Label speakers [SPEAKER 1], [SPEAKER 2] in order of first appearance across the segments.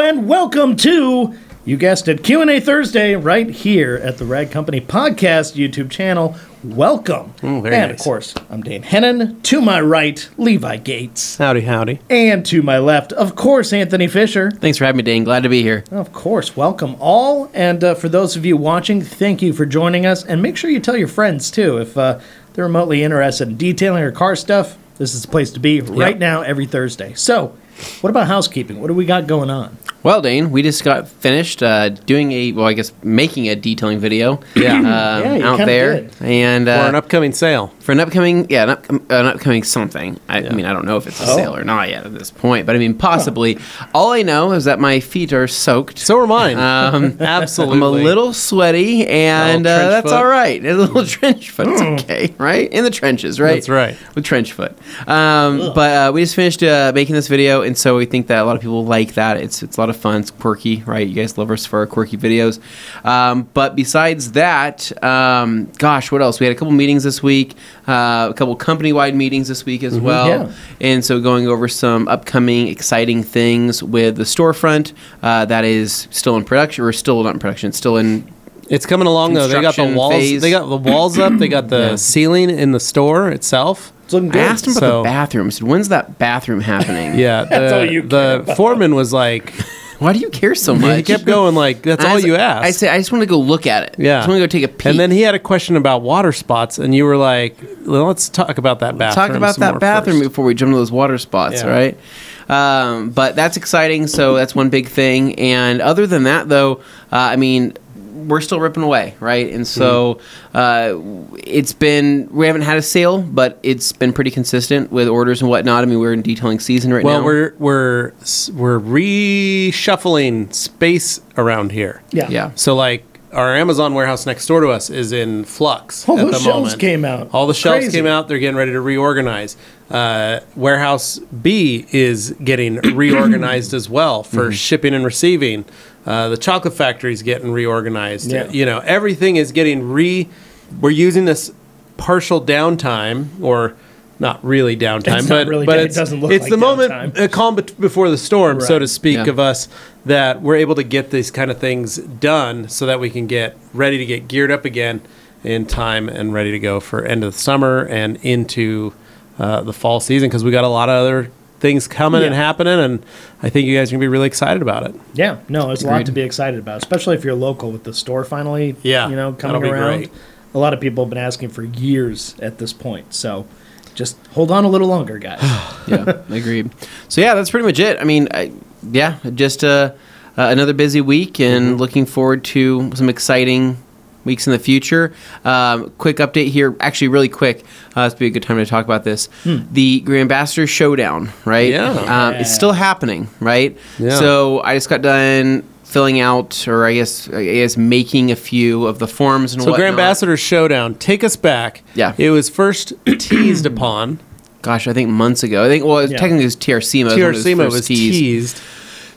[SPEAKER 1] welcome to you guessed it Q&A Thursday right here at the Rag Company podcast YouTube channel. Welcome.
[SPEAKER 2] Oh, very
[SPEAKER 1] and of
[SPEAKER 2] nice.
[SPEAKER 1] course, I'm Dane Hennon. To my right, Levi Gates.
[SPEAKER 2] Howdy, howdy.
[SPEAKER 1] And to my left, of course, Anthony Fisher.
[SPEAKER 2] Thanks for having me, Dane. Glad to be here.
[SPEAKER 1] Of course, welcome all. And uh, for those of you watching, thank you for joining us. And make sure you tell your friends too if uh, they're remotely interested in detailing or car stuff. This is the place to be right
[SPEAKER 2] Yep.
[SPEAKER 1] now every Thursday. So, what about housekeeping? What do we got going on?
[SPEAKER 3] Well, Dane, we just got finished uh, doing a, well, I guess making a detailing video.
[SPEAKER 2] Yeah.
[SPEAKER 3] um,
[SPEAKER 1] Yeah, you
[SPEAKER 3] out
[SPEAKER 1] kinda
[SPEAKER 3] there,
[SPEAKER 1] did.
[SPEAKER 3] and uh,
[SPEAKER 2] For an upcoming sale.
[SPEAKER 3] for an upcoming, yeah, an, upcom- an upcoming something. I, I mean, I don't know if it's a
[SPEAKER 1] Oh.
[SPEAKER 3] sale or not yet at this point, but I mean, possibly. All I know is that my feet are soaked.
[SPEAKER 2] So are mine.
[SPEAKER 3] um,
[SPEAKER 2] Absolutely.
[SPEAKER 3] I'm a little sweaty, and
[SPEAKER 2] A little trench foot.
[SPEAKER 3] uh, that's
[SPEAKER 2] Mm.
[SPEAKER 3] all right. A little trench foot's okay, right? In the trenches, right?
[SPEAKER 2] That's right.
[SPEAKER 3] With trench foot. Um, but uh, we just finished uh, making this video, and so we think that a lot of people like that. It's it's a lot of fun. It's quirky, right? You guys love us for our quirky videos. Um, but besides that, um, gosh, what else? We had a couple meetings this week, uh, a couple company wide meetings this week as well.
[SPEAKER 1] yeah.
[SPEAKER 3] And so going over some upcoming exciting things with the storefront uh, that is still in production, or still not in production, it's still in.
[SPEAKER 2] It's coming along though. They got the
[SPEAKER 3] Construction
[SPEAKER 2] walls.
[SPEAKER 3] phase.
[SPEAKER 2] They got the walls up. They got the ceiling in the store itself.
[SPEAKER 1] It's looking
[SPEAKER 3] I
[SPEAKER 1] good.
[SPEAKER 3] asked him about
[SPEAKER 2] So-
[SPEAKER 3] the bathroom. I said, when's that bathroom happening?
[SPEAKER 2] Yeah. The,
[SPEAKER 1] That's all you care
[SPEAKER 2] the foreman was like,
[SPEAKER 3] Why do you care so much?
[SPEAKER 2] he kept going like, that's
[SPEAKER 3] I
[SPEAKER 2] all
[SPEAKER 3] was-
[SPEAKER 2] you asked.
[SPEAKER 3] I said, I just want to go look at it. I
[SPEAKER 2] yeah.
[SPEAKER 3] just want to go take a peek.
[SPEAKER 2] And then he had a question about water spots, and you were like, well, let's talk about that bathroom.
[SPEAKER 3] talk about
[SPEAKER 2] some more
[SPEAKER 3] that bathroom
[SPEAKER 2] first.
[SPEAKER 3] before we jump to those water spots,
[SPEAKER 2] Yeah.
[SPEAKER 3] right? Um, but that's exciting. So that's one big thing. And other than that, though, uh, I mean, we're still ripping away, right? And so
[SPEAKER 2] Mm-hmm.
[SPEAKER 3] uh, it's been we haven't had a sale, but it's been pretty consistent with orders and whatnot. I mean, we're in detailing season right
[SPEAKER 2] Well,
[SPEAKER 3] now.
[SPEAKER 2] we're we're s- we're reshuffling space around here.
[SPEAKER 1] Yeah.
[SPEAKER 3] yeah.
[SPEAKER 2] So like our Amazon warehouse next door to us is in flux
[SPEAKER 1] All
[SPEAKER 2] at
[SPEAKER 1] those
[SPEAKER 2] the
[SPEAKER 1] shelves
[SPEAKER 2] moment.
[SPEAKER 1] came out.
[SPEAKER 2] All the shelves
[SPEAKER 1] Crazy.
[SPEAKER 2] came out. They're getting ready to reorganize. Uh, warehouse B is getting reorganized as well for
[SPEAKER 1] Mm-hmm.
[SPEAKER 2] shipping and receiving. Uh, the chocolate factory's getting reorganized.
[SPEAKER 1] Yeah.
[SPEAKER 2] You know, everything is getting re. We're using this partial downtime or. Not really downtime,
[SPEAKER 1] It's not
[SPEAKER 2] but,
[SPEAKER 1] really
[SPEAKER 2] but
[SPEAKER 1] down- it
[SPEAKER 2] it's,
[SPEAKER 1] doesn't look
[SPEAKER 2] it's
[SPEAKER 1] like
[SPEAKER 2] the moment,
[SPEAKER 1] downtime.
[SPEAKER 2] a calm bet- before the storm, so
[SPEAKER 1] Right.
[SPEAKER 2] to speak,
[SPEAKER 3] Yeah.
[SPEAKER 2] of us that we're able to get these kind of things done so that we can get ready to get geared up again in time and ready to go for end of the summer and into uh, the fall season because we got a lot of other things coming and
[SPEAKER 1] Yeah.
[SPEAKER 2] happening and I think you guys are gonna be really excited about it.
[SPEAKER 1] Yeah, no, it's a lot
[SPEAKER 3] Agreed.
[SPEAKER 1] to be excited about, especially if you're local with the store finally.
[SPEAKER 2] Yeah,
[SPEAKER 1] you know, coming
[SPEAKER 2] that'll be
[SPEAKER 1] around.
[SPEAKER 2] great.
[SPEAKER 1] A lot of people have been asking for years at this point, so just hold on a little longer, guys.
[SPEAKER 3] yeah, agreed. So yeah, that's pretty much it. I mean, I, yeah, just uh, uh, another busy week, and
[SPEAKER 2] Mm-hmm.
[SPEAKER 3] looking forward to some exciting weeks in the future. Um, quick update here, actually, really quick. Uh, this would be a good time to talk about this. The Grand Ambassador Showdown, right?
[SPEAKER 2] Hmm. Yeah.
[SPEAKER 3] um, it's still happening, right?
[SPEAKER 2] Yeah.
[SPEAKER 3] So I just got done filling out, or I guess, I guess making a few of the forms and
[SPEAKER 2] So
[SPEAKER 3] whatnot.
[SPEAKER 2] Grand Ambassador Showdown, take us back.
[SPEAKER 3] Yeah.
[SPEAKER 2] It was first teased upon.
[SPEAKER 3] Gosh, I think months ago. I think well, it was
[SPEAKER 1] Yeah.
[SPEAKER 3] technically it was TRC. was one of his
[SPEAKER 2] TRC
[SPEAKER 3] first
[SPEAKER 2] was
[SPEAKER 3] teased.
[SPEAKER 2] teased.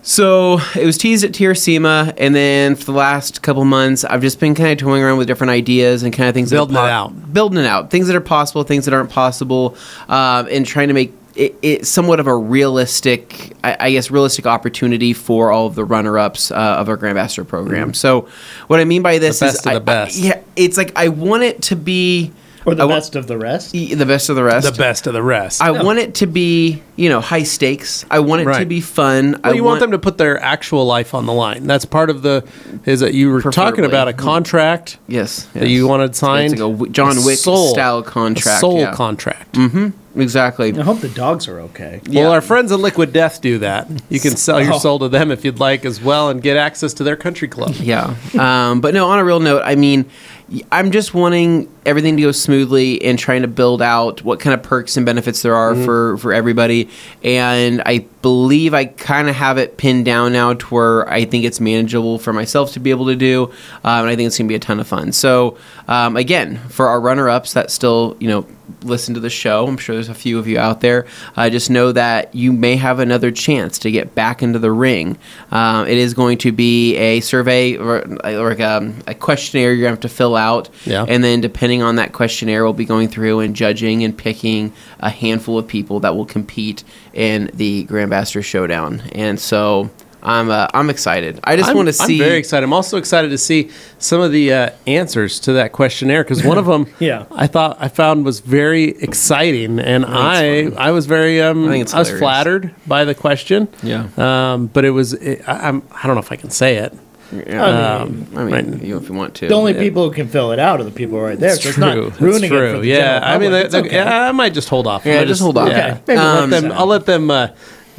[SPEAKER 3] So it was teased at Tirasema, and then for the last couple months, I've just been kind of toying around with different ideas and kind of things
[SPEAKER 2] Building
[SPEAKER 3] that are
[SPEAKER 2] it out.
[SPEAKER 3] building it out, things that are possible, things that aren't possible, um, and trying to make it, it somewhat of a realistic, I, I guess, realistic opportunity for all of the runner-ups uh, of our Grand Master program. So, what I mean by this is,
[SPEAKER 2] best of Mm-hmm.
[SPEAKER 3] I-
[SPEAKER 2] the best.
[SPEAKER 3] I- yeah, it's like I want it to be
[SPEAKER 1] or the
[SPEAKER 3] I wa-
[SPEAKER 1] best of the rest.
[SPEAKER 3] the best of the rest.
[SPEAKER 2] The best of the rest.
[SPEAKER 3] I want it to be, you know, high stakes. I want it to
[SPEAKER 2] Right.
[SPEAKER 3] be fun. I
[SPEAKER 2] Well, you want, them to put their actual life on the line. That's part of the is that you were talking
[SPEAKER 3] Preferably.
[SPEAKER 2] about a contract
[SPEAKER 3] Yes,
[SPEAKER 2] that you wanted signed.
[SPEAKER 3] like a W- John Wick style contract,
[SPEAKER 2] A soul
[SPEAKER 3] yeah.
[SPEAKER 2] contract.
[SPEAKER 3] exactly.
[SPEAKER 1] I hope the dogs are okay.
[SPEAKER 2] Well,
[SPEAKER 3] Yeah.
[SPEAKER 2] our friends at Liquid Death do that. You can sell your
[SPEAKER 1] Oh.
[SPEAKER 2] soul to them if you'd like as well, and get access to their country club.
[SPEAKER 3] Yeah, um, but no. On a real note, I mean, y- I'm just wanting everything to go smoothly and trying to build out what kind of perks and benefits there
[SPEAKER 2] Mm-hmm.
[SPEAKER 3] are for for everybody. And I believe I kind of have it pinned down now to where I think it's manageable for myself to be able to do, um, and I think it's gonna be a ton of fun. So um, again, for our runner ups that still you know listen to the show. I'm sure there's a few of you out there. Uh, just know that you may have another chance to get back into the ring. Um, it is going to be a survey or, or like a, a questionnaire you're going to have to fill out.
[SPEAKER 2] Yeah.
[SPEAKER 3] And then, depending on that questionnaire, we'll be going through and judging and picking a handful of people that will compete in the Grand Master Showdown. And so. I'm uh, I'm excited. I just
[SPEAKER 2] I'm-
[SPEAKER 3] want to see.
[SPEAKER 2] I'm very excited. I'm also excited to see some of the uh, answers to that questionnaire because one of them,
[SPEAKER 1] Yeah.
[SPEAKER 2] I thought I found was very exciting, and I I, was very um,
[SPEAKER 3] I
[SPEAKER 2] I,
[SPEAKER 3] think it's
[SPEAKER 2] was
[SPEAKER 3] hilarious.
[SPEAKER 2] flattered by the question.
[SPEAKER 3] Yeah.
[SPEAKER 2] Um, but it was it, I, I'm I don't know if I can say it.
[SPEAKER 3] Yeah,
[SPEAKER 2] Um,
[SPEAKER 3] I mean,
[SPEAKER 2] right.
[SPEAKER 3] you know, if you want to.
[SPEAKER 1] The only
[SPEAKER 3] Yeah.
[SPEAKER 1] people who can fill it out are the people right there.
[SPEAKER 2] It's
[SPEAKER 1] so
[SPEAKER 2] true.
[SPEAKER 1] It's not ruining
[SPEAKER 2] it's true.
[SPEAKER 1] it for the
[SPEAKER 2] yeah.
[SPEAKER 1] general
[SPEAKER 2] I
[SPEAKER 1] public.
[SPEAKER 2] mean, that's
[SPEAKER 1] It's
[SPEAKER 2] okay. I might just hold off.
[SPEAKER 3] Yeah,
[SPEAKER 2] I'll
[SPEAKER 3] just hold off.
[SPEAKER 2] Yeah.
[SPEAKER 1] Okay. Maybe
[SPEAKER 2] I'll
[SPEAKER 1] let
[SPEAKER 2] let
[SPEAKER 1] them-
[SPEAKER 2] them. I'll let them uh,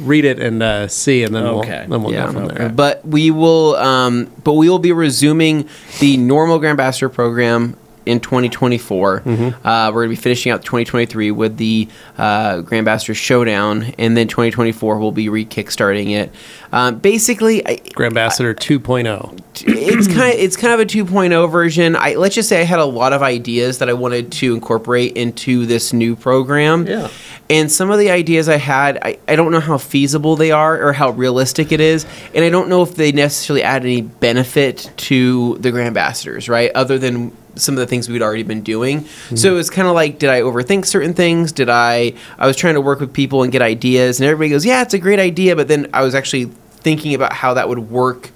[SPEAKER 2] read it and uh, see, and then
[SPEAKER 1] Okay.
[SPEAKER 2] we'll then we'll
[SPEAKER 3] yeah,
[SPEAKER 2] go from there.
[SPEAKER 3] but we will, um, but we will be resuming the normal Grand Ambassador program in 2024. Uh, we're going to be finishing out 2023 with the uh, Grand Ambassador Showdown, and then 2024 we'll be re-kickstarting it. Um, basically, I,
[SPEAKER 2] Grand Ambassador oh. 2.0.
[SPEAKER 3] it's kind of, it's kind of a 2.0 version. I let's just say I had a lot of ideas that I wanted to incorporate into this new program.
[SPEAKER 2] Yeah.
[SPEAKER 3] And some of the ideas I had, I, I don't know how feasible they are or how realistic it is, and I don't know if they necessarily add any benefit to the grand ambassadors, right? Other than some of the things we'd already been doing. So it's kind of like did I overthink certain things? Did I I was trying to work with people and get ideas and everybody goes, "Yeah, it's a great idea," but then I was actually thinking about how that would work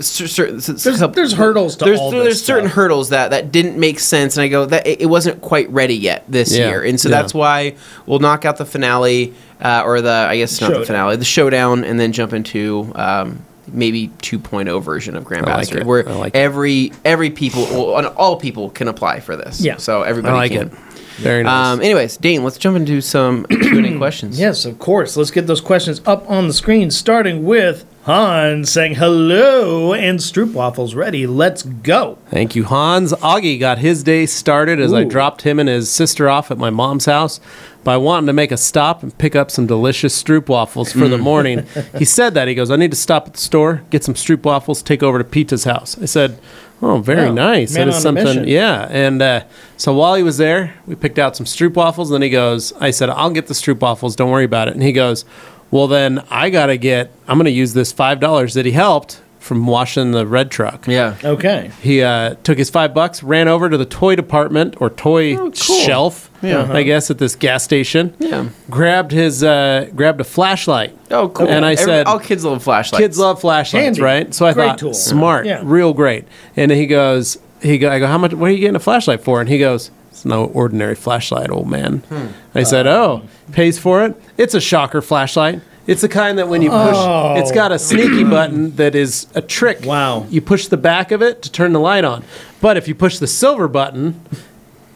[SPEAKER 3] cer- certain
[SPEAKER 1] There's- there's hurdles to
[SPEAKER 3] there's,
[SPEAKER 1] all this
[SPEAKER 3] there's certain
[SPEAKER 1] stuff.
[SPEAKER 3] hurdles that that didn't make sense and i go that it, it wasn't quite ready yet this
[SPEAKER 2] Yeah,
[SPEAKER 3] year and so
[SPEAKER 2] yeah.
[SPEAKER 3] that's why we'll knock out the finale uh, or the i guess not
[SPEAKER 1] Showdown.
[SPEAKER 3] the finale the showdown and then jump into um, maybe 2.0 version of grand
[SPEAKER 2] I like
[SPEAKER 3] Bastard,
[SPEAKER 2] it.
[SPEAKER 3] where
[SPEAKER 2] I like it.
[SPEAKER 3] every every people well, and all people can apply for this
[SPEAKER 1] Yeah.
[SPEAKER 3] so
[SPEAKER 2] I
[SPEAKER 3] everybody
[SPEAKER 2] like
[SPEAKER 3] can
[SPEAKER 2] it. Very nice.
[SPEAKER 3] um, anyways dane let's jump into some q&a questions
[SPEAKER 1] Yes, of course. Let's get those questions up on the screen, starting with Hans saying hello and Stroopwaffles ready. Let's go.
[SPEAKER 2] Thank you, Hans. Augie got his day started as I
[SPEAKER 1] Ooh.
[SPEAKER 2] dropped him and his sister off at my mom's house by wanting to make a stop and pick up some delicious stroopwafels for
[SPEAKER 1] Mm.
[SPEAKER 2] the morning. he said that. He goes, I need to stop at the store, get some stroopwafels, take over to Pita's house. I said, Oh, very
[SPEAKER 1] Wow.
[SPEAKER 2] nice.
[SPEAKER 1] Man
[SPEAKER 2] that is
[SPEAKER 1] on a
[SPEAKER 2] something.
[SPEAKER 1] mission.
[SPEAKER 2] Yeah. And uh, so while he was there, we picked out some stroopwafels. Then he goes, I said, I'll get the stroopwafels. Don't worry about it. And he goes, Well, then I got to get, I'm going to use this $5 that he helped from washing the red truck.
[SPEAKER 3] yeah
[SPEAKER 1] Okay.
[SPEAKER 2] He uh, took his five bucks, ran over to the toy department or toy shelf, I guess, at this gas station.
[SPEAKER 3] Oh, Yeah.
[SPEAKER 2] Grabbed his, uh, grabbed a flashlight.
[SPEAKER 3] oh cool
[SPEAKER 2] And I
[SPEAKER 3] Every-
[SPEAKER 2] said-
[SPEAKER 3] all kids love flashlights
[SPEAKER 2] Kids love flashlights,
[SPEAKER 1] Handy.
[SPEAKER 2] right? So I
[SPEAKER 1] Great
[SPEAKER 2] thought
[SPEAKER 1] tool.
[SPEAKER 2] smart,
[SPEAKER 1] Yeah.
[SPEAKER 2] real great. And he goes, he go, I go, how much? What are you getting a flashlight for? And he goes, it's no ordinary flashlight, old man.
[SPEAKER 1] Hmm.
[SPEAKER 2] I
[SPEAKER 1] Uh.
[SPEAKER 2] said, oh, pays for it. It's a shocker flashlight. It's the kind that when you push,
[SPEAKER 1] Oh.
[SPEAKER 2] it's got a sneaky button that is a trick.
[SPEAKER 1] Wow.
[SPEAKER 2] You push the back of it to turn the light on, but if you push the silver button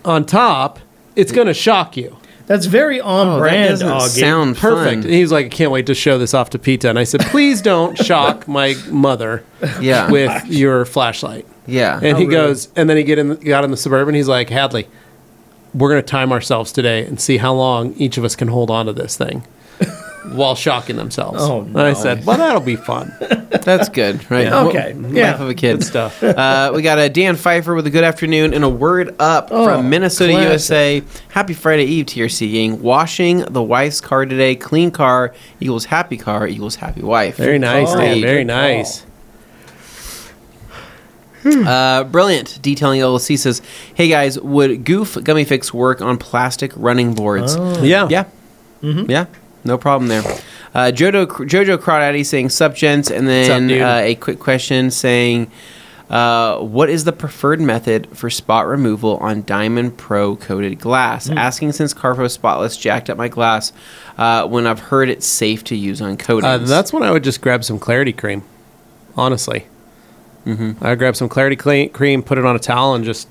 [SPEAKER 2] on top, it's going to shock you.
[SPEAKER 1] That's very on
[SPEAKER 3] Oh, that
[SPEAKER 1] brand,
[SPEAKER 3] doesn't
[SPEAKER 1] Augie.
[SPEAKER 3] sound
[SPEAKER 2] Perfect. And
[SPEAKER 3] fun.
[SPEAKER 2] he was like, I can't wait to show this off to Pita. And I said, please don't shock my mother
[SPEAKER 3] yeah
[SPEAKER 2] with your flashlight.
[SPEAKER 3] yeah
[SPEAKER 2] And he
[SPEAKER 1] Oh, really?
[SPEAKER 2] goes, and then he get in, got in the suburban. He's like, Hadley, we're going to time ourselves today and see how long each of us can hold on to this thing while shocking themselves.
[SPEAKER 1] Oh,
[SPEAKER 2] And I
[SPEAKER 1] no.
[SPEAKER 2] said, well, that'll be fun.
[SPEAKER 3] That's good, right?
[SPEAKER 2] Yeah.
[SPEAKER 1] Okay,
[SPEAKER 3] Well,
[SPEAKER 1] yeah.
[SPEAKER 3] Life of a
[SPEAKER 2] Good
[SPEAKER 3] kid.
[SPEAKER 2] stuff.
[SPEAKER 3] Uh, we got a Dan Pfeiffer with a good afternoon and a word up
[SPEAKER 1] Oh,
[SPEAKER 3] from Minnesota,
[SPEAKER 1] classic.
[SPEAKER 3] USA. Happy Friday Eve, TRC gang. Washing the wife's car today. Clean car equals happy car equals happy wife.
[SPEAKER 2] Very nice,
[SPEAKER 1] call.
[SPEAKER 2] Dan. Very
[SPEAKER 1] Good call.
[SPEAKER 2] nice.
[SPEAKER 3] Uh, brilliant. Detailing LLC says, "Hey guys, would Goof Gummy Fix work on plastic running boards?"
[SPEAKER 2] Yeah. Mm-hmm.
[SPEAKER 3] Yeah. Yeah. No problem there. Uh, Jojo, Jojo Crawdaddy saying sup gents, and
[SPEAKER 2] Sup,
[SPEAKER 3] then
[SPEAKER 2] dude.
[SPEAKER 3] uh, a quick question saying, uh, what is the preferred method for spot removal on Diamond Pro coated glass?
[SPEAKER 2] Hmm.
[SPEAKER 3] Asking since Carpo Spotless jacked up my glass uh, when I've heard it's safe to use on coatings.
[SPEAKER 2] Uh, that's when I would just grab some clarity cream, honestly. Mm-hmm. I grab some clarity clean, cream, put it on a towel, and just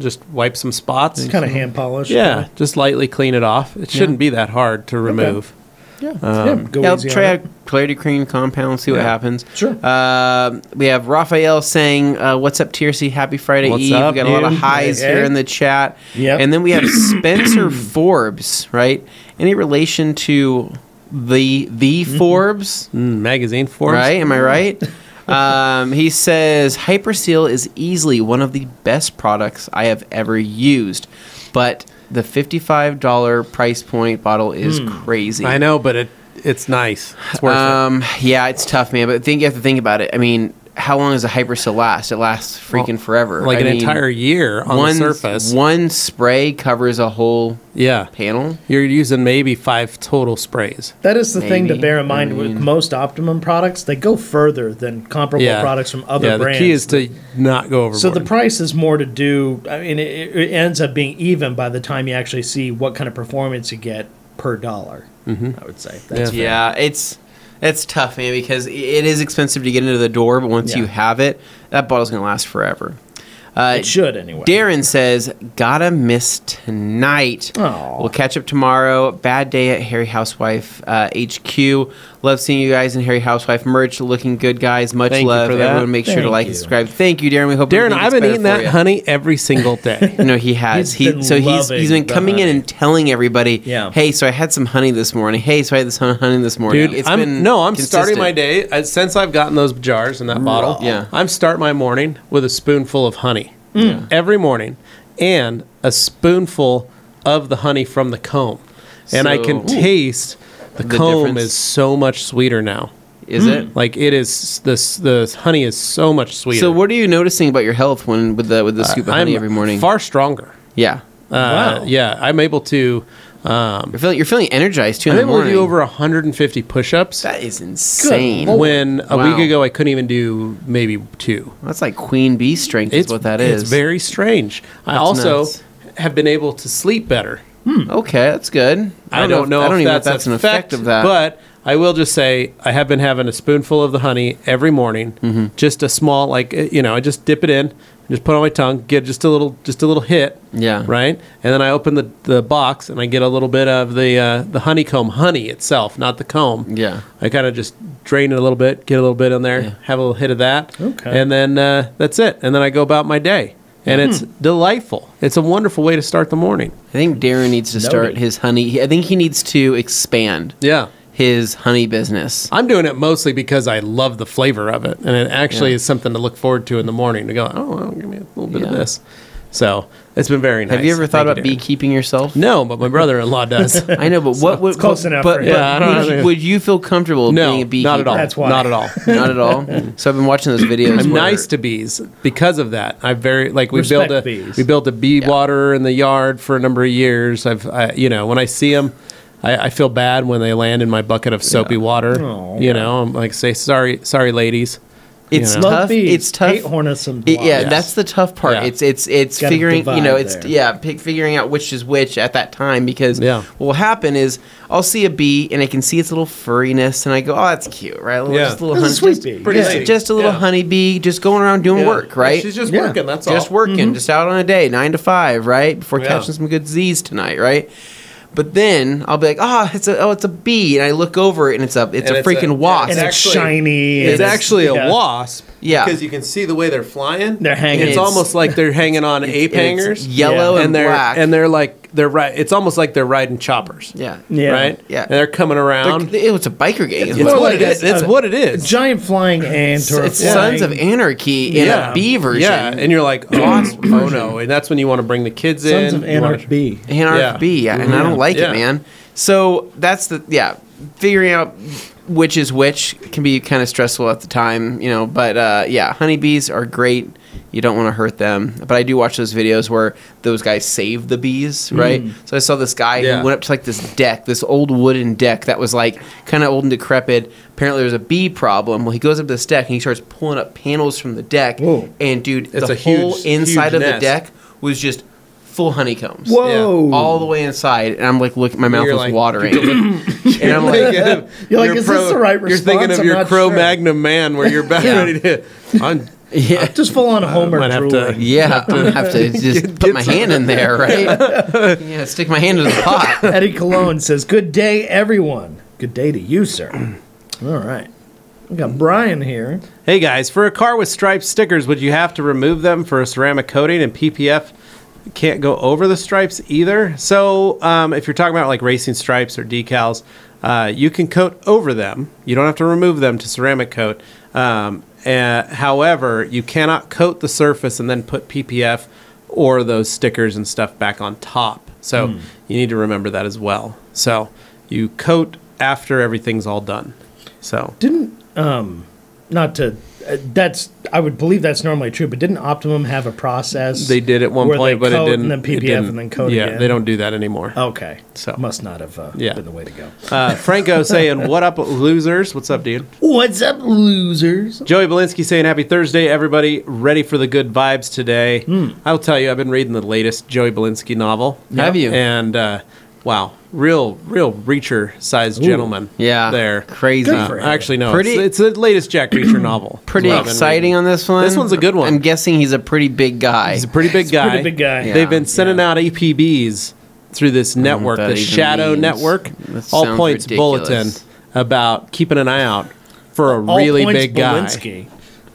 [SPEAKER 2] just wipe some spots.
[SPEAKER 1] It's kind of hand polished.
[SPEAKER 2] Yeah, just lightly clean it off. It shouldn't be that hard to remove.
[SPEAKER 1] Yeah. yeah go
[SPEAKER 3] yeah, I'll
[SPEAKER 1] easy on
[SPEAKER 3] try
[SPEAKER 1] it.
[SPEAKER 3] out clarity cream compound, see what
[SPEAKER 2] Yeah.
[SPEAKER 3] happens.
[SPEAKER 1] Sure.
[SPEAKER 3] Uh, we have Raphael saying, uh, "What's up, TRC? Happy Friday
[SPEAKER 2] What's
[SPEAKER 3] Eve."
[SPEAKER 2] up,
[SPEAKER 3] we got a lot of
[SPEAKER 2] dude?
[SPEAKER 3] highs
[SPEAKER 1] Hey,
[SPEAKER 3] here
[SPEAKER 1] hey.
[SPEAKER 3] in the chat.
[SPEAKER 1] Yep.
[SPEAKER 3] And then we have Spencer Forbes. Right? Any relation to the the Forbes?
[SPEAKER 2] Mm, magazine forms.
[SPEAKER 3] Right? Am I right? um, he says Hyperseal is easily one of the best products I have ever used, but the fifty-five dollar price point bottle is crazy.
[SPEAKER 2] I know, but it it's nice. It's worth
[SPEAKER 3] Um, yeah, it's tough, man. But think you have to think about it. I mean, how long does a hyperseal last? It lasts freaking
[SPEAKER 2] Well,
[SPEAKER 3] forever.
[SPEAKER 2] like
[SPEAKER 3] I
[SPEAKER 2] an
[SPEAKER 3] mean,
[SPEAKER 2] entire year on
[SPEAKER 3] one
[SPEAKER 2] the surface.
[SPEAKER 3] One spray covers a whole
[SPEAKER 2] yeah,
[SPEAKER 3] panel.
[SPEAKER 2] you're using maybe five total sprays.
[SPEAKER 1] That is the thing to
[SPEAKER 3] Maybe.
[SPEAKER 1] bear in mind with most Optimum products. They go further than comparable
[SPEAKER 2] Yeah,
[SPEAKER 1] products from other
[SPEAKER 2] yeah,
[SPEAKER 1] brands.
[SPEAKER 2] The key is to not go overboard.
[SPEAKER 1] so the price is more to do. I mean, it, it ends up being even by the time you actually see what kind of performance you get per dollar. I would say that's
[SPEAKER 2] Yeah.
[SPEAKER 3] Yeah, it's it's tough, man, because i- it is expensive to get into the door, but once
[SPEAKER 1] Yeah.
[SPEAKER 3] you have it, that bottle's gonna last forever. Uh,
[SPEAKER 1] it should anyway.
[SPEAKER 3] Darren says, "Gotta miss tonight.
[SPEAKER 1] Aw.
[SPEAKER 3] We'll catch up tomorrow. Bad day at Harry Housewife uh, HQ. Love seeing you guys in Harry Housewife merch. Looking good, guys. Much
[SPEAKER 2] Thank you
[SPEAKER 3] love.
[SPEAKER 2] for that.
[SPEAKER 3] Everyone, make sure to
[SPEAKER 1] Thank
[SPEAKER 3] like
[SPEAKER 1] you.
[SPEAKER 3] and subscribe. Thank you, Darren. We hope
[SPEAKER 2] Darren,
[SPEAKER 3] everything
[SPEAKER 2] I've been
[SPEAKER 3] gets better
[SPEAKER 2] eating
[SPEAKER 3] for
[SPEAKER 2] that
[SPEAKER 3] you.
[SPEAKER 2] honey every single day.
[SPEAKER 3] No, he has.
[SPEAKER 1] He's
[SPEAKER 3] he
[SPEAKER 1] been
[SPEAKER 3] so he's he's
[SPEAKER 1] loving
[SPEAKER 3] been
[SPEAKER 1] the
[SPEAKER 3] coming in
[SPEAKER 1] honey.
[SPEAKER 3] and telling everybody,
[SPEAKER 1] Yeah.
[SPEAKER 3] hey, so I had some honey this morning. Hey, so I had this hon- honey this morning.
[SPEAKER 2] Dude,
[SPEAKER 3] It's
[SPEAKER 2] I'm
[SPEAKER 3] been
[SPEAKER 2] no, I'm starting
[SPEAKER 3] consistent.
[SPEAKER 2] my day uh, since I've gotten those jars and that bottle.
[SPEAKER 3] Yeah.
[SPEAKER 2] I'm start my morning with a spoonful of honey every morning, and a spoonful of the honey from the comb, and I can
[SPEAKER 3] So- Ooh.
[SPEAKER 2] taste the,
[SPEAKER 3] The
[SPEAKER 2] comb
[SPEAKER 3] difference?
[SPEAKER 2] is so much sweeter now.
[SPEAKER 3] Is it?
[SPEAKER 2] Like it is this the honey is so much sweeter.
[SPEAKER 3] So what are you noticing about your health when with the with the scoop of honey
[SPEAKER 2] Uh, I'm
[SPEAKER 3] every morning?
[SPEAKER 2] Far stronger.
[SPEAKER 3] yeah,
[SPEAKER 2] Uh, Yeah, I'm able to. um,
[SPEAKER 3] you're feeling you're feeling energized too. In
[SPEAKER 2] I'm
[SPEAKER 3] the
[SPEAKER 2] able to
[SPEAKER 3] morning.
[SPEAKER 2] do over 150 push-ups.
[SPEAKER 3] that is insane.
[SPEAKER 1] Lord.
[SPEAKER 2] when a
[SPEAKER 3] Wow.
[SPEAKER 2] week ago I couldn't even do maybe two.
[SPEAKER 3] That's like queen bee strength. is what that is.
[SPEAKER 2] It's very strange. I also
[SPEAKER 3] nuts.
[SPEAKER 2] have been able to sleep better.
[SPEAKER 3] okay. That's good.
[SPEAKER 2] I don't know.
[SPEAKER 3] I don't
[SPEAKER 2] if
[SPEAKER 3] even know if
[SPEAKER 2] that's,
[SPEAKER 3] that's
[SPEAKER 2] an effect
[SPEAKER 3] of that.
[SPEAKER 2] But I will just say I have been having a spoonful of the honey every morning.
[SPEAKER 3] Mm-hmm.
[SPEAKER 2] Just a small, like uh, you know, I just dip it in, just put it on my tongue, get just a little, just a little hit.
[SPEAKER 3] Yeah.
[SPEAKER 2] Right. And then I open the, the box and I get a little bit of the uh, the honeycomb honey itself, not the comb.
[SPEAKER 3] Yeah.
[SPEAKER 2] I kind of just drain it a little bit, get a little bit in there, have a little hit of that.
[SPEAKER 1] Okay.
[SPEAKER 2] And then uh, that's it. And then I go about my day. And it's
[SPEAKER 3] Hmm.
[SPEAKER 2] delightful. It's a wonderful way to start the morning.
[SPEAKER 3] I think Darren needs to start
[SPEAKER 1] Noted.
[SPEAKER 3] his honey. I think he needs to expand
[SPEAKER 2] Yeah.
[SPEAKER 3] his honey business.
[SPEAKER 2] I'm doing it mostly because I love the flavor of it, and it actually is something to look forward to in the morning. To go, oh, well, give me a little bit of
[SPEAKER 3] Yeah.
[SPEAKER 2] this. So it's been very nice.
[SPEAKER 3] Have you ever thought
[SPEAKER 2] Thank
[SPEAKER 3] about
[SPEAKER 2] you, Darren.
[SPEAKER 3] beekeeping yourself?
[SPEAKER 2] No, but my brother-in-law does.
[SPEAKER 3] I know, but what would
[SPEAKER 1] close
[SPEAKER 3] but,
[SPEAKER 1] enough
[SPEAKER 3] But,
[SPEAKER 1] for
[SPEAKER 3] but
[SPEAKER 1] him.
[SPEAKER 2] Yeah, I don't
[SPEAKER 3] would,
[SPEAKER 2] know.
[SPEAKER 3] you, would you feel comfortable
[SPEAKER 2] no,
[SPEAKER 3] being a beekeeper?
[SPEAKER 2] not at all.
[SPEAKER 1] That's why.
[SPEAKER 2] Not at all.
[SPEAKER 3] Not at all. so I've been watching those videos.
[SPEAKER 2] I'm
[SPEAKER 3] where-
[SPEAKER 2] nice to bees because of that. I very like we
[SPEAKER 1] Respect
[SPEAKER 2] built a
[SPEAKER 1] bees.
[SPEAKER 2] we built a bee waterer in the yard for a number of years. I've I, you know when I see them, I, I feel bad when they land in my bucket of soapy water.
[SPEAKER 1] Aw.
[SPEAKER 2] You know I'm like say sorry sorry ladies.
[SPEAKER 3] It's
[SPEAKER 2] you know.
[SPEAKER 1] Love
[SPEAKER 3] tough.
[SPEAKER 1] bees,
[SPEAKER 3] It's tough.
[SPEAKER 1] Hate hornets and
[SPEAKER 3] It- yeah,
[SPEAKER 1] wasps.
[SPEAKER 3] that's the tough part.
[SPEAKER 2] Yeah.
[SPEAKER 3] It's it's it's
[SPEAKER 1] Gotta
[SPEAKER 3] figuring you know
[SPEAKER 1] divide
[SPEAKER 3] it's
[SPEAKER 1] there.
[SPEAKER 3] yeah pick, figuring out which is which at that time because
[SPEAKER 2] Yeah.
[SPEAKER 3] what will happen is I'll see a bee and I can see its little furriness and I go oh that's cute right A little,
[SPEAKER 2] Yeah.
[SPEAKER 3] just a little
[SPEAKER 1] That's a
[SPEAKER 3] honey,
[SPEAKER 1] sweet
[SPEAKER 3] just,
[SPEAKER 1] bee.
[SPEAKER 2] pretty
[SPEAKER 1] Yeah.
[SPEAKER 2] sweet.
[SPEAKER 3] just a little
[SPEAKER 2] Yeah.
[SPEAKER 3] honeybee just going around doing work right
[SPEAKER 2] She's just
[SPEAKER 1] Yeah. Mm-hmm.
[SPEAKER 2] working. That's all.
[SPEAKER 3] just working, just out on a day, nine to five, right? Before
[SPEAKER 2] Yeah.
[SPEAKER 3] catching some good Z's tonight, right? But then I'll be like, oh, it's a oh, it's a bee, and I look over it, and it's a it's
[SPEAKER 2] And
[SPEAKER 3] a
[SPEAKER 2] it's
[SPEAKER 3] freaking
[SPEAKER 2] a-
[SPEAKER 3] wasp.
[SPEAKER 1] and
[SPEAKER 2] It's
[SPEAKER 1] it's
[SPEAKER 2] actually-
[SPEAKER 1] shiny.
[SPEAKER 2] It's,
[SPEAKER 1] and
[SPEAKER 2] actually a
[SPEAKER 1] yeah.
[SPEAKER 2] wasp.
[SPEAKER 3] Yeah.
[SPEAKER 2] Because you can see the way they're flying.
[SPEAKER 1] They're hanging.
[SPEAKER 2] It's,
[SPEAKER 3] It's-
[SPEAKER 2] almost like they're hanging on ape
[SPEAKER 3] and it's
[SPEAKER 2] hangers.
[SPEAKER 3] yellow and
[SPEAKER 2] they're
[SPEAKER 3] black.
[SPEAKER 2] and they're like they're right. It's almost like they're riding choppers.
[SPEAKER 3] yeah,
[SPEAKER 1] Yeah.
[SPEAKER 2] Right.
[SPEAKER 3] Yeah.
[SPEAKER 2] And they're coming
[SPEAKER 3] They're-
[SPEAKER 2] around.
[SPEAKER 3] it was a biker gang. is
[SPEAKER 2] it's
[SPEAKER 3] what
[SPEAKER 2] what
[SPEAKER 1] more like
[SPEAKER 2] it is.
[SPEAKER 1] a-
[SPEAKER 2] It's
[SPEAKER 1] a-
[SPEAKER 2] what it is.
[SPEAKER 1] giant flying ant or a
[SPEAKER 3] It's
[SPEAKER 1] flying-
[SPEAKER 3] Sons of Anarchy in a bee version.
[SPEAKER 2] Yeah. And you're like, oh, oh no, and that's when you want to bring the kids in.
[SPEAKER 1] Sons of
[SPEAKER 2] You wanna-
[SPEAKER 1] Anarch B.
[SPEAKER 3] Anarch
[SPEAKER 2] Yeah. Mm-hmm.
[SPEAKER 3] B, yeah, and I don't like
[SPEAKER 2] Yeah.
[SPEAKER 3] it, man. So that's the yeah, figuring out which is which can be kind of stressful at the time, you know. But uh, yeah, honeybees are great. You don't want to hurt them, but I do watch those videos where those guys save the bees, right? So I saw this guy
[SPEAKER 2] Mm-hmm. Yeah.
[SPEAKER 3] who went up to like this deck, this old wooden deck that was like kind of old and decrepit. Apparently, there was a bee problem. Well, he goes up to this deck and he starts pulling up panels from the deck,
[SPEAKER 1] Whoa.
[SPEAKER 3] and dude,
[SPEAKER 2] It's
[SPEAKER 3] the
[SPEAKER 2] a
[SPEAKER 3] whole
[SPEAKER 2] huge-
[SPEAKER 3] inside
[SPEAKER 2] huge
[SPEAKER 3] of
[SPEAKER 2] nest.
[SPEAKER 3] the deck was just full honeycombs
[SPEAKER 1] Whoa!
[SPEAKER 3] all the way inside, and I'm like, look, my mouth
[SPEAKER 2] You're
[SPEAKER 3] was
[SPEAKER 2] like-
[SPEAKER 3] watering, and I'm like,
[SPEAKER 1] You're like, is this the right
[SPEAKER 2] You're thinking
[SPEAKER 1] response?
[SPEAKER 2] of
[SPEAKER 1] I'm
[SPEAKER 2] your
[SPEAKER 1] not
[SPEAKER 2] Crow
[SPEAKER 1] sure.
[SPEAKER 2] Magnum man, where you're about
[SPEAKER 3] Yeah.
[SPEAKER 2] ready to. I'm,
[SPEAKER 3] yeah,
[SPEAKER 1] Just full on Homer
[SPEAKER 2] Uh, might have to-
[SPEAKER 1] drooling.
[SPEAKER 3] yeah, I'm gonna have to just put my hand in there, right? yeah, stick my hand in the pot.
[SPEAKER 1] Eddie Cologne says, "Good day, everyone. Good day to you, sir." All right, we got Brian here.
[SPEAKER 2] Hey guys, for a car with striped stickers, would you have to remove them for a ceramic coating and PPF can't go over the stripes either? So, um, if you're talking about like racing stripes or decals, uh, you can coat over them. You don't have to remove them to ceramic coat. Um, uh, however, you cannot coat the surface and then put PPF or those stickers and stuff back on top. So, you need to remember that as well. So, you coat after everything's all done. So,
[SPEAKER 1] Didn't um, not to uh, that's I would believe that's normally true, but didn't Optimum have a process?
[SPEAKER 2] They did at one
[SPEAKER 1] where they
[SPEAKER 2] point, but it
[SPEAKER 1] code And
[SPEAKER 2] didn't.
[SPEAKER 1] then PPF
[SPEAKER 2] it didn't.
[SPEAKER 1] and then code
[SPEAKER 2] Yeah,
[SPEAKER 1] again. Oh.
[SPEAKER 2] they don't do that anymore.
[SPEAKER 1] Okay,
[SPEAKER 2] So.
[SPEAKER 1] must not have uh,
[SPEAKER 2] Yeah.
[SPEAKER 1] been the way to go.
[SPEAKER 2] Uh, Franco saying, "What up, losers? What's up, dude?"
[SPEAKER 1] What's up, losers?
[SPEAKER 2] Joey Balinski saying, "Happy Thursday, everybody! Ready for the good vibes today."
[SPEAKER 1] Hmm.
[SPEAKER 2] I'll tell you, I've been reading the latest Joey Balinski novel.
[SPEAKER 3] Have you?
[SPEAKER 2] And uh, wow, real, real Reacher-sized gentleman.
[SPEAKER 3] Yeah.
[SPEAKER 2] there,
[SPEAKER 3] Crazy.
[SPEAKER 1] Good for him.
[SPEAKER 2] Actually, no,
[SPEAKER 3] Pretty-
[SPEAKER 2] it's, it's the latest Jack Reacher novel.
[SPEAKER 3] Pretty
[SPEAKER 2] Well, I've been
[SPEAKER 3] exciting
[SPEAKER 2] reading.
[SPEAKER 3] on this one.
[SPEAKER 2] This one's a good one.
[SPEAKER 3] I'm guessing he's a pretty big guy.
[SPEAKER 2] He's a pretty big guy.
[SPEAKER 1] pretty big guy.
[SPEAKER 2] They've
[SPEAKER 3] Yeah. Mm,
[SPEAKER 2] been sending out APBs through this network,
[SPEAKER 3] that
[SPEAKER 2] the
[SPEAKER 3] even
[SPEAKER 2] Shadow
[SPEAKER 3] means.
[SPEAKER 2] Network.
[SPEAKER 3] That
[SPEAKER 2] All
[SPEAKER 3] sounds
[SPEAKER 2] Points
[SPEAKER 3] ridiculous.
[SPEAKER 2] Bulletin about keeping an eye out for a
[SPEAKER 1] All
[SPEAKER 2] really
[SPEAKER 1] points
[SPEAKER 2] big guy.
[SPEAKER 1] Belinsky.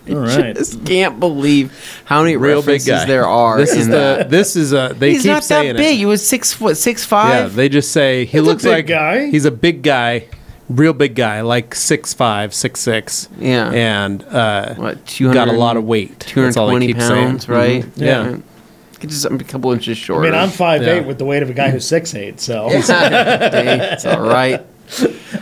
[SPEAKER 1] All right.
[SPEAKER 3] Just can't believe how many
[SPEAKER 2] Real big
[SPEAKER 3] references
[SPEAKER 2] guy.
[SPEAKER 3] there are.
[SPEAKER 2] This is
[SPEAKER 3] in
[SPEAKER 2] the. This is a. They
[SPEAKER 3] He's
[SPEAKER 2] keep
[SPEAKER 3] not
[SPEAKER 2] saying
[SPEAKER 3] that
[SPEAKER 2] it.
[SPEAKER 3] big. He was six foot six
[SPEAKER 2] Yeah,
[SPEAKER 3] five.
[SPEAKER 2] they just say he
[SPEAKER 1] He's a
[SPEAKER 2] looks
[SPEAKER 1] big
[SPEAKER 2] like
[SPEAKER 1] guy.
[SPEAKER 2] he's a big guy, real big guy, like six five, six six.
[SPEAKER 3] Yeah.
[SPEAKER 2] and uh,
[SPEAKER 3] what two hundred?
[SPEAKER 2] got a lot of weight.
[SPEAKER 3] Two hundred
[SPEAKER 2] That's all they
[SPEAKER 3] twenty
[SPEAKER 2] keep saying.
[SPEAKER 3] pounds, right?
[SPEAKER 2] Mhm. Yeah.
[SPEAKER 3] Get just a couple inches
[SPEAKER 1] I
[SPEAKER 3] shorter.
[SPEAKER 1] mean, I'm five
[SPEAKER 2] Yeah.
[SPEAKER 1] eight with the weight of a guy who's six eight. So,
[SPEAKER 3] Dang, it's all right.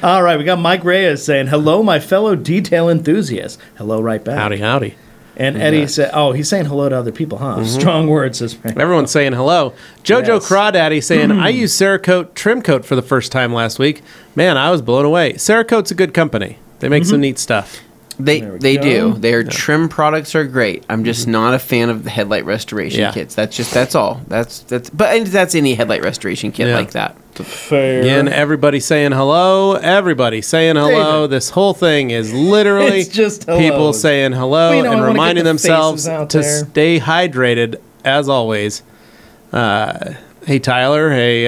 [SPEAKER 1] all right, we got Mike Reyes saying, "Hello, my fellow detail enthusiasts." Hello, right back.
[SPEAKER 2] Howdy, howdy.
[SPEAKER 1] And Eddie said, "Oh, he's saying hello to other people, huh?"
[SPEAKER 3] Mm-hmm.
[SPEAKER 1] Strong words, this man.
[SPEAKER 2] Everyone's saying hello. Jojo
[SPEAKER 1] Yes. Hmm.
[SPEAKER 2] Crawdaddy saying, I used Cerakote Trim Coat for the first time last week. Man, I was blown away. Cerakote's a good company. They make
[SPEAKER 1] Mm-hmm.
[SPEAKER 2] some neat stuff.
[SPEAKER 3] They
[SPEAKER 1] we
[SPEAKER 3] they
[SPEAKER 1] go. Mm-hmm.
[SPEAKER 3] do. Their trim products are great. I'm just not a fan of the headlight restoration
[SPEAKER 2] Yeah.
[SPEAKER 3] kits. That's just that's all. That's that's but and that's any headlight restoration kit
[SPEAKER 2] Yeah.
[SPEAKER 3] like that.
[SPEAKER 1] Fair.
[SPEAKER 2] Again, everybody saying hello. Everybody saying hello.
[SPEAKER 1] David.
[SPEAKER 2] This whole thing is literally
[SPEAKER 1] It's just
[SPEAKER 2] people
[SPEAKER 1] hellos.
[SPEAKER 2] saying hello
[SPEAKER 1] We don't
[SPEAKER 2] and
[SPEAKER 1] wanna get
[SPEAKER 2] reminding
[SPEAKER 1] the
[SPEAKER 2] themselves
[SPEAKER 1] faces out
[SPEAKER 2] to
[SPEAKER 1] there.
[SPEAKER 2] stay hydrated as always. Uh, hey, Tyler. Hey,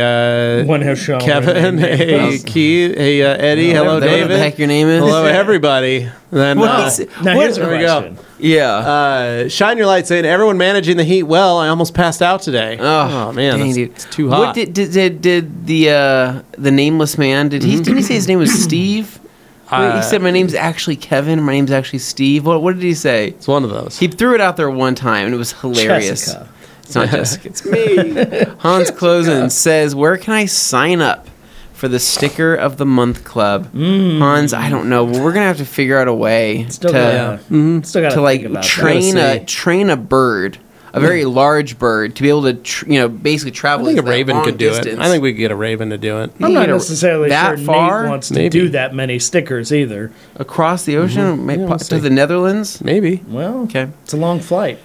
[SPEAKER 2] uh,
[SPEAKER 1] One house show.
[SPEAKER 2] Kevin. Hey, Keith. Hey, uh, Eddie. Hello,
[SPEAKER 3] Whatever the
[SPEAKER 2] David.
[SPEAKER 3] heck your name is.
[SPEAKER 2] Hello, everybody. Then,
[SPEAKER 3] What
[SPEAKER 2] uh,
[SPEAKER 3] is it?
[SPEAKER 1] Now
[SPEAKER 3] What-
[SPEAKER 1] here's a
[SPEAKER 2] there we go.
[SPEAKER 1] question.
[SPEAKER 3] Yeah.
[SPEAKER 2] Uh, shine your light saying everyone managing the heat well. I almost passed out today.
[SPEAKER 3] Oh,
[SPEAKER 2] man,
[SPEAKER 3] dang,
[SPEAKER 2] that's-
[SPEAKER 3] dude.
[SPEAKER 2] it's too
[SPEAKER 3] What
[SPEAKER 2] hot.
[SPEAKER 3] did did, did, did the uh, the nameless man? Did he did he say his name was Steve? Wait,
[SPEAKER 2] Mm-hmm. Uh,
[SPEAKER 3] he said my name's actually Kevin. My name's actually Steve. What what did he say?
[SPEAKER 2] it's one of those.
[SPEAKER 3] He threw it out there one time and it was hilarious.
[SPEAKER 1] Jessica.
[SPEAKER 3] It's not Jessica. It's me. Hans Klosen says, "Where can I sign up?" For the sticker of the month club,
[SPEAKER 2] Mm.
[SPEAKER 3] Hans, I don't know. But we're gonna have to figure out a way
[SPEAKER 1] Still
[SPEAKER 3] to uh, mm-hmm.
[SPEAKER 1] gotta, still gotta
[SPEAKER 3] to
[SPEAKER 1] think
[SPEAKER 3] like
[SPEAKER 1] about
[SPEAKER 3] train
[SPEAKER 2] Gotta
[SPEAKER 3] a
[SPEAKER 2] see.
[SPEAKER 3] train a bird, a very large bird, to be able to tr- you know basically
[SPEAKER 2] I
[SPEAKER 3] travel.
[SPEAKER 2] think a
[SPEAKER 3] that
[SPEAKER 2] raven
[SPEAKER 3] long
[SPEAKER 2] could do it.
[SPEAKER 3] distance.
[SPEAKER 2] I think we could get a raven to do it.
[SPEAKER 1] that. I'm
[SPEAKER 3] you
[SPEAKER 1] not
[SPEAKER 3] get a-
[SPEAKER 1] necessarily
[SPEAKER 3] that
[SPEAKER 1] sure
[SPEAKER 3] far?
[SPEAKER 1] Nate wants to
[SPEAKER 2] Maybe.
[SPEAKER 1] do that many stickers either.
[SPEAKER 3] across the ocean may-
[SPEAKER 2] Mm-hmm. Yeah, we'll
[SPEAKER 3] to
[SPEAKER 2] see.
[SPEAKER 3] the Netherlands.
[SPEAKER 2] Maybe.
[SPEAKER 1] Well,
[SPEAKER 3] Okay.
[SPEAKER 1] it's a long flight.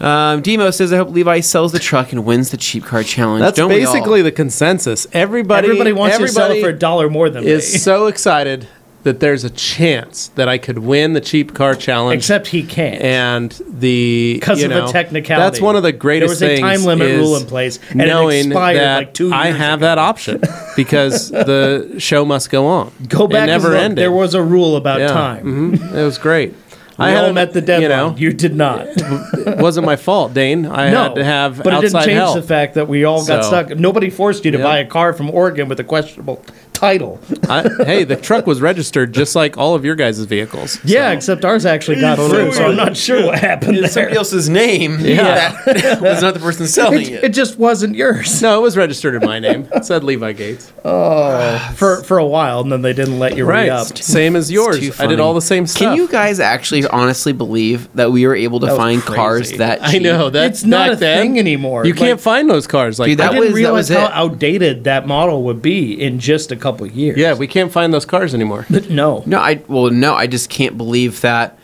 [SPEAKER 3] Um, Demo says, "I hope Levi sells the truck and wins the cheap car challenge."
[SPEAKER 2] That's
[SPEAKER 3] Don't we all?
[SPEAKER 2] basically the consensus. Everybody,
[SPEAKER 1] Everybody wants
[SPEAKER 2] everybody
[SPEAKER 1] to sell for a dollar more than me.
[SPEAKER 2] is so excited that there's a chance that I could win the cheap car challenge.
[SPEAKER 1] Except he can't.
[SPEAKER 2] and the
[SPEAKER 1] because
[SPEAKER 2] you
[SPEAKER 1] of
[SPEAKER 2] know,
[SPEAKER 1] a technicality.
[SPEAKER 2] That's one of the greatest
[SPEAKER 1] There was a
[SPEAKER 2] things.
[SPEAKER 1] time limit
[SPEAKER 2] is
[SPEAKER 1] rule in place, and
[SPEAKER 2] knowing
[SPEAKER 1] it expired
[SPEAKER 2] that
[SPEAKER 1] like two years
[SPEAKER 2] I have
[SPEAKER 1] ago.
[SPEAKER 2] that option because the show must go on.
[SPEAKER 1] Go back.
[SPEAKER 2] It
[SPEAKER 1] and
[SPEAKER 2] never
[SPEAKER 1] look,
[SPEAKER 2] ended.
[SPEAKER 1] There was a rule about
[SPEAKER 2] Yeah,
[SPEAKER 1] time.
[SPEAKER 2] mhm. It was great.
[SPEAKER 1] We
[SPEAKER 2] I
[SPEAKER 1] all
[SPEAKER 2] had
[SPEAKER 1] met the deadline. You,
[SPEAKER 2] You know,
[SPEAKER 1] did not.
[SPEAKER 2] it wasn't my fault, Dane. I
[SPEAKER 1] no,
[SPEAKER 2] had to have
[SPEAKER 1] but it
[SPEAKER 2] outside
[SPEAKER 1] didn't change
[SPEAKER 2] help.
[SPEAKER 1] the fact that we all got
[SPEAKER 2] So-
[SPEAKER 1] stuck. Nobody forced you to
[SPEAKER 2] Yeah.
[SPEAKER 1] buy a car from Oregon with a questionable title.
[SPEAKER 2] I, hey, the truck was registered just like all of your guys' vehicles.
[SPEAKER 1] Yeah, except ours actually got through, so I'm not sure what happened there.
[SPEAKER 3] somebody else's name.
[SPEAKER 2] Yeah.
[SPEAKER 3] that was not the person selling
[SPEAKER 1] It,
[SPEAKER 3] it.
[SPEAKER 1] it just wasn't yours
[SPEAKER 2] No, it was registered in my name. It said Levi Gates.
[SPEAKER 1] for for a while, and then they didn't let you re
[SPEAKER 2] Right.
[SPEAKER 1] up.
[SPEAKER 2] Same as
[SPEAKER 3] too
[SPEAKER 2] yours. I did
[SPEAKER 3] funny.
[SPEAKER 2] all the same stuff.
[SPEAKER 3] Can you guys actually honestly believe that we were able to
[SPEAKER 1] was
[SPEAKER 3] find cars
[SPEAKER 2] Crazy.
[SPEAKER 3] that
[SPEAKER 2] I
[SPEAKER 3] cheap?
[SPEAKER 2] know that
[SPEAKER 1] It's not
[SPEAKER 2] back
[SPEAKER 1] a
[SPEAKER 2] then,
[SPEAKER 1] thing anymore.
[SPEAKER 2] You can't
[SPEAKER 1] Like-
[SPEAKER 2] find those cars like
[SPEAKER 3] Dude,
[SPEAKER 1] I
[SPEAKER 3] that
[SPEAKER 2] that.
[SPEAKER 1] didn't
[SPEAKER 3] was-
[SPEAKER 1] realize
[SPEAKER 3] was
[SPEAKER 1] how
[SPEAKER 3] it.
[SPEAKER 1] outdated that model would be in just a couple years.
[SPEAKER 2] yeah, we can't find those cars anymore.
[SPEAKER 1] no.
[SPEAKER 3] No, I well, no, I just can't believe that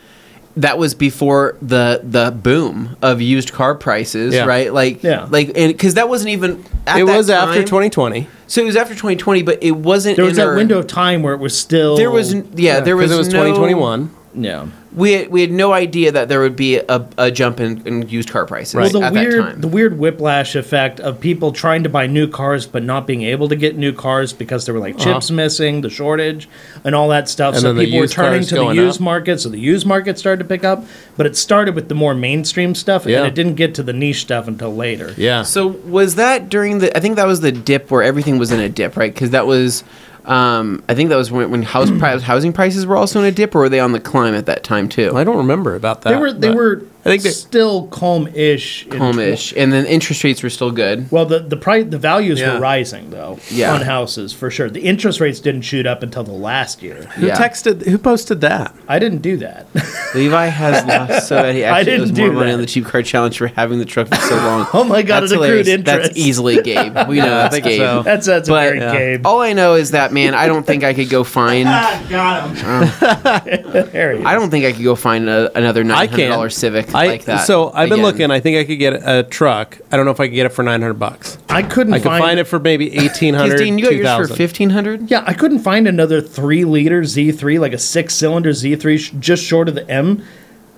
[SPEAKER 3] that was before the the boom of used car prices,
[SPEAKER 2] Yeah.
[SPEAKER 3] right? Like,
[SPEAKER 1] Yeah.
[SPEAKER 3] like, and because that wasn't even at
[SPEAKER 2] it
[SPEAKER 3] that
[SPEAKER 2] was after
[SPEAKER 3] time.
[SPEAKER 2] 2020.
[SPEAKER 3] So it was after 2020, but it wasn't.
[SPEAKER 1] There was
[SPEAKER 3] in
[SPEAKER 1] that
[SPEAKER 3] our-
[SPEAKER 1] window of time where it was still
[SPEAKER 3] There was n- yeah, there was,
[SPEAKER 2] because it was
[SPEAKER 3] no-
[SPEAKER 2] 2021.
[SPEAKER 1] yeah.
[SPEAKER 3] We had, we had no idea that there would be a, a jump in, in used car prices
[SPEAKER 2] Right.
[SPEAKER 3] at
[SPEAKER 1] Well, the
[SPEAKER 3] that
[SPEAKER 1] weird,
[SPEAKER 3] time.
[SPEAKER 1] the weird whiplash effect of people trying to buy new cars but not being able to get new cars because there were like chips missing, the shortage, and all that stuff.
[SPEAKER 2] Uh-huh. And
[SPEAKER 1] so
[SPEAKER 2] then the
[SPEAKER 1] people were
[SPEAKER 2] used
[SPEAKER 1] turning
[SPEAKER 2] cars
[SPEAKER 1] to the
[SPEAKER 2] going
[SPEAKER 1] used
[SPEAKER 2] up.
[SPEAKER 1] market, so the used market started to pick up. But it started with the more mainstream stuff, and
[SPEAKER 2] Yeah.
[SPEAKER 1] it didn't get to the niche stuff until later.
[SPEAKER 2] Yeah.
[SPEAKER 3] So was that during the? I think that was the dip where everything was in a dip, right? Because that was, um, I think that was when, when house pri- housing prices were also in a dip, or were they on the climb at that time too?
[SPEAKER 2] I don't remember about that.
[SPEAKER 1] They were they
[SPEAKER 2] but
[SPEAKER 1] were
[SPEAKER 2] It think that-
[SPEAKER 1] still calm-ish. in tw-
[SPEAKER 3] Homish, and then interest rates were still good.
[SPEAKER 1] Well, the the price, the values
[SPEAKER 2] Yeah.
[SPEAKER 1] were rising though
[SPEAKER 3] Yeah.
[SPEAKER 1] on houses for sure. The interest rates didn't shoot up until the last year.
[SPEAKER 2] Who
[SPEAKER 3] Yeah.
[SPEAKER 2] texted? Who posted that?
[SPEAKER 1] I didn't do that.
[SPEAKER 3] Levi has lost so many.
[SPEAKER 1] I
[SPEAKER 3] Actually, it was
[SPEAKER 1] didn't
[SPEAKER 3] more
[SPEAKER 1] do
[SPEAKER 3] money
[SPEAKER 1] that.
[SPEAKER 3] on the cheap car challenge for having the truck for so long.
[SPEAKER 1] Oh my God,
[SPEAKER 3] that's
[SPEAKER 1] it accrued
[SPEAKER 3] hilarious. That's
[SPEAKER 1] interest.
[SPEAKER 3] easily Gabe. We know that's
[SPEAKER 2] think
[SPEAKER 3] Gabe.
[SPEAKER 2] so.
[SPEAKER 1] that's that's
[SPEAKER 3] But-
[SPEAKER 1] a very
[SPEAKER 3] Yeah.
[SPEAKER 1] game.
[SPEAKER 3] All I know is that man, I don't think I could go find. I
[SPEAKER 1] got him. there he is.
[SPEAKER 3] don't think I could go find a, another
[SPEAKER 2] I
[SPEAKER 3] nine hundred
[SPEAKER 2] can
[SPEAKER 3] dollar Civic
[SPEAKER 2] I,
[SPEAKER 3] like that.
[SPEAKER 2] So I've been
[SPEAKER 3] again.
[SPEAKER 2] looking. I think I could get a truck. I don't know if I could get it for nine hundred bucks.
[SPEAKER 1] I couldn't
[SPEAKER 2] I could find, it for maybe eighteen
[SPEAKER 3] 'Cause,
[SPEAKER 2] hundred.
[SPEAKER 3] Dean, you got yours for fifteen hundred.
[SPEAKER 1] Yeah, I couldn't find another three liter Z3, like a six cylinder Z3, sh- just short of the M,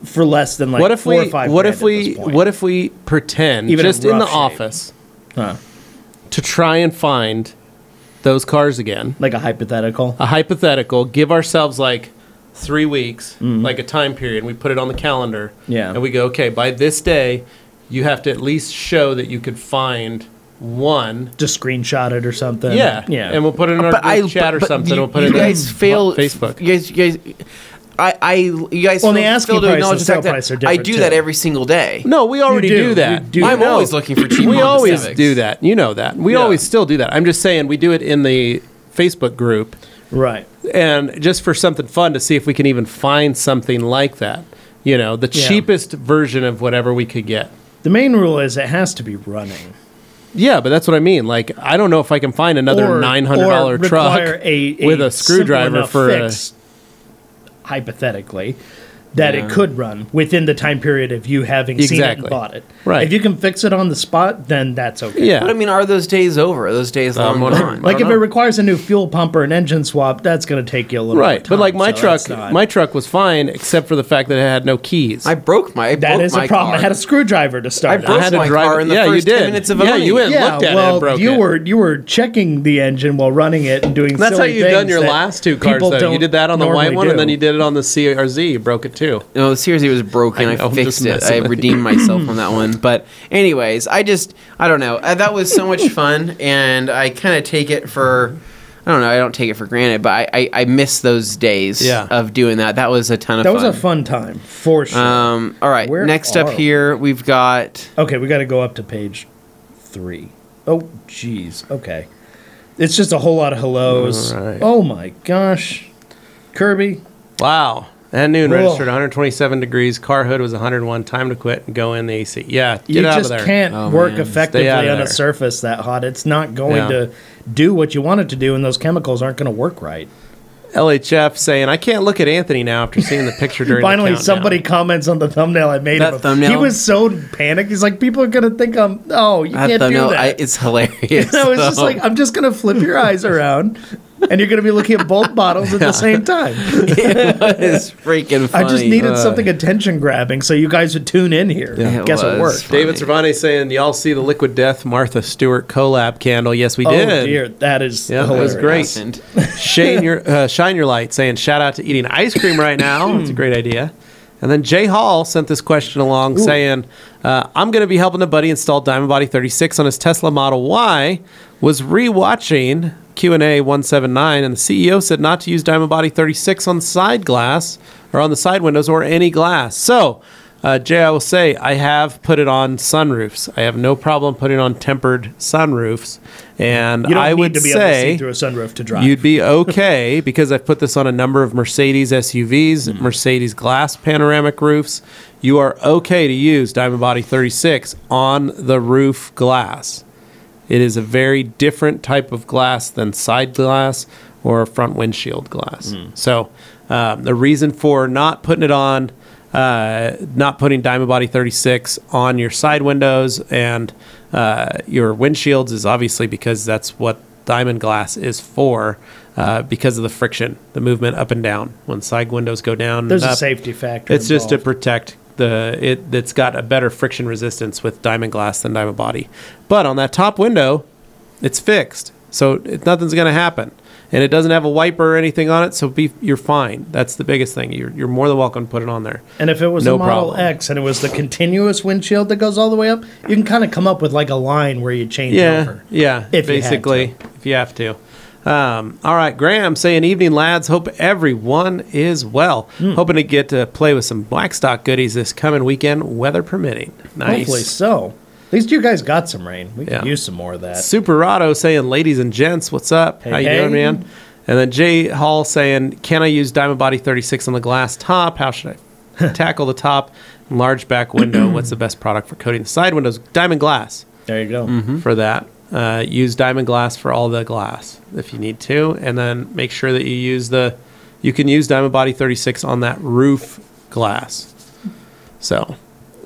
[SPEAKER 1] for less than like
[SPEAKER 2] what if
[SPEAKER 1] four
[SPEAKER 2] we?
[SPEAKER 1] or five.
[SPEAKER 2] What
[SPEAKER 1] grand
[SPEAKER 2] if
[SPEAKER 1] at
[SPEAKER 2] we?
[SPEAKER 1] this point.
[SPEAKER 2] What if we pretend
[SPEAKER 1] Even in
[SPEAKER 2] just in the
[SPEAKER 1] rough shape.
[SPEAKER 2] office
[SPEAKER 1] Huh.
[SPEAKER 2] to try and find those cars again?
[SPEAKER 1] like a hypothetical?
[SPEAKER 2] a hypothetical, give ourselves like three weeks,
[SPEAKER 3] Mm-hmm.
[SPEAKER 2] like a time period. We put it on the calendar.
[SPEAKER 1] Yeah.
[SPEAKER 2] And we go, okay, by this day, you have to at least show that you could find one.
[SPEAKER 1] Just screenshot it or something.
[SPEAKER 2] yeah.
[SPEAKER 1] yeah.
[SPEAKER 2] And we'll put it in our
[SPEAKER 3] But I
[SPEAKER 2] group chat or
[SPEAKER 3] but
[SPEAKER 2] something.
[SPEAKER 3] You,
[SPEAKER 2] we'll put
[SPEAKER 3] you
[SPEAKER 2] it in
[SPEAKER 3] guys
[SPEAKER 2] our
[SPEAKER 3] fail
[SPEAKER 2] Facebook.
[SPEAKER 3] You guys, you guys. I, I, you guys.
[SPEAKER 1] Well, the
[SPEAKER 3] fail-
[SPEAKER 1] asking
[SPEAKER 3] fail to
[SPEAKER 1] price
[SPEAKER 3] acknowledge
[SPEAKER 1] and
[SPEAKER 3] the
[SPEAKER 1] sale
[SPEAKER 3] fact that
[SPEAKER 1] price are
[SPEAKER 3] I
[SPEAKER 1] different,
[SPEAKER 3] do
[SPEAKER 1] too.
[SPEAKER 3] that every single day.
[SPEAKER 2] No, we already
[SPEAKER 1] do.
[SPEAKER 2] do, that.
[SPEAKER 1] You do.
[SPEAKER 3] I'm
[SPEAKER 2] I know.
[SPEAKER 3] always looking for cheap
[SPEAKER 2] We
[SPEAKER 3] Honda
[SPEAKER 2] always
[SPEAKER 3] Civics.
[SPEAKER 2] do that. You know that. We
[SPEAKER 3] Yeah.
[SPEAKER 2] always still do that. I'm just saying we do it in the Facebook group.
[SPEAKER 1] right.
[SPEAKER 2] and just for something fun to see if we can even find something like that. You know, the
[SPEAKER 1] Yeah.
[SPEAKER 2] cheapest version of whatever we could get.
[SPEAKER 1] The main rule is it has to be running.
[SPEAKER 2] Yeah, but that's what I mean. Like, I don't know if I can find another
[SPEAKER 1] Or-
[SPEAKER 2] nine hundred dollar
[SPEAKER 1] or
[SPEAKER 2] truck
[SPEAKER 1] require a- a
[SPEAKER 2] with a
[SPEAKER 1] simple
[SPEAKER 2] screwdriver
[SPEAKER 1] enough
[SPEAKER 2] for a,
[SPEAKER 1] fix, hypothetically that
[SPEAKER 3] Yeah.
[SPEAKER 1] it could run within the time period of you having seen it and
[SPEAKER 2] Exactly.
[SPEAKER 1] bought it.
[SPEAKER 2] Right.
[SPEAKER 1] If you can fix it on the spot, then that's okay.
[SPEAKER 2] yeah.
[SPEAKER 3] But I mean, are those days over? Are those days long
[SPEAKER 2] I'm wondering.
[SPEAKER 3] gone?
[SPEAKER 1] Like if
[SPEAKER 2] Um, don't
[SPEAKER 1] it
[SPEAKER 2] know.
[SPEAKER 1] requires a new fuel pump or an engine swap, that's going to take you a little. more
[SPEAKER 2] right, but
[SPEAKER 1] time,
[SPEAKER 2] like my
[SPEAKER 1] so
[SPEAKER 2] truck,
[SPEAKER 1] that's not-
[SPEAKER 2] my truck was fine except for the fact that it had no keys.
[SPEAKER 3] I broke my. I
[SPEAKER 1] that
[SPEAKER 3] broke
[SPEAKER 1] is
[SPEAKER 3] my
[SPEAKER 1] a problem.
[SPEAKER 3] Car.
[SPEAKER 1] I had a screwdriver to start.
[SPEAKER 3] I
[SPEAKER 1] it.
[SPEAKER 3] broke my car in the
[SPEAKER 2] yeah, you
[SPEAKER 3] first 10
[SPEAKER 2] did.
[SPEAKER 3] minutes of
[SPEAKER 2] yeah,
[SPEAKER 3] owning
[SPEAKER 2] you
[SPEAKER 3] it.
[SPEAKER 2] went and
[SPEAKER 1] yeah,
[SPEAKER 2] looked at it
[SPEAKER 1] well,
[SPEAKER 2] and broke
[SPEAKER 1] you
[SPEAKER 2] it.
[SPEAKER 1] were you were checking the engine while running it and doing.
[SPEAKER 2] that's how
[SPEAKER 1] silly
[SPEAKER 2] you've done
[SPEAKER 1] things
[SPEAKER 2] your
[SPEAKER 1] that
[SPEAKER 2] last two cars.
[SPEAKER 1] people
[SPEAKER 2] Though you
[SPEAKER 1] don't
[SPEAKER 2] did that on the white
[SPEAKER 1] normally
[SPEAKER 2] one, and then
[SPEAKER 1] do.
[SPEAKER 2] you did it on the CRZ. You broke it too.
[SPEAKER 3] No, seriously, it was broken.
[SPEAKER 2] I
[SPEAKER 3] I,
[SPEAKER 2] know, I'm
[SPEAKER 3] fixed
[SPEAKER 2] just
[SPEAKER 3] it. I
[SPEAKER 2] messing with
[SPEAKER 3] redeemed myself on that one. But, anyways, I just, I don't know. Uh, That was so much fun, and I kind of take it for, I don't know, I don't take it for granted, but I, I, I miss those days
[SPEAKER 2] Yeah.
[SPEAKER 3] of doing that. That was a ton of
[SPEAKER 1] That
[SPEAKER 3] fun.
[SPEAKER 1] was a fun time for sure.
[SPEAKER 3] Um, all right,
[SPEAKER 1] Where
[SPEAKER 3] next
[SPEAKER 1] are
[SPEAKER 3] up
[SPEAKER 1] we?
[SPEAKER 3] here, we've got.
[SPEAKER 1] Okay, we got to go up to page three. Oh, jeez. Okay, it's just a whole lot of hellos.
[SPEAKER 2] All right.
[SPEAKER 1] Oh my gosh, Kirby.
[SPEAKER 2] Wow. At noon,
[SPEAKER 1] Cool.
[SPEAKER 2] registered 127 degrees. Car hood was 101. Time to quit and go in the AC. Yeah, get
[SPEAKER 1] you
[SPEAKER 2] out
[SPEAKER 1] just
[SPEAKER 2] of there.
[SPEAKER 1] can't
[SPEAKER 3] Oh,
[SPEAKER 1] work
[SPEAKER 3] man.
[SPEAKER 1] effectively
[SPEAKER 2] Stay out
[SPEAKER 1] on
[SPEAKER 2] of
[SPEAKER 1] a
[SPEAKER 2] there.
[SPEAKER 1] surface that hot. It's not going
[SPEAKER 2] Yeah.
[SPEAKER 1] to do what you want it to do, and those chemicals aren't going to work right.
[SPEAKER 2] LHF saying, I can't look at Anthony now after seeing the picture during.
[SPEAKER 1] Finally,
[SPEAKER 2] the countdown."
[SPEAKER 1] somebody comments on the thumbnail I made.
[SPEAKER 3] That
[SPEAKER 1] of him.
[SPEAKER 3] thumbnail?
[SPEAKER 1] He was so panicked. He's like, people are going to think I'm. Oh, you
[SPEAKER 3] That
[SPEAKER 1] can't
[SPEAKER 3] thumbnail,
[SPEAKER 1] do that.
[SPEAKER 3] I, it's hilarious.
[SPEAKER 1] and I was just
[SPEAKER 3] though.
[SPEAKER 1] like, I'm just going to flip your eyes around, and you're going to be looking at both bottles at the same time.
[SPEAKER 3] it's freaking
[SPEAKER 1] I
[SPEAKER 3] funny.
[SPEAKER 1] just needed
[SPEAKER 2] Uh,
[SPEAKER 1] something attention grabbing, so you guys would tune in here.
[SPEAKER 3] Yeah. It
[SPEAKER 1] Guess
[SPEAKER 3] was.
[SPEAKER 1] it worked.
[SPEAKER 2] David
[SPEAKER 3] Funny.
[SPEAKER 2] Cervante saying, Y'all see the Liquid Death Martha Stewart collab candle? Yes, we
[SPEAKER 1] Oh
[SPEAKER 2] did.
[SPEAKER 1] dear, that is
[SPEAKER 2] Yeah, that was
[SPEAKER 1] hilarious.
[SPEAKER 2] great.
[SPEAKER 3] Happened.
[SPEAKER 2] Shane your, uh, Shine Your Light saying, Shout out to eating ice cream right now. It's a great idea. And then Jay Hall sent this question along saying, uh, I'm going to be helping a buddy install Diamond Body 36 on his Tesla Model Y. Was rewatching Q&A 179 and the CEO said not to use Diamond Body 36 on side glass or on the side windows or any glass. So, uh, Jay, I will say I have put it on sunroofs. I have no problem putting on tempered sunroofs. And
[SPEAKER 1] You don't
[SPEAKER 2] I
[SPEAKER 1] need
[SPEAKER 2] would
[SPEAKER 1] to be
[SPEAKER 2] say
[SPEAKER 1] able to see through a sunroof to drive.
[SPEAKER 2] You'd be okay because I've put this on a number of Mercedes SUVs, Mercedes glass panoramic roofs. You are okay to use Diamond Body 36 on the roof glass. It is a very different type of glass than side glass or front windshield glass. So, um, the reason for not putting it on, uh, not putting Diamond Body 36 on your side windows and uh, your windshields is obviously because that's what diamond glass is for. Uh, because of the friction, the movement up and down. When side windows go down, and
[SPEAKER 1] There's a
[SPEAKER 2] up,
[SPEAKER 1] safety factor.
[SPEAKER 2] it's just to
[SPEAKER 1] involved.
[SPEAKER 2] protect the it that's got a better friction resistance with diamond glass than diamond body. But on that top window, it's fixed. So it, nothing's going to happen. And it doesn't have a wiper or anything on it, so be you're fine. That's the biggest thing. You're you're more than welcome to put it on there.
[SPEAKER 1] And if it was
[SPEAKER 2] No
[SPEAKER 1] a Model
[SPEAKER 2] problem.
[SPEAKER 1] X and it was the continuous windshield that goes all the way up, you can kind of come up with like a line where you change
[SPEAKER 2] Yeah,
[SPEAKER 1] over.
[SPEAKER 2] yeah.
[SPEAKER 1] If you had
[SPEAKER 2] basically, if you have to. Um, all right, Graham saying, Evening, lads. Hope everyone is well.
[SPEAKER 1] Hmm.
[SPEAKER 2] Hoping to get to play with some Blackstock goodies this coming weekend, weather permitting. Nice.
[SPEAKER 1] Hopefully so. At least you guys got some rain. We
[SPEAKER 2] Yeah.
[SPEAKER 1] could use some more of that.
[SPEAKER 2] Superado saying, "Ladies and gents, what's up? How you
[SPEAKER 1] Hey,
[SPEAKER 2] doing,
[SPEAKER 1] hey.
[SPEAKER 2] man?" And then Jay Hall saying, "Can I use Diamond Body 36 on the glass top? How should I tackle the top and large back window? what's the best product for coating the side windows? Diamond glass
[SPEAKER 1] There you go.
[SPEAKER 2] for that. Uh, use diamond glass for all the glass if you need to, and then make sure that you use the. You can use Diamond Body 36 on that roof glass. So,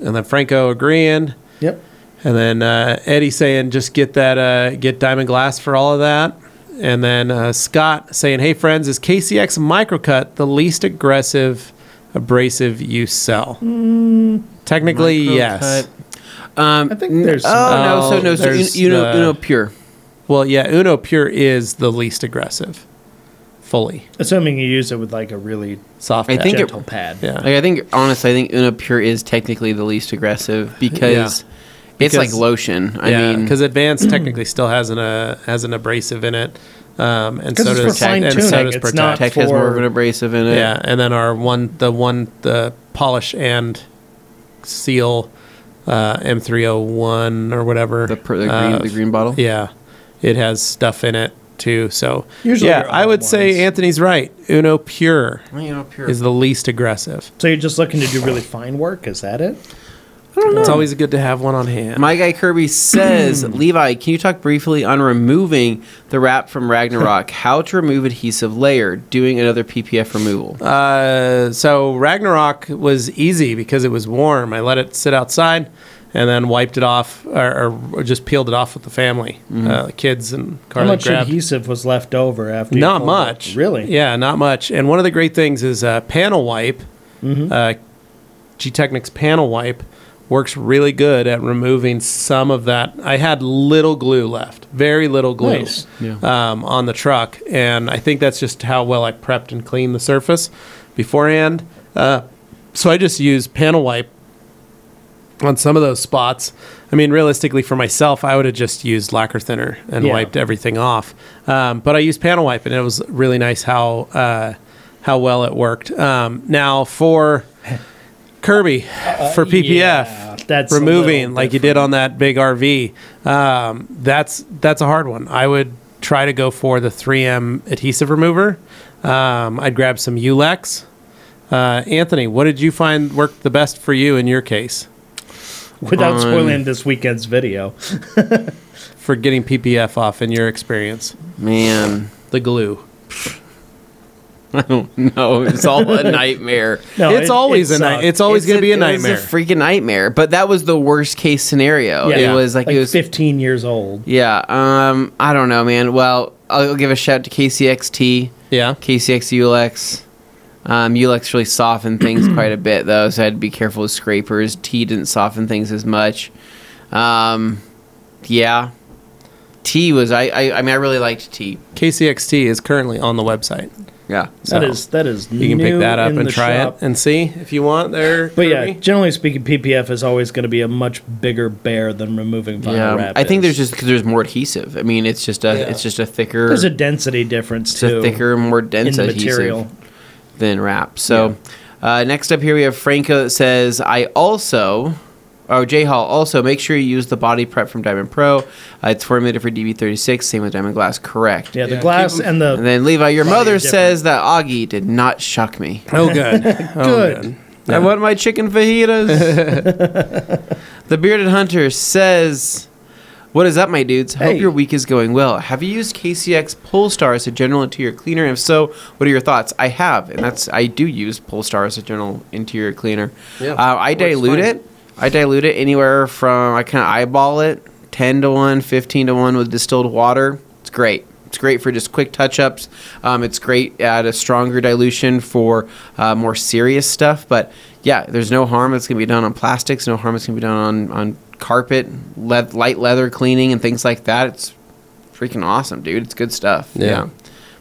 [SPEAKER 2] and then Franco agreeing.
[SPEAKER 1] Yep.
[SPEAKER 2] And then uh, Eddie saying, just get that, uh, get diamond glass for all of that. And then uh, Scott saying, hey friends, is KCX Microcut the least aggressive abrasive you sell? Technically, yes.
[SPEAKER 3] Microcut. Um,
[SPEAKER 1] I think there's
[SPEAKER 3] Oh
[SPEAKER 1] some-
[SPEAKER 3] no! So
[SPEAKER 2] Oh,
[SPEAKER 3] no, so
[SPEAKER 2] there's
[SPEAKER 3] you, you know,
[SPEAKER 2] the-
[SPEAKER 3] you know, pure.
[SPEAKER 2] Well, yeah, Uno Pure is the least aggressive, fully
[SPEAKER 1] Assuming you use it with like a really
[SPEAKER 2] soft.
[SPEAKER 3] I
[SPEAKER 2] pad.
[SPEAKER 3] think it-
[SPEAKER 1] gentle pad.
[SPEAKER 2] yeah.
[SPEAKER 3] Like I think honestly, I think Una Pure is technically the least aggressive because it's like
[SPEAKER 2] Because-
[SPEAKER 3] lotion. I
[SPEAKER 2] yeah,
[SPEAKER 3] mean,
[SPEAKER 2] because Advanced technically still has an uh, has an abrasive in it, um, and
[SPEAKER 1] 'Cause
[SPEAKER 2] so
[SPEAKER 1] it's
[SPEAKER 2] does
[SPEAKER 1] for
[SPEAKER 2] Tech- and so
[SPEAKER 1] fine-tuning,
[SPEAKER 2] does
[SPEAKER 1] it's not
[SPEAKER 2] Protect.
[SPEAKER 3] Tech has more of
[SPEAKER 1] for-
[SPEAKER 3] an abrasive in it.
[SPEAKER 2] Yeah, and then our one, the one, the polish and seal uh, M301 or whatever.
[SPEAKER 3] the, per, the, green,
[SPEAKER 2] uh,
[SPEAKER 3] the green bottle.
[SPEAKER 2] Yeah, it has stuff in it too. So
[SPEAKER 1] Usually
[SPEAKER 2] yeah,
[SPEAKER 1] they're
[SPEAKER 2] I would
[SPEAKER 1] odd ones.
[SPEAKER 2] say Anthony's right. Uno Pure
[SPEAKER 3] Uno Pure.
[SPEAKER 2] is the least aggressive.
[SPEAKER 1] So you're just looking to do really fine work? Is that it?
[SPEAKER 2] It's always good to have one on hand.
[SPEAKER 3] My guy Kirby says, Levi, can you talk briefly on removing the wrap from Ragnarok? How to remove adhesive layer? Doing another PPF removal.
[SPEAKER 2] Uh, so Ragnarok was easy because it was warm. I let it sit outside and then wiped it off or, or- or just peeled it off with the family, uh, kids and
[SPEAKER 1] Mm-hmm. How
[SPEAKER 2] Carly
[SPEAKER 1] much
[SPEAKER 2] grabbed.
[SPEAKER 1] adhesive was left over after? you pulled
[SPEAKER 2] Not
[SPEAKER 1] it?
[SPEAKER 2] much.
[SPEAKER 1] Really?
[SPEAKER 2] Yeah, not much. And one of the great things is uh, panel wipe.
[SPEAKER 1] Mm-hmm.
[SPEAKER 2] Uh, G Technics panel wipe works really good at removing some of that. I had little glue left, very little glue
[SPEAKER 1] Nice.
[SPEAKER 3] Yeah.
[SPEAKER 2] um, on the truck, and I think that's just how well I prepped and cleaned the surface beforehand. Uh, so I just use panel wipe on some of those spots. I mean, realistically, for myself, I would have just used lacquer thinner and
[SPEAKER 1] Yeah.
[SPEAKER 2] wiped everything off. Um, but I used panel wipe, and it was really nice how uh, how well it worked. Um, now for Kirby for PPF,
[SPEAKER 1] Uh, yeah, that's a
[SPEAKER 2] removing
[SPEAKER 1] little
[SPEAKER 2] like you did on that big RV. Um, that's that's a hard one. I would try to go for the 3M adhesive remover. Um, I'd grab some Ulex. Uh, Anthony, what did you find worked the best for you in your case
[SPEAKER 1] Without
[SPEAKER 3] Um,
[SPEAKER 1] spoiling this weekend's video.
[SPEAKER 2] for getting PPF off in your experience?
[SPEAKER 3] Man,
[SPEAKER 2] The glue.
[SPEAKER 3] I don't know. It's all a nightmare.
[SPEAKER 1] No,
[SPEAKER 2] it's
[SPEAKER 1] it- uh,
[SPEAKER 2] always
[SPEAKER 1] it
[SPEAKER 2] a night.
[SPEAKER 1] sucked.
[SPEAKER 2] It's always going to be a nightmare.
[SPEAKER 3] It's a freaking nightmare. But that was the worst case scenario.
[SPEAKER 1] Yeah.
[SPEAKER 3] It was like,
[SPEAKER 1] like
[SPEAKER 3] it was
[SPEAKER 1] 15 years old.
[SPEAKER 3] Yeah, um, I don't know, man. Well, I'll give a shout out to KCXT,
[SPEAKER 2] yeah.
[SPEAKER 3] KCX ULX. Um, ULX really softened things quite a bit, though, so I had to be careful with scrapers. T didn't soften things as much. Um, yeah. T was, I, I, I mean, I really liked T.
[SPEAKER 2] KCXT is currently on the website.
[SPEAKER 3] Yeah.
[SPEAKER 2] So
[SPEAKER 1] that is that is
[SPEAKER 2] you can pick
[SPEAKER 1] new
[SPEAKER 2] that up
[SPEAKER 1] in
[SPEAKER 2] and
[SPEAKER 1] the
[SPEAKER 2] try
[SPEAKER 1] shop.
[SPEAKER 2] it and see if you want there.
[SPEAKER 1] But yeah,
[SPEAKER 2] Kirby.
[SPEAKER 1] generally speaking, PPF is always going to be a much bigger bear than removing vinyl
[SPEAKER 3] Yeah.
[SPEAKER 1] wrap.
[SPEAKER 3] I think
[SPEAKER 1] is.
[SPEAKER 3] there's just, because there's more adhesive. I mean, it's just a,
[SPEAKER 2] Yeah.
[SPEAKER 3] it's just a thicker,
[SPEAKER 1] there's a density difference
[SPEAKER 3] it's a
[SPEAKER 1] too
[SPEAKER 3] thicker, more
[SPEAKER 1] in
[SPEAKER 3] dense
[SPEAKER 1] the
[SPEAKER 3] adhesive.
[SPEAKER 1] material.
[SPEAKER 3] than rap. So uh, next up here we have Franco that says, I also, oh, J Hall, also make sure you use the body prep from Diamond Pro. Uh, it's formulated for DB36, same with Diamond Glass, correct.
[SPEAKER 1] Yeah, the
[SPEAKER 2] Yeah,
[SPEAKER 1] glass
[SPEAKER 2] keep
[SPEAKER 1] and the
[SPEAKER 3] And then Levi, your
[SPEAKER 1] Body
[SPEAKER 3] mother
[SPEAKER 1] is different.
[SPEAKER 3] says that Augie did not shuck me.
[SPEAKER 2] Oh, good. Oh,
[SPEAKER 1] Good.
[SPEAKER 2] good.
[SPEAKER 3] I want my chicken fajitas. the Bearded Hunter says, What is up, my dudes? Hope
[SPEAKER 1] Hey.
[SPEAKER 3] your week is going well. Have you used KCX Polestar as a general interior cleaner? If so, what are your thoughts? I have, and that's I do use Polestar as a general interior cleaner.
[SPEAKER 2] Yeah,
[SPEAKER 3] uh, I
[SPEAKER 2] works
[SPEAKER 3] dilute
[SPEAKER 2] fine.
[SPEAKER 3] it. I dilute it anywhere from, I kind of eyeball it 10 to 1, 15 to 1 with distilled water. It's great. It's great for just quick touch ups. Um, it's great at a stronger dilution for uh, more serious stuff. But yeah, there's no harm that's going to be done on plastics, no harm that's going to be done on, on carpet, le- light leather cleaning, and things like that. It's freaking awesome, dude. It's good stuff.
[SPEAKER 2] Yeah.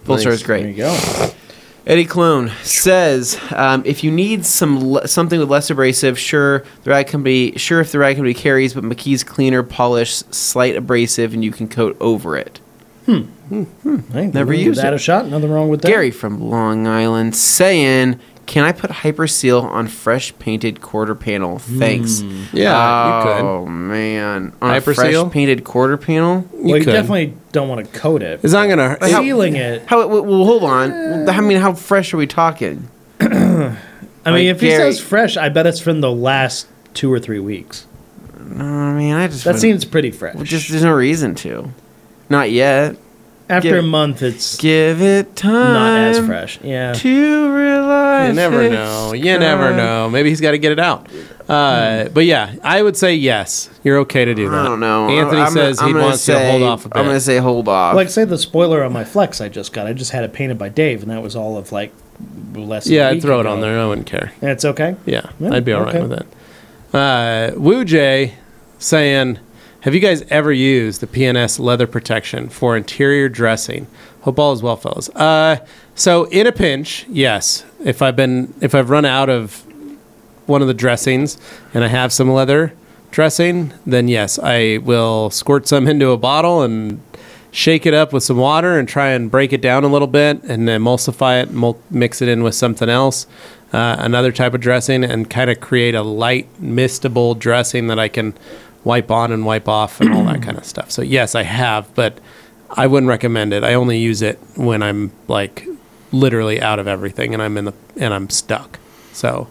[SPEAKER 3] Full
[SPEAKER 2] Nice.
[SPEAKER 3] is great.
[SPEAKER 1] there you go.
[SPEAKER 3] Eddie Clone says, um, if you need some le- something with less abrasive, sure the rag company, sure if the rag company carries, but McKee's cleaner polish slight abrasive and you can coat over it.
[SPEAKER 1] I think
[SPEAKER 3] Never
[SPEAKER 1] we'll give
[SPEAKER 3] used
[SPEAKER 1] that
[SPEAKER 3] it.
[SPEAKER 1] a shot. Nothing wrong with that.
[SPEAKER 3] Gary from Long Island saying, "Can I put Hyper Seal on fresh painted quarter panel? Thanks."
[SPEAKER 2] Hmm. Yeah, you could.
[SPEAKER 3] Oh man, on
[SPEAKER 2] Hyper
[SPEAKER 3] a fresh
[SPEAKER 2] Seal?
[SPEAKER 3] painted quarter panel.
[SPEAKER 1] Well, you,
[SPEAKER 2] could.
[SPEAKER 1] definitely don't want to coat it.
[SPEAKER 2] It's not gonna.
[SPEAKER 1] But
[SPEAKER 2] how-
[SPEAKER 1] sealing it.
[SPEAKER 3] How? Well, well, hold on. Well, I mean, how fresh are we talking?
[SPEAKER 1] I mean,
[SPEAKER 3] like
[SPEAKER 1] if he
[SPEAKER 3] Gary-
[SPEAKER 1] says fresh, I bet it's from the last two or three weeks.
[SPEAKER 3] I mean, I just
[SPEAKER 1] That
[SPEAKER 3] wouldn't-
[SPEAKER 1] seems pretty fresh.
[SPEAKER 3] Well, just there's no reason to. Not yet.
[SPEAKER 1] After
[SPEAKER 3] give-
[SPEAKER 1] a month, it's
[SPEAKER 3] Give it time.
[SPEAKER 1] not as fresh. Yeah.
[SPEAKER 3] To realize.
[SPEAKER 2] You never
[SPEAKER 3] it's
[SPEAKER 2] know. You never
[SPEAKER 3] gone.
[SPEAKER 2] know. Maybe he's got to get it out. Uh, But yeah, I would say yes. You're okay to do that.
[SPEAKER 3] I don't know.
[SPEAKER 2] Anthony
[SPEAKER 3] I'm-
[SPEAKER 2] says
[SPEAKER 3] I'm
[SPEAKER 2] he
[SPEAKER 3] gonna
[SPEAKER 2] wants you to
[SPEAKER 3] say-
[SPEAKER 2] hold off a bit.
[SPEAKER 3] I'm gonna say hold off.
[SPEAKER 1] Like say the spoiler on my flex I just got. I just had it painted by Dave, and that was all of like less. than a
[SPEAKER 2] yeah, I'd
[SPEAKER 1] week
[SPEAKER 2] throw it
[SPEAKER 1] ago.
[SPEAKER 2] on there. I wouldn't care.
[SPEAKER 1] And it's okay.
[SPEAKER 2] Yeah,
[SPEAKER 1] Yeah,
[SPEAKER 2] I'd be all right
[SPEAKER 1] okay.
[SPEAKER 2] with that. Uh, Wu Jay saying, "Have you guys ever used the PNS leather protection for interior dressing? Hope all is well, fellas. Uh, so in a pinch, yes. If I've been, if I've run out of one of the dressings and I have some leather dressing, then yes, I will squirt some into a bottle and." Shake it up with some water and try and break it down a little bit and emulsify it, mul- mix it in with something else uh, another type of dressing and kind of create a light mistable dressing that I can wipe on and wipe off and all that kind of stuff. So yes, I have, but I wouldn't recommend it. I only use it when I'm like literally out of everything and I'm in the and I'm stuck. So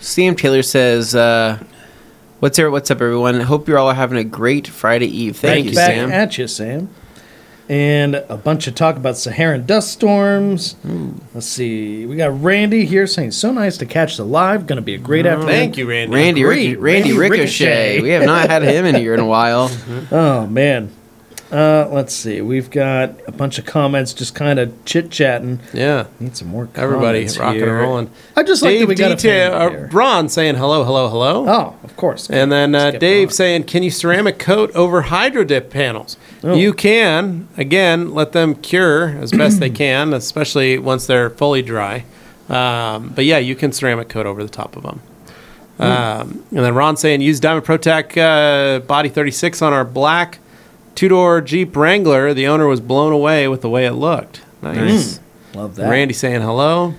[SPEAKER 3] Sam Taylor says, uh, "What's there? What's up, everyone? Hope you're all having a great Friday Eve.
[SPEAKER 1] Right
[SPEAKER 3] Thank, you,
[SPEAKER 1] back
[SPEAKER 3] Sam.
[SPEAKER 1] At you, Sam. And a bunch of talk about Saharan dust storms. Let's see. We got Randy here saying, "So nice to catch the live. Going to be a
[SPEAKER 3] Oh.
[SPEAKER 1] great afternoon."
[SPEAKER 2] you, Randy.
[SPEAKER 3] Randy,
[SPEAKER 1] Great,
[SPEAKER 3] Rick- Randy,
[SPEAKER 1] Randy
[SPEAKER 3] Ricochet.
[SPEAKER 1] Ricochet.
[SPEAKER 3] We have not had him in here in a while.
[SPEAKER 1] Oh man. Uh, let's see. We've got a bunch of comments, just kind of chit chatting.
[SPEAKER 2] Yeah.
[SPEAKER 1] Need some more. Comments
[SPEAKER 2] Everybody rocking and
[SPEAKER 1] here.
[SPEAKER 2] rolling.
[SPEAKER 1] I just like that
[SPEAKER 2] Dave
[SPEAKER 1] we got a
[SPEAKER 2] detail,
[SPEAKER 1] fan
[SPEAKER 2] uh,
[SPEAKER 1] here.
[SPEAKER 2] Ron saying hello, hello, hello.
[SPEAKER 1] Oh, of course.
[SPEAKER 2] And then uh,
[SPEAKER 1] Let's get
[SPEAKER 2] Dave
[SPEAKER 1] going.
[SPEAKER 2] saying, "Can you ceramic coat over hydro dip panels?
[SPEAKER 1] Oh.
[SPEAKER 2] You can. Again, let them cure as best they can, especially once they're fully dry. Um, but yeah, you can ceramic coat over the top of them.
[SPEAKER 1] Hmm.
[SPEAKER 2] Um, and then Ron saying, use Diamond ProTech uh, Body 36 on our black two door Jeep Wrangler. The owner was blown away with the way it looked. Nice.
[SPEAKER 1] Love Hmm. that.
[SPEAKER 2] Randy saying hello,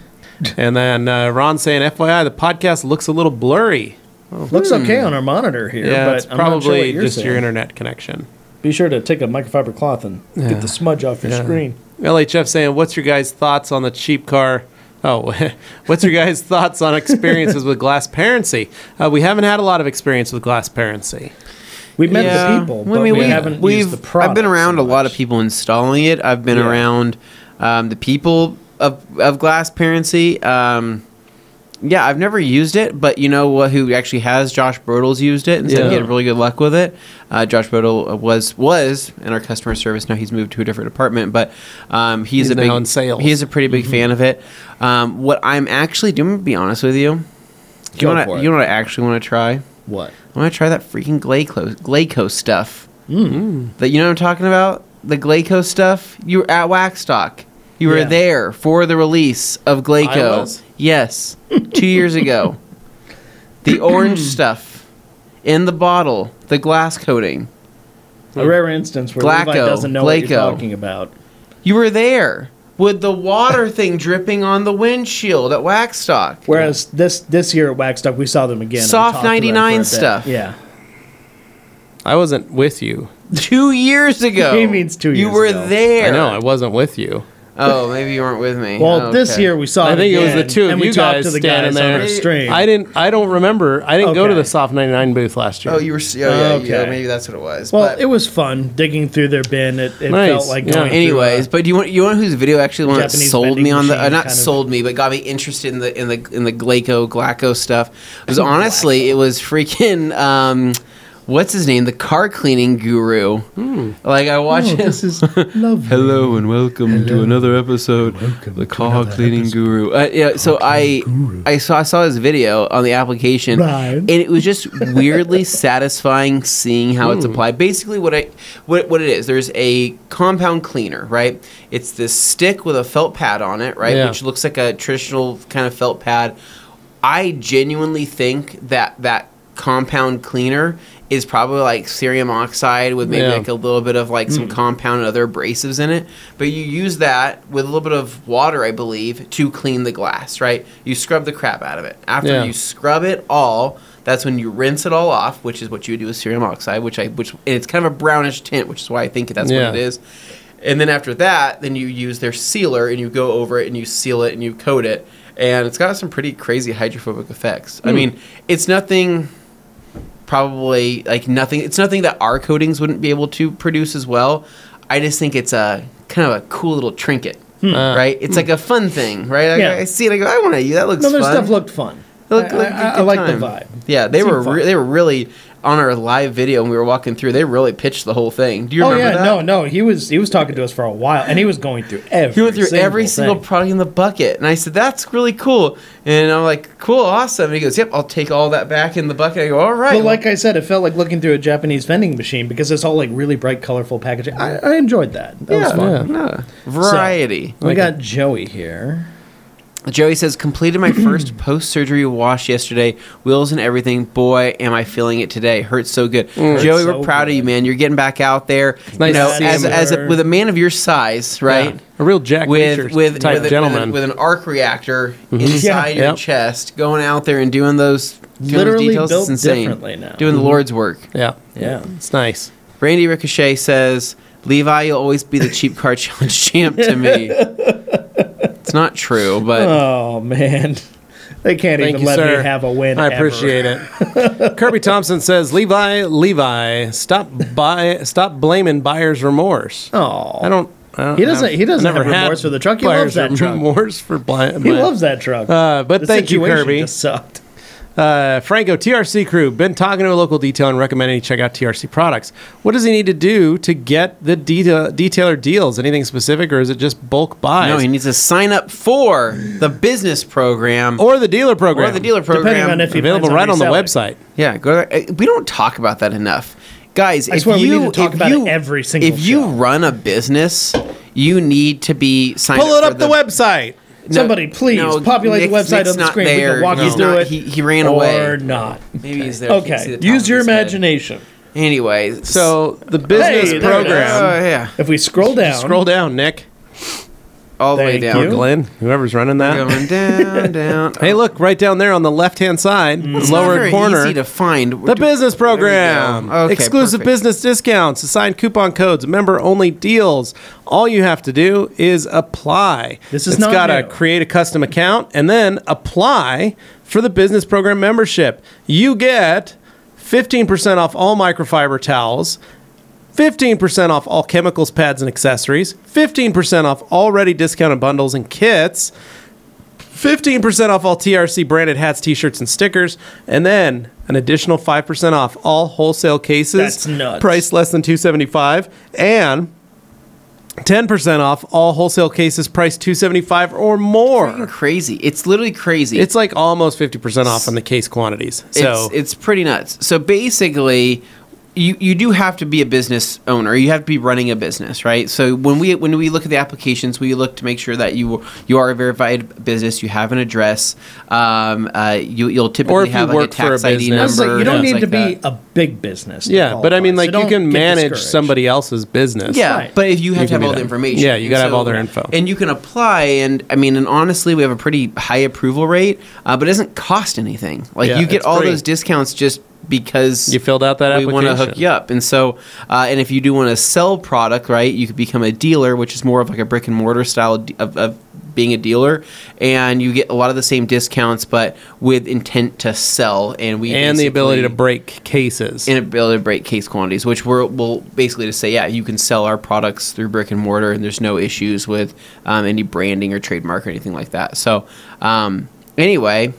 [SPEAKER 2] and then uh, Ron saying, FYI, the podcast looks a little blurry.
[SPEAKER 1] looks okay on our monitor here.
[SPEAKER 2] Hmm. Yeah,
[SPEAKER 1] but
[SPEAKER 2] it's
[SPEAKER 1] I'm not sure
[SPEAKER 2] probably
[SPEAKER 1] what you're
[SPEAKER 2] just your
[SPEAKER 1] saying.
[SPEAKER 2] internet connection.
[SPEAKER 1] Be sure to take a microfiber cloth and get the smudge off your
[SPEAKER 2] Yeah.
[SPEAKER 1] screen.
[SPEAKER 2] LHF saying, "What's your guys' thoughts on the cheap car?" Oh, what's your guys' thoughts on experiences with glass parency? Uh, we haven't had a lot of experience with glass parency.
[SPEAKER 1] We've met
[SPEAKER 3] Yeah.
[SPEAKER 1] the people,
[SPEAKER 3] Well,
[SPEAKER 1] but we
[SPEAKER 3] we've-
[SPEAKER 1] haven't used the product.
[SPEAKER 3] I've been around
[SPEAKER 1] so
[SPEAKER 3] a lot of
[SPEAKER 1] much.
[SPEAKER 3] people installing it. I've been
[SPEAKER 1] Yeah.
[SPEAKER 3] around um, the people of of Glassparency. Um, yeah, I've never used it, but you know what? Who actually has Josh Brodels used it and said he
[SPEAKER 2] Yeah.
[SPEAKER 3] had really good luck with it. Uh, Josh Brodel was was in our customer service. Now he's moved to a different department, but um, he's,
[SPEAKER 2] He's
[SPEAKER 3] a
[SPEAKER 2] now
[SPEAKER 3] big
[SPEAKER 2] in sales.
[SPEAKER 3] He's a pretty big
[SPEAKER 1] Mm-hmm.
[SPEAKER 3] fan of it. Um, what I'm actually doing, to be honest with you, do you
[SPEAKER 1] Go for
[SPEAKER 3] want to
[SPEAKER 1] it.
[SPEAKER 3] you know what I actually want to try?
[SPEAKER 1] What?
[SPEAKER 3] I want to try that freaking Glaco, Glaco stuff.
[SPEAKER 1] Mm-hmm.
[SPEAKER 3] Mm. That you know what I'm talking about? The Glaco stuff. You were at Waxstock. You were
[SPEAKER 1] Yeah.
[SPEAKER 3] there for the release of Glaco.
[SPEAKER 2] I was?
[SPEAKER 3] Yes, two years ago. The orange stuff in the bottle, the glass coating.
[SPEAKER 1] A rare instance where Levi
[SPEAKER 3] Glaco,
[SPEAKER 1] doesn't know what you're
[SPEAKER 3] Glaco.
[SPEAKER 1] talking about.
[SPEAKER 3] You were there with the water thing dripping on the windshield at Waxstock.
[SPEAKER 1] Whereas this this year at Waxstock, we saw them again. and we talked
[SPEAKER 3] Soft
[SPEAKER 1] to them for a
[SPEAKER 3] 99
[SPEAKER 1] bit.
[SPEAKER 3] stuff.
[SPEAKER 1] Yeah.
[SPEAKER 2] I wasn't with you.
[SPEAKER 3] two years ago.
[SPEAKER 1] He means two
[SPEAKER 3] You
[SPEAKER 1] years
[SPEAKER 3] were
[SPEAKER 1] ago.
[SPEAKER 3] there.
[SPEAKER 2] I know I wasn't with you.
[SPEAKER 3] Oh, maybe you weren't with me.
[SPEAKER 1] Well,
[SPEAKER 3] Oh,
[SPEAKER 1] this
[SPEAKER 3] okay.
[SPEAKER 1] year we saw.
[SPEAKER 2] I
[SPEAKER 1] it
[SPEAKER 2] think it was the
[SPEAKER 1] again,
[SPEAKER 2] two of
[SPEAKER 1] and we
[SPEAKER 2] you
[SPEAKER 1] talked
[SPEAKER 2] guys
[SPEAKER 1] to the
[SPEAKER 2] standing
[SPEAKER 1] guys
[SPEAKER 2] there.
[SPEAKER 1] on our stream.
[SPEAKER 2] I didn't. I don't remember. I didn't go to
[SPEAKER 1] Okay.
[SPEAKER 2] the Soft 99 booth last year.
[SPEAKER 3] Oh, you were. s- Oh, yeah, yeah.
[SPEAKER 1] Okay.
[SPEAKER 3] Maybe that's what it was.
[SPEAKER 1] well,
[SPEAKER 3] but-
[SPEAKER 1] it was fun digging through their bin. It, it
[SPEAKER 2] Nice.
[SPEAKER 1] felt like
[SPEAKER 2] Yeah.
[SPEAKER 1] going. through,
[SPEAKER 3] Anyways,
[SPEAKER 1] uh,
[SPEAKER 3] but you want you want whose video actually the one that
[SPEAKER 1] Japanese
[SPEAKER 3] sold me
[SPEAKER 1] vending
[SPEAKER 3] on the uh,
[SPEAKER 1] machine
[SPEAKER 3] not
[SPEAKER 1] kind of-
[SPEAKER 3] sold me but got me interested in the in the in the Glaco Glaco stuff. It was honestly it was freaking um, what's his name the car cleaning guru. Like I watch
[SPEAKER 1] oh,
[SPEAKER 3] him.
[SPEAKER 1] this is lovely.
[SPEAKER 3] Hello and welcome to another episode. the car cleaning guru. Uh, yeah, so I I saw I saw his video on the application,
[SPEAKER 1] Right.
[SPEAKER 3] and it was just weirdly satisfying seeing how it's applied. Basically, what I what what it is, there's a compound cleaner, right? It's this stick with a felt pad on it, right,
[SPEAKER 2] Yeah.
[SPEAKER 3] which looks like a traditional kind of felt pad. I genuinely think that that compound cleaner is probably like cerium oxide with maybe
[SPEAKER 2] Yeah.
[SPEAKER 3] like a little bit of like
[SPEAKER 2] Hmm.
[SPEAKER 3] some compound and other abrasives in it. But you use that with a little bit of water, I believe, to clean the glass, right? You scrub the crap out of it. After
[SPEAKER 2] Yeah.
[SPEAKER 3] you scrub it all, that's when you rinse it all off, which is what you would do with cerium oxide, which I which and it's kind of a brownish tint, which is why I think that's
[SPEAKER 2] Yeah.
[SPEAKER 3] what it is. And then after that, then you use their sealer and you go over it and you seal it and you coat it. And it's got some pretty crazy hydrophobic effects.
[SPEAKER 2] Hmm.
[SPEAKER 3] I mean, it's nothing probably like nothing it's nothing that our coatings wouldn't be able to produce as well. I just think it's a kind of a cool little trinket.
[SPEAKER 2] Uh,
[SPEAKER 3] right? It's like a fun thing, right? Like,
[SPEAKER 1] Hmm. Yeah.
[SPEAKER 3] I see it, I go, I want to use that. Looks
[SPEAKER 1] No, their
[SPEAKER 3] fun.
[SPEAKER 1] stuff looked fun.
[SPEAKER 3] It looked
[SPEAKER 1] I,
[SPEAKER 3] like a
[SPEAKER 1] I- I
[SPEAKER 3] good
[SPEAKER 1] like the
[SPEAKER 3] time.
[SPEAKER 1] vibe.
[SPEAKER 3] Yeah, they
[SPEAKER 1] Seemed
[SPEAKER 3] were
[SPEAKER 1] fun.
[SPEAKER 3] re- they were really on our live video when we were walking through. They really pitched the whole thing. Do you
[SPEAKER 1] Oh
[SPEAKER 3] remember
[SPEAKER 1] yeah,
[SPEAKER 3] that?
[SPEAKER 1] no, no, he was he was talking to us for a while, and he was going through every.
[SPEAKER 3] He went through every single
[SPEAKER 1] thing.
[SPEAKER 3] product in the bucket, and I said, "That's really cool." And I'm like, "Cool, awesome." And he goes, "Yep, I'll take all that back in the bucket." I go, "All right."
[SPEAKER 1] But like I said, it felt like looking through a Japanese vending machine because it's all like really bright, colorful packaging. I, I enjoyed that. That was
[SPEAKER 3] yeah,
[SPEAKER 1] fun.
[SPEAKER 3] yeah. variety.
[SPEAKER 1] We got Joey here.
[SPEAKER 3] Joey says, completed my first post surgery wash yesterday. Wheels and everything. Boy, am I feeling it today. Hurts so good. Joey,
[SPEAKER 1] Hurts so
[SPEAKER 3] we're proud of you,
[SPEAKER 1] good.
[SPEAKER 3] man. You're getting back out there.
[SPEAKER 2] nice
[SPEAKER 3] you know,
[SPEAKER 2] to see
[SPEAKER 3] as,
[SPEAKER 2] him.
[SPEAKER 3] as a, with a man of your size, right?
[SPEAKER 2] Yeah. A real Jack
[SPEAKER 3] With
[SPEAKER 2] Reacher
[SPEAKER 3] with
[SPEAKER 2] type
[SPEAKER 3] with, a-
[SPEAKER 2] gentleman.
[SPEAKER 3] with, an arc reactor inside your
[SPEAKER 2] Yep.
[SPEAKER 3] chest, going out there and doing those doing those
[SPEAKER 1] Literally
[SPEAKER 3] details,
[SPEAKER 1] built
[SPEAKER 3] it's insane.
[SPEAKER 1] differently now.
[SPEAKER 3] Doing the Lord's work.
[SPEAKER 2] yeah.
[SPEAKER 1] Yeah.
[SPEAKER 2] It's nice.
[SPEAKER 3] Randy Ricochet says, Levi, you'll always be the cheap car challenge champ to me. it's not true, but
[SPEAKER 1] Oh man, they can't
[SPEAKER 2] Thank
[SPEAKER 1] even
[SPEAKER 2] you,
[SPEAKER 1] let
[SPEAKER 2] sir.
[SPEAKER 1] me have a win.
[SPEAKER 2] I
[SPEAKER 1] ever.
[SPEAKER 2] appreciate it. Kirby Thompson says, "Levi, Levi, stop buy, stop blaming buyer's remorse."
[SPEAKER 1] Oh,
[SPEAKER 2] I don't. I don't
[SPEAKER 1] He doesn't- he doesn't
[SPEAKER 2] I've never
[SPEAKER 1] have
[SPEAKER 2] had
[SPEAKER 1] remorse for the truck. He loves
[SPEAKER 2] buyer's
[SPEAKER 1] that truck.
[SPEAKER 2] Remorse for blind.
[SPEAKER 1] He loves that truck.
[SPEAKER 2] Uh, but
[SPEAKER 1] the
[SPEAKER 2] thank you,
[SPEAKER 1] situation
[SPEAKER 2] Kirby.
[SPEAKER 1] Just sucked.
[SPEAKER 2] Uh, Franco, TRC crew, been talking to a local detail and recommending he check out TRC products. What does he need to do to get the deta- detailer deals? Anything specific, or is it just bulk buys?
[SPEAKER 3] No, he needs to sign up for the business program or,
[SPEAKER 2] or the dealer program.
[SPEAKER 3] the dealer program.
[SPEAKER 1] Depending on if he
[SPEAKER 2] Available
[SPEAKER 1] plans
[SPEAKER 2] right on the
[SPEAKER 1] reselling.
[SPEAKER 2] website.
[SPEAKER 3] yeah, go. there. Uh, We don't talk about that enough, guys. if
[SPEAKER 1] swear we need
[SPEAKER 3] you
[SPEAKER 1] to talk
[SPEAKER 3] if
[SPEAKER 1] about
[SPEAKER 3] you,
[SPEAKER 1] it every single
[SPEAKER 3] if you
[SPEAKER 1] show.
[SPEAKER 3] run a business, you need to be signed.
[SPEAKER 2] Pull it
[SPEAKER 3] for
[SPEAKER 2] up the, website.
[SPEAKER 1] Somebody, please
[SPEAKER 3] no,
[SPEAKER 1] populate the
[SPEAKER 3] Nick's-
[SPEAKER 1] website
[SPEAKER 3] Nick's
[SPEAKER 1] on the
[SPEAKER 3] not
[SPEAKER 1] screen. We
[SPEAKER 3] there.
[SPEAKER 1] can walk
[SPEAKER 3] No.
[SPEAKER 1] you through
[SPEAKER 3] Not-
[SPEAKER 1] it.
[SPEAKER 3] he- he ran
[SPEAKER 1] or
[SPEAKER 3] away.
[SPEAKER 1] not.
[SPEAKER 3] Maybe he's there. Can't see
[SPEAKER 1] Okay,
[SPEAKER 3] the top
[SPEAKER 1] use
[SPEAKER 3] of
[SPEAKER 1] your
[SPEAKER 3] his head.
[SPEAKER 1] imagination.
[SPEAKER 3] Anyway,
[SPEAKER 2] So the business
[SPEAKER 1] Hey, there it
[SPEAKER 2] program.
[SPEAKER 3] Oh, yeah,
[SPEAKER 1] If we scroll down,
[SPEAKER 2] Scroll down, Nick
[SPEAKER 3] all the way
[SPEAKER 1] Thank
[SPEAKER 3] down.
[SPEAKER 2] or Glenn, whoever's running that.
[SPEAKER 3] Going down, down.
[SPEAKER 2] Hey, look right down there on the left-hand side,
[SPEAKER 3] It's not
[SPEAKER 2] lower
[SPEAKER 3] very
[SPEAKER 2] corner.
[SPEAKER 3] Easy to find.
[SPEAKER 2] The business program.
[SPEAKER 3] Okay,
[SPEAKER 2] Exclusive
[SPEAKER 3] perfect.
[SPEAKER 2] business discounts, assigned coupon codes, member only deals. All you have to do is apply.
[SPEAKER 1] This is
[SPEAKER 2] It's
[SPEAKER 1] not
[SPEAKER 2] gotta
[SPEAKER 1] new.
[SPEAKER 2] create a custom account and then apply for the business program membership. You get 15% off all microfiber towels. 15% off all chemicals, pads, and accessories. 15% off already discounted bundles and kits. 15% off all TRC branded hats, t shirts, and stickers, and then an additional 5% off all wholesale cases.
[SPEAKER 1] That's nuts.
[SPEAKER 2] Price less than 275 and 10% off all wholesale cases priced 275 or more.
[SPEAKER 3] Crazy. It's literally crazy.
[SPEAKER 2] It's like almost 50% off on the case quantities. So
[SPEAKER 3] it's, it's pretty nuts. So basically, you, you do have to be a business owner. You have to be running a business, right? So when we when we look at the applications, we look to make sure that you you are a verified business. You have an address. Um, uh, you you'll
[SPEAKER 2] Or
[SPEAKER 3] typically
[SPEAKER 2] if you
[SPEAKER 3] have like
[SPEAKER 2] work
[SPEAKER 3] a
[SPEAKER 2] for a
[SPEAKER 3] tax ID
[SPEAKER 2] business.
[SPEAKER 1] I
[SPEAKER 3] number.
[SPEAKER 1] was like, you don't
[SPEAKER 3] and
[SPEAKER 1] need
[SPEAKER 3] things
[SPEAKER 1] to
[SPEAKER 3] like
[SPEAKER 1] be
[SPEAKER 3] that.
[SPEAKER 1] a big business. to
[SPEAKER 2] yeah, but I mean,
[SPEAKER 1] qualify,
[SPEAKER 2] like
[SPEAKER 1] so
[SPEAKER 2] you
[SPEAKER 1] don't
[SPEAKER 2] can
[SPEAKER 1] get
[SPEAKER 2] manage
[SPEAKER 1] discouraged.
[SPEAKER 2] somebody else's business.
[SPEAKER 3] Yeah,
[SPEAKER 1] Right.
[SPEAKER 3] but if you have to
[SPEAKER 2] can
[SPEAKER 3] have
[SPEAKER 2] do
[SPEAKER 3] all the
[SPEAKER 2] that.
[SPEAKER 3] information,
[SPEAKER 2] Yeah, you
[SPEAKER 3] and
[SPEAKER 2] gotta have all their info.
[SPEAKER 3] and you can apply. And I mean, and honestly, we have a pretty high approval rate, uh, but it doesn't cost anything. Like
[SPEAKER 2] Yeah,
[SPEAKER 3] you get
[SPEAKER 2] it's
[SPEAKER 3] all
[SPEAKER 2] free.
[SPEAKER 3] those discounts just because
[SPEAKER 2] You filled out that
[SPEAKER 3] we want to hook
[SPEAKER 2] application.
[SPEAKER 3] you up. And so, uh, and if you do want to sell product, right, you could become a dealer, which is more of like a brick and mortar style d- of, of being a dealer, and you get a lot of the same discounts, but with intent to sell. And we
[SPEAKER 2] And the ability to
[SPEAKER 3] basically-
[SPEAKER 2] break cases.
[SPEAKER 3] and ability to break case quantities, which we're, we'll basically just say, yeah, you can sell our products through brick and mortar, and there's no issues with um, any branding or trademark or anything like that. So, um, anyway,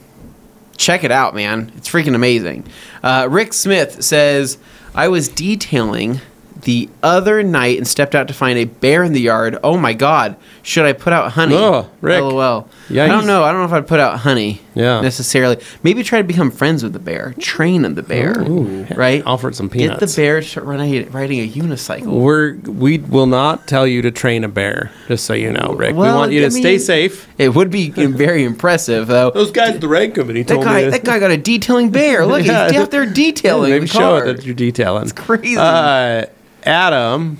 [SPEAKER 3] check it out, man. It's freaking amazing. Uh, Rick Smith says, I was detailing the other night and stepped out to find a bear in the yard. Oh my God! Should I put out honey?
[SPEAKER 2] Ugh, Oh, Rick.
[SPEAKER 3] LOL.
[SPEAKER 2] Yikes.
[SPEAKER 3] I don't know. I don't know if I'd put out honey.
[SPEAKER 2] Yeah.
[SPEAKER 3] Necessarily. Maybe try to become friends with the bear. Train on the bear.
[SPEAKER 2] Ooh.
[SPEAKER 3] Right.
[SPEAKER 2] Offer it some
[SPEAKER 3] Get the
[SPEAKER 2] peanuts.
[SPEAKER 3] bear to start riding, riding a unicycle.
[SPEAKER 2] We're we will not tell you to train a bear. Just so you know, Rick. we
[SPEAKER 3] Well,
[SPEAKER 2] want you to
[SPEAKER 3] I
[SPEAKER 2] stay
[SPEAKER 3] mean-
[SPEAKER 2] safe.
[SPEAKER 3] It would be very impressive, though.
[SPEAKER 2] Those guys at the rag company
[SPEAKER 3] That
[SPEAKER 2] told me
[SPEAKER 3] guy,
[SPEAKER 2] to-
[SPEAKER 3] that guy got a detailing bear. Look,
[SPEAKER 2] Yeah.
[SPEAKER 3] he's out there detailing
[SPEAKER 2] Maybe
[SPEAKER 3] the car.
[SPEAKER 2] show it that you're detailing. It's
[SPEAKER 3] crazy.
[SPEAKER 2] Uh, Adam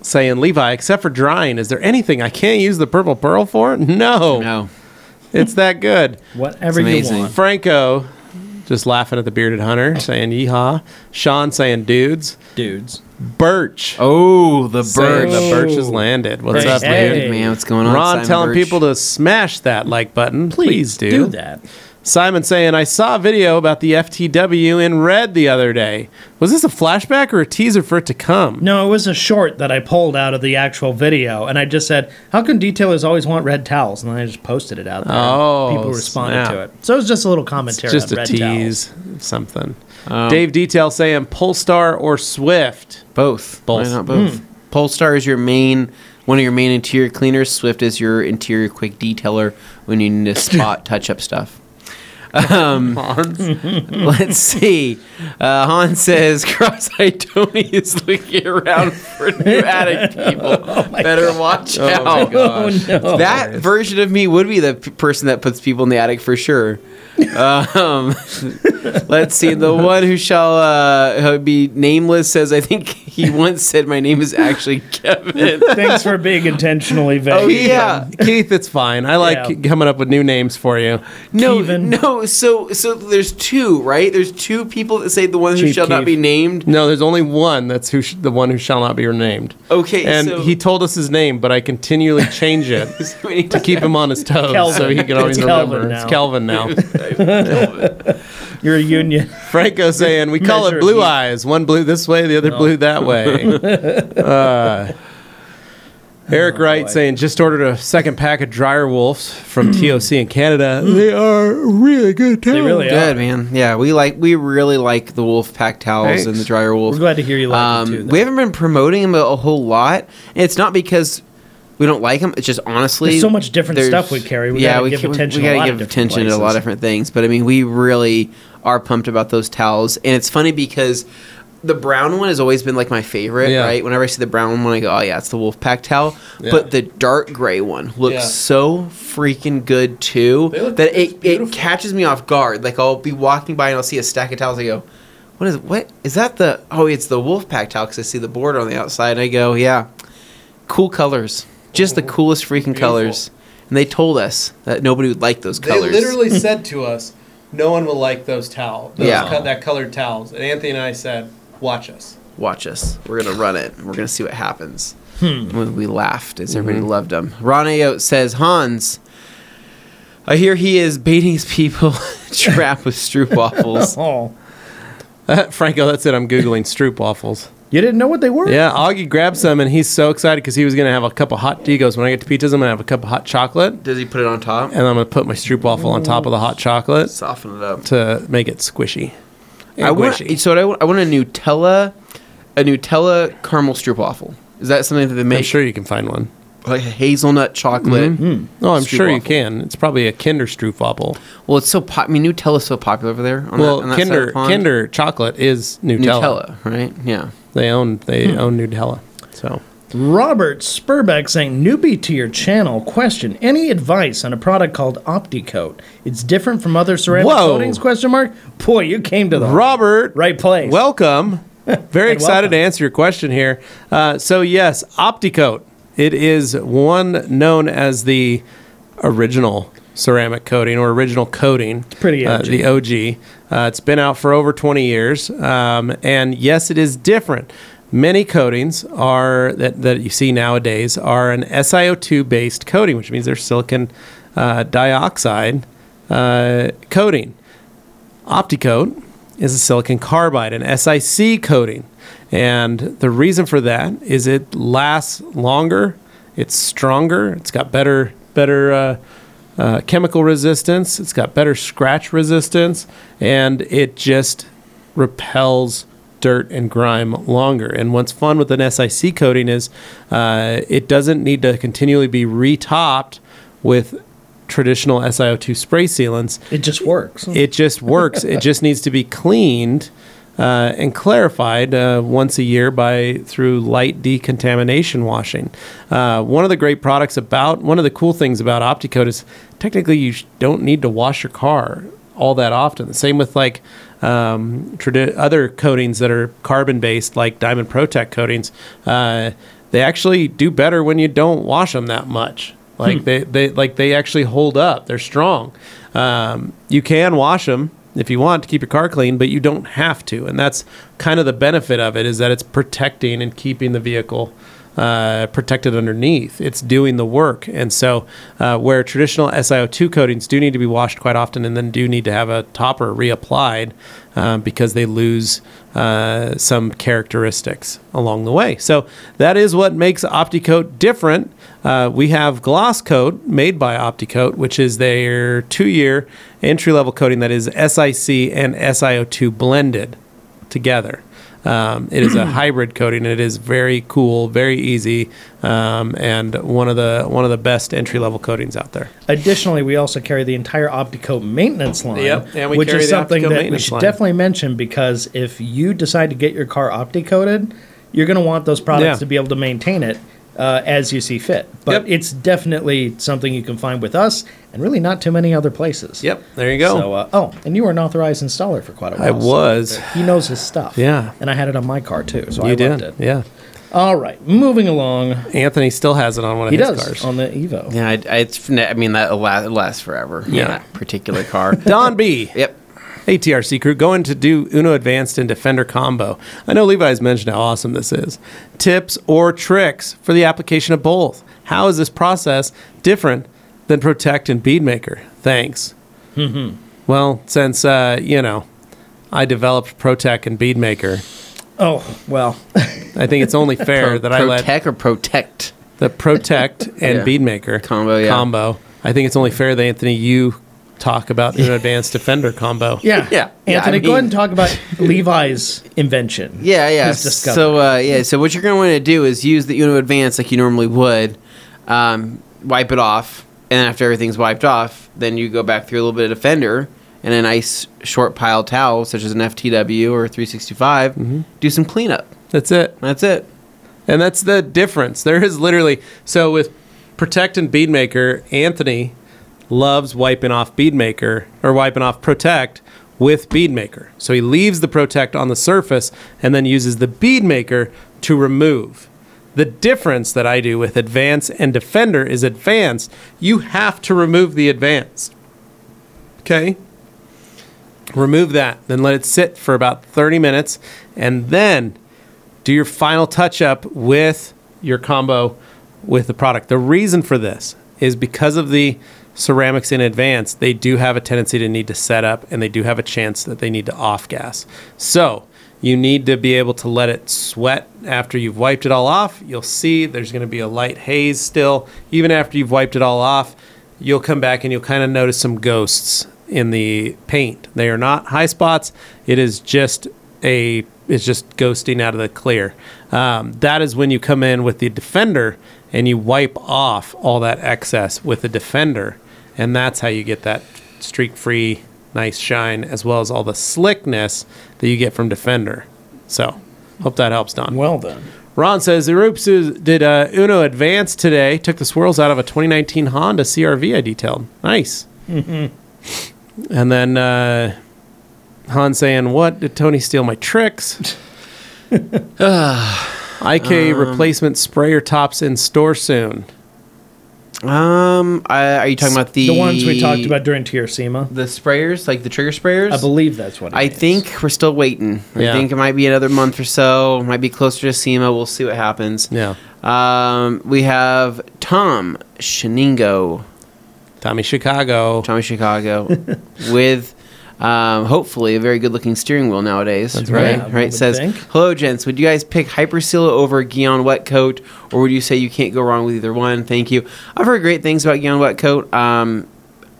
[SPEAKER 2] saying Levi, except for drying, is there anything I can't use the purple pearl for? No,
[SPEAKER 3] no,
[SPEAKER 2] it's that good.
[SPEAKER 1] Whatever
[SPEAKER 3] It's
[SPEAKER 1] you
[SPEAKER 3] amazing.
[SPEAKER 1] want.
[SPEAKER 2] Franco just laughing at the bearded hunter, saying yeehaw. Sean saying dudes.
[SPEAKER 1] Dudes.
[SPEAKER 2] Birch.
[SPEAKER 3] oh, the
[SPEAKER 2] saying
[SPEAKER 3] bird,
[SPEAKER 1] birch.
[SPEAKER 2] The birch has landed. What's
[SPEAKER 1] Hey,
[SPEAKER 2] up,
[SPEAKER 1] hey.
[SPEAKER 2] dude?
[SPEAKER 3] man, what's going on?
[SPEAKER 2] Ron
[SPEAKER 3] Simon
[SPEAKER 2] telling
[SPEAKER 3] Birch?
[SPEAKER 2] people to smash that like button. Please, do.
[SPEAKER 1] do that.
[SPEAKER 2] Simon saying, I saw a video about the FTW in red the other day. Was this a flashback or a teaser for it to come?
[SPEAKER 1] No, it was a short that I pulled out of the actual video, and I just said, "How come detailers always want red towels?" And then I just posted it out there. and
[SPEAKER 2] Oh,
[SPEAKER 1] people responded to
[SPEAKER 2] snap.
[SPEAKER 1] it. So it was just a little commentary.
[SPEAKER 2] It's just
[SPEAKER 1] on
[SPEAKER 2] a
[SPEAKER 1] red
[SPEAKER 2] tease,
[SPEAKER 1] Towels.
[SPEAKER 2] of something. Dave Detail saying, Polestar or Swift?
[SPEAKER 3] both,
[SPEAKER 2] Both.
[SPEAKER 3] Why not both? Polestar is your main, one of your main interior cleaners. Swift is your interior quick detailer when you need to spot touch up stuff. Um, Let's see. Uh, Han says cross-eyed Tony is looking around for new attic people. Better watch out.
[SPEAKER 1] Oh no!
[SPEAKER 3] that version of me would be the p- person that puts people in the attic for sure. um, let's see. The one who shall uh, who be nameless says, I think he once said, My name is actually Kevin.
[SPEAKER 1] Thanks for being intentionally vague.
[SPEAKER 3] Oh, yeah.
[SPEAKER 2] Keith, it's fine. I like
[SPEAKER 1] Yeah.
[SPEAKER 2] coming up with new names for you.
[SPEAKER 3] No,
[SPEAKER 1] Kevin.
[SPEAKER 3] no. So, so there's two, right? There's two people that say the one who
[SPEAKER 1] Chief
[SPEAKER 3] shall
[SPEAKER 1] Keef.
[SPEAKER 3] not be named.
[SPEAKER 2] No, there's only one that's who sh- the one who shall not be renamed.
[SPEAKER 3] Okay,
[SPEAKER 2] And
[SPEAKER 3] so-
[SPEAKER 2] he told us his name, but I continually change it.
[SPEAKER 3] We need
[SPEAKER 2] to keep him on his toes
[SPEAKER 1] Kelvin.
[SPEAKER 2] so he can always
[SPEAKER 1] It's Kelvin
[SPEAKER 2] remember.
[SPEAKER 1] now.
[SPEAKER 2] It's Kelvin now.
[SPEAKER 1] You're a union.
[SPEAKER 2] Franco saying we call
[SPEAKER 1] Measure
[SPEAKER 2] it
[SPEAKER 1] of
[SPEAKER 2] blue
[SPEAKER 1] heat.
[SPEAKER 2] eyes. One blue this way, the other blue that way. uh, Eric
[SPEAKER 1] Oh,
[SPEAKER 2] Wright saying just ordered a second pack of dryer wolves from TOC in Canada. They are really good. Towels.
[SPEAKER 1] They really
[SPEAKER 3] Good
[SPEAKER 1] are.
[SPEAKER 3] man. Yeah, we like we really like the wolf pack towels
[SPEAKER 2] Thanks.
[SPEAKER 3] and the dryer wolf.
[SPEAKER 1] We're glad to hear you like
[SPEAKER 3] Um,
[SPEAKER 1] it too. though.
[SPEAKER 3] we haven't been promoting them a, a whole lot, and it's not because we don't like them. It's just honestly,
[SPEAKER 1] There's so much different
[SPEAKER 3] there's-
[SPEAKER 1] stuff we carry. We gotta give
[SPEAKER 3] ca-
[SPEAKER 1] attention
[SPEAKER 3] We
[SPEAKER 1] a
[SPEAKER 3] gotta
[SPEAKER 1] lot of
[SPEAKER 3] give
[SPEAKER 1] different
[SPEAKER 3] attention to a lot of
[SPEAKER 1] places.
[SPEAKER 3] different things. But I mean, we really are pumped about those towels, and it's funny because. The brown one has always been like my favorite,
[SPEAKER 2] Yeah.
[SPEAKER 3] right? Whenever I see the brown one, I go, "Oh yeah, it's the wolf pack towel." But the dark gray one looks
[SPEAKER 2] Yeah.
[SPEAKER 3] so freaking good too
[SPEAKER 2] look-
[SPEAKER 3] that
[SPEAKER 2] it's
[SPEAKER 3] it,
[SPEAKER 2] beautiful.
[SPEAKER 3] it catches me off guard. Like I'll be walking by and I'll see a stack of towels. I go, what is what is that the oh it's the wolf pack towel because i see the border on the outside and i go yeah cool colors just the coolest freaking colors and they told us that nobody would like those colors
[SPEAKER 2] said to us, no one will like those towels.
[SPEAKER 3] those Yeah. co-
[SPEAKER 2] that colored towels. And Anthony and I said, watch us.
[SPEAKER 3] watch us we're gonna run it and we're gonna see what happens we, we laughed as everybody loved them ron Ayotte says hans i hear he is baiting his people trapped with stroop waffles
[SPEAKER 1] Oh,
[SPEAKER 2] Franco, that's it. I'm googling Stroop waffles.
[SPEAKER 1] you didn't know what they were?
[SPEAKER 2] Yeah, Augie grabbed some and he's so excited because he was gonna have a cup of hot. He goes, "When I get to pizzas, I'm gonna have a cup of hot chocolate,
[SPEAKER 3] does he put it on top
[SPEAKER 2] and I'm gonna put my stroop waffle on top of the hot chocolate
[SPEAKER 3] soften it up
[SPEAKER 2] to make it squishy." And
[SPEAKER 3] I want
[SPEAKER 2] squishy.
[SPEAKER 3] so what I, want, I want a Nutella, a Nutella caramel stroop waffle. Is that something that they
[SPEAKER 2] I'm
[SPEAKER 3] make?
[SPEAKER 2] sure Mm-hmm. Hmm. you can find one.
[SPEAKER 3] Like a hazelnut chocolate.
[SPEAKER 2] No, I'm
[SPEAKER 3] Stroop
[SPEAKER 2] sure you
[SPEAKER 3] waffle.
[SPEAKER 2] can. It's probably a Kinder stroop waffle.
[SPEAKER 3] Well, it's so pop. I mean, Nutella's so popular over there. On
[SPEAKER 2] well,
[SPEAKER 3] that, on that side of the
[SPEAKER 2] Kinder
[SPEAKER 3] pond.
[SPEAKER 2] Kinder chocolate is Nutella.
[SPEAKER 3] Nutella, Hmm. right? Yeah.
[SPEAKER 2] They own they own Nutella. So
[SPEAKER 1] Robert Spurbeck saying, newbie to your channel. Question: Any advice on a product called OptiCoat? It's different from other ceramic
[SPEAKER 2] Whoa.
[SPEAKER 1] coatings? Question mark. Boy, you came to the
[SPEAKER 2] Robert,
[SPEAKER 1] right place.
[SPEAKER 2] Welcome. Very
[SPEAKER 1] And
[SPEAKER 2] excited to
[SPEAKER 1] welcome.
[SPEAKER 2] answer your question here. Uh, so, yes, Opticoat. It is one known as the original ceramic coating or original coating.
[SPEAKER 1] pretty
[SPEAKER 2] uh,
[SPEAKER 1] OG.
[SPEAKER 2] The OG. Uh, it's been out for over 20 years. Um, and yes, it is different. Many coatings are that, that you see nowadays are an SiO2 based coating, which means they're silicon uh, dioxide uh, coating. OptiCoat is a silicon carbide, an SiC coating. And the reason for that is it lasts longer, it's stronger, it's got better better uh, uh, chemical resistance, it's got better scratch resistance, and it just repels dirt and grime longer. And what's fun with an SIC coating is uh, it doesn't need to continually be retopped with traditional SiO2 spray sealants.
[SPEAKER 1] It just works.
[SPEAKER 2] It just works. it just needs to be cleaned uh, and clarified uh, once a year by through light decontamination washing. Uh, one of the great products about one of the cool things about OptiCoat is technically you sh- don't need to wash your car all that often. The same with like um, tradi- other coatings that are carbon based, like Diamond Protect coatings. Uh, they actually do better when you don't wash them that much. Like they, they like they actually hold up. They're strong. Um, you can wash them if you want to keep your car clean, but you don't have to. And that's kind of the benefit of it is that it's protecting and keeping the vehicle uh, protected underneath. It's doing the work. And so, uh, where traditional SiO2 coatings do need to be washed quite often and then do need to have a topper reapplied um, because they lose uh, some characteristics along the way. So, that is what makes OptiCoat different. Uh, we have Gloss Coat made by OptiCoat, which is their two year entry level coating that is SIC and SiO2 blended together. Um, it is a hybrid coating. It is very cool, very easy, um, and one of the one of the best entry level coatings out there.
[SPEAKER 1] Additionally, we also carry the entire Opticoat maintenance line,
[SPEAKER 2] Yep, and we
[SPEAKER 1] which
[SPEAKER 2] carry
[SPEAKER 1] is
[SPEAKER 2] the
[SPEAKER 1] something
[SPEAKER 2] Opticoat
[SPEAKER 1] that we
[SPEAKER 2] maintenance
[SPEAKER 1] should
[SPEAKER 2] line.
[SPEAKER 1] definitely mention because if you decide to get your car Opticoated, you're going to want those products
[SPEAKER 2] Yeah.
[SPEAKER 1] to be able to maintain it uh, as you see fit. But
[SPEAKER 2] Yep.
[SPEAKER 1] it's definitely something you can find with us and really not too many other places.
[SPEAKER 2] Yep, there you go.
[SPEAKER 1] So, uh, oh, and you were an authorized installer for quite a while.
[SPEAKER 2] I
[SPEAKER 1] so
[SPEAKER 2] was.
[SPEAKER 1] he knows his stuff.
[SPEAKER 2] Yeah.
[SPEAKER 1] And I had it on my car too, so I
[SPEAKER 2] You
[SPEAKER 1] loved
[SPEAKER 2] did,
[SPEAKER 1] it.
[SPEAKER 2] yeah.
[SPEAKER 1] All right, moving along.
[SPEAKER 2] Anthony still has it on one of
[SPEAKER 1] He
[SPEAKER 2] his
[SPEAKER 1] does Oh.
[SPEAKER 2] cars.
[SPEAKER 1] on the Evo.
[SPEAKER 3] Yeah, I, I, it's, I mean that la- lasts forever.
[SPEAKER 2] Yeah.
[SPEAKER 3] that particular car.
[SPEAKER 2] Don B.
[SPEAKER 3] yep.
[SPEAKER 2] ATRC crew going to do Uno Advanced and Defender combo. I know Levi's mentioned how awesome this is. Tips or tricks for the application of both. How is this process different than Protect and Beadmaker? Thanks.
[SPEAKER 3] Mm-hmm.
[SPEAKER 2] well, since uh, you know, I developed Protect and Beadmaker.
[SPEAKER 1] Oh well,
[SPEAKER 2] I think it's only fair that I let
[SPEAKER 3] protect or protect.
[SPEAKER 2] the Protect and
[SPEAKER 3] Yeah.
[SPEAKER 2] Beadmaker
[SPEAKER 3] Combo, yeah.
[SPEAKER 2] combo. I think it's only fair that Anthony, you talk about Uno Advanced Defender combo.
[SPEAKER 1] yeah,
[SPEAKER 3] Yeah. Yeah,
[SPEAKER 1] Anthony,
[SPEAKER 3] I
[SPEAKER 1] go ahead
[SPEAKER 3] mean-
[SPEAKER 1] and talk about Levi's invention.
[SPEAKER 3] Yeah, yeah.
[SPEAKER 1] His discovery.
[SPEAKER 3] So uh, yeah, so what you're going to want to do is use the Uno Advance like you normally would, um, wipe it off, and then after everything's wiped off, then you go back through a little bit of Defender and a nice short pile towel such as an FTW or 365.
[SPEAKER 1] Mm-hmm.
[SPEAKER 3] Do some cleanup.
[SPEAKER 2] That's it.
[SPEAKER 3] That's it.
[SPEAKER 2] And that's the difference. There is literally so with Protect and Beadmaker, Anthony loves wiping off Beadmaker or wiping off Protect with Beadmaker. So he leaves the Protect on the surface and then uses the Beadmaker to remove. The difference that I do with Advance and Defender is Advanced, you have to remove the Advanced. Okay? Remove that, then let it sit for about 30 minutes and then do your final touch up with your combo with the product. The reason for this is because of the ceramics in advance, they do have a tendency to need to set up and they do have a chance that they need to off gas. So you need to be able to let it sweat after you've wiped it all off. You'll see there's going to be a light haze still. Even after you've wiped it all off, you'll come back and you'll kind of notice some ghosts in the paint. They are not high spots. It is just a it's just ghosting out of the clear. Um, that is when you come in with the defender and you wipe off all that excess with the defender, and that's how you get that streak free, nice shine, as well as all the slickness that you get from defender. So, hope that helps, Don.
[SPEAKER 1] Well done.
[SPEAKER 2] Ron says the Roops is- did uh, Uno advance today. Took the swirls out of a 2019 Honda CRV I detailed. Nice. and then uh, Han saying, "What did Tony steal my tricks?" IK replacement sprayer tops in store soon.
[SPEAKER 3] Um, I, are you talking about the
[SPEAKER 1] The ones we talked about during Tearsema.
[SPEAKER 3] the sprayers, like the trigger sprayers?
[SPEAKER 1] I believe that's what it
[SPEAKER 3] I
[SPEAKER 1] means.
[SPEAKER 3] think we're still waiting.
[SPEAKER 2] Yeah.
[SPEAKER 3] I think it might be another month or so. Might be closer to SEMA. We'll see what happens.
[SPEAKER 2] Yeah,
[SPEAKER 3] Um, we have Tom Shiningo,
[SPEAKER 2] Tommy Chicago.
[SPEAKER 3] Tommy Chicago, with um, hopefully a very good-looking steering wheel nowadays.
[SPEAKER 1] right.
[SPEAKER 3] right,
[SPEAKER 1] Yeah, one
[SPEAKER 3] right.
[SPEAKER 1] would
[SPEAKER 3] Says,
[SPEAKER 1] think.
[SPEAKER 3] "Hello, gents. Would you guys pick Hyperseal over Gion Wet Coat, or would you say you can't go wrong with either one? Thank you. I've heard great things about Gion Wet Coat. Um,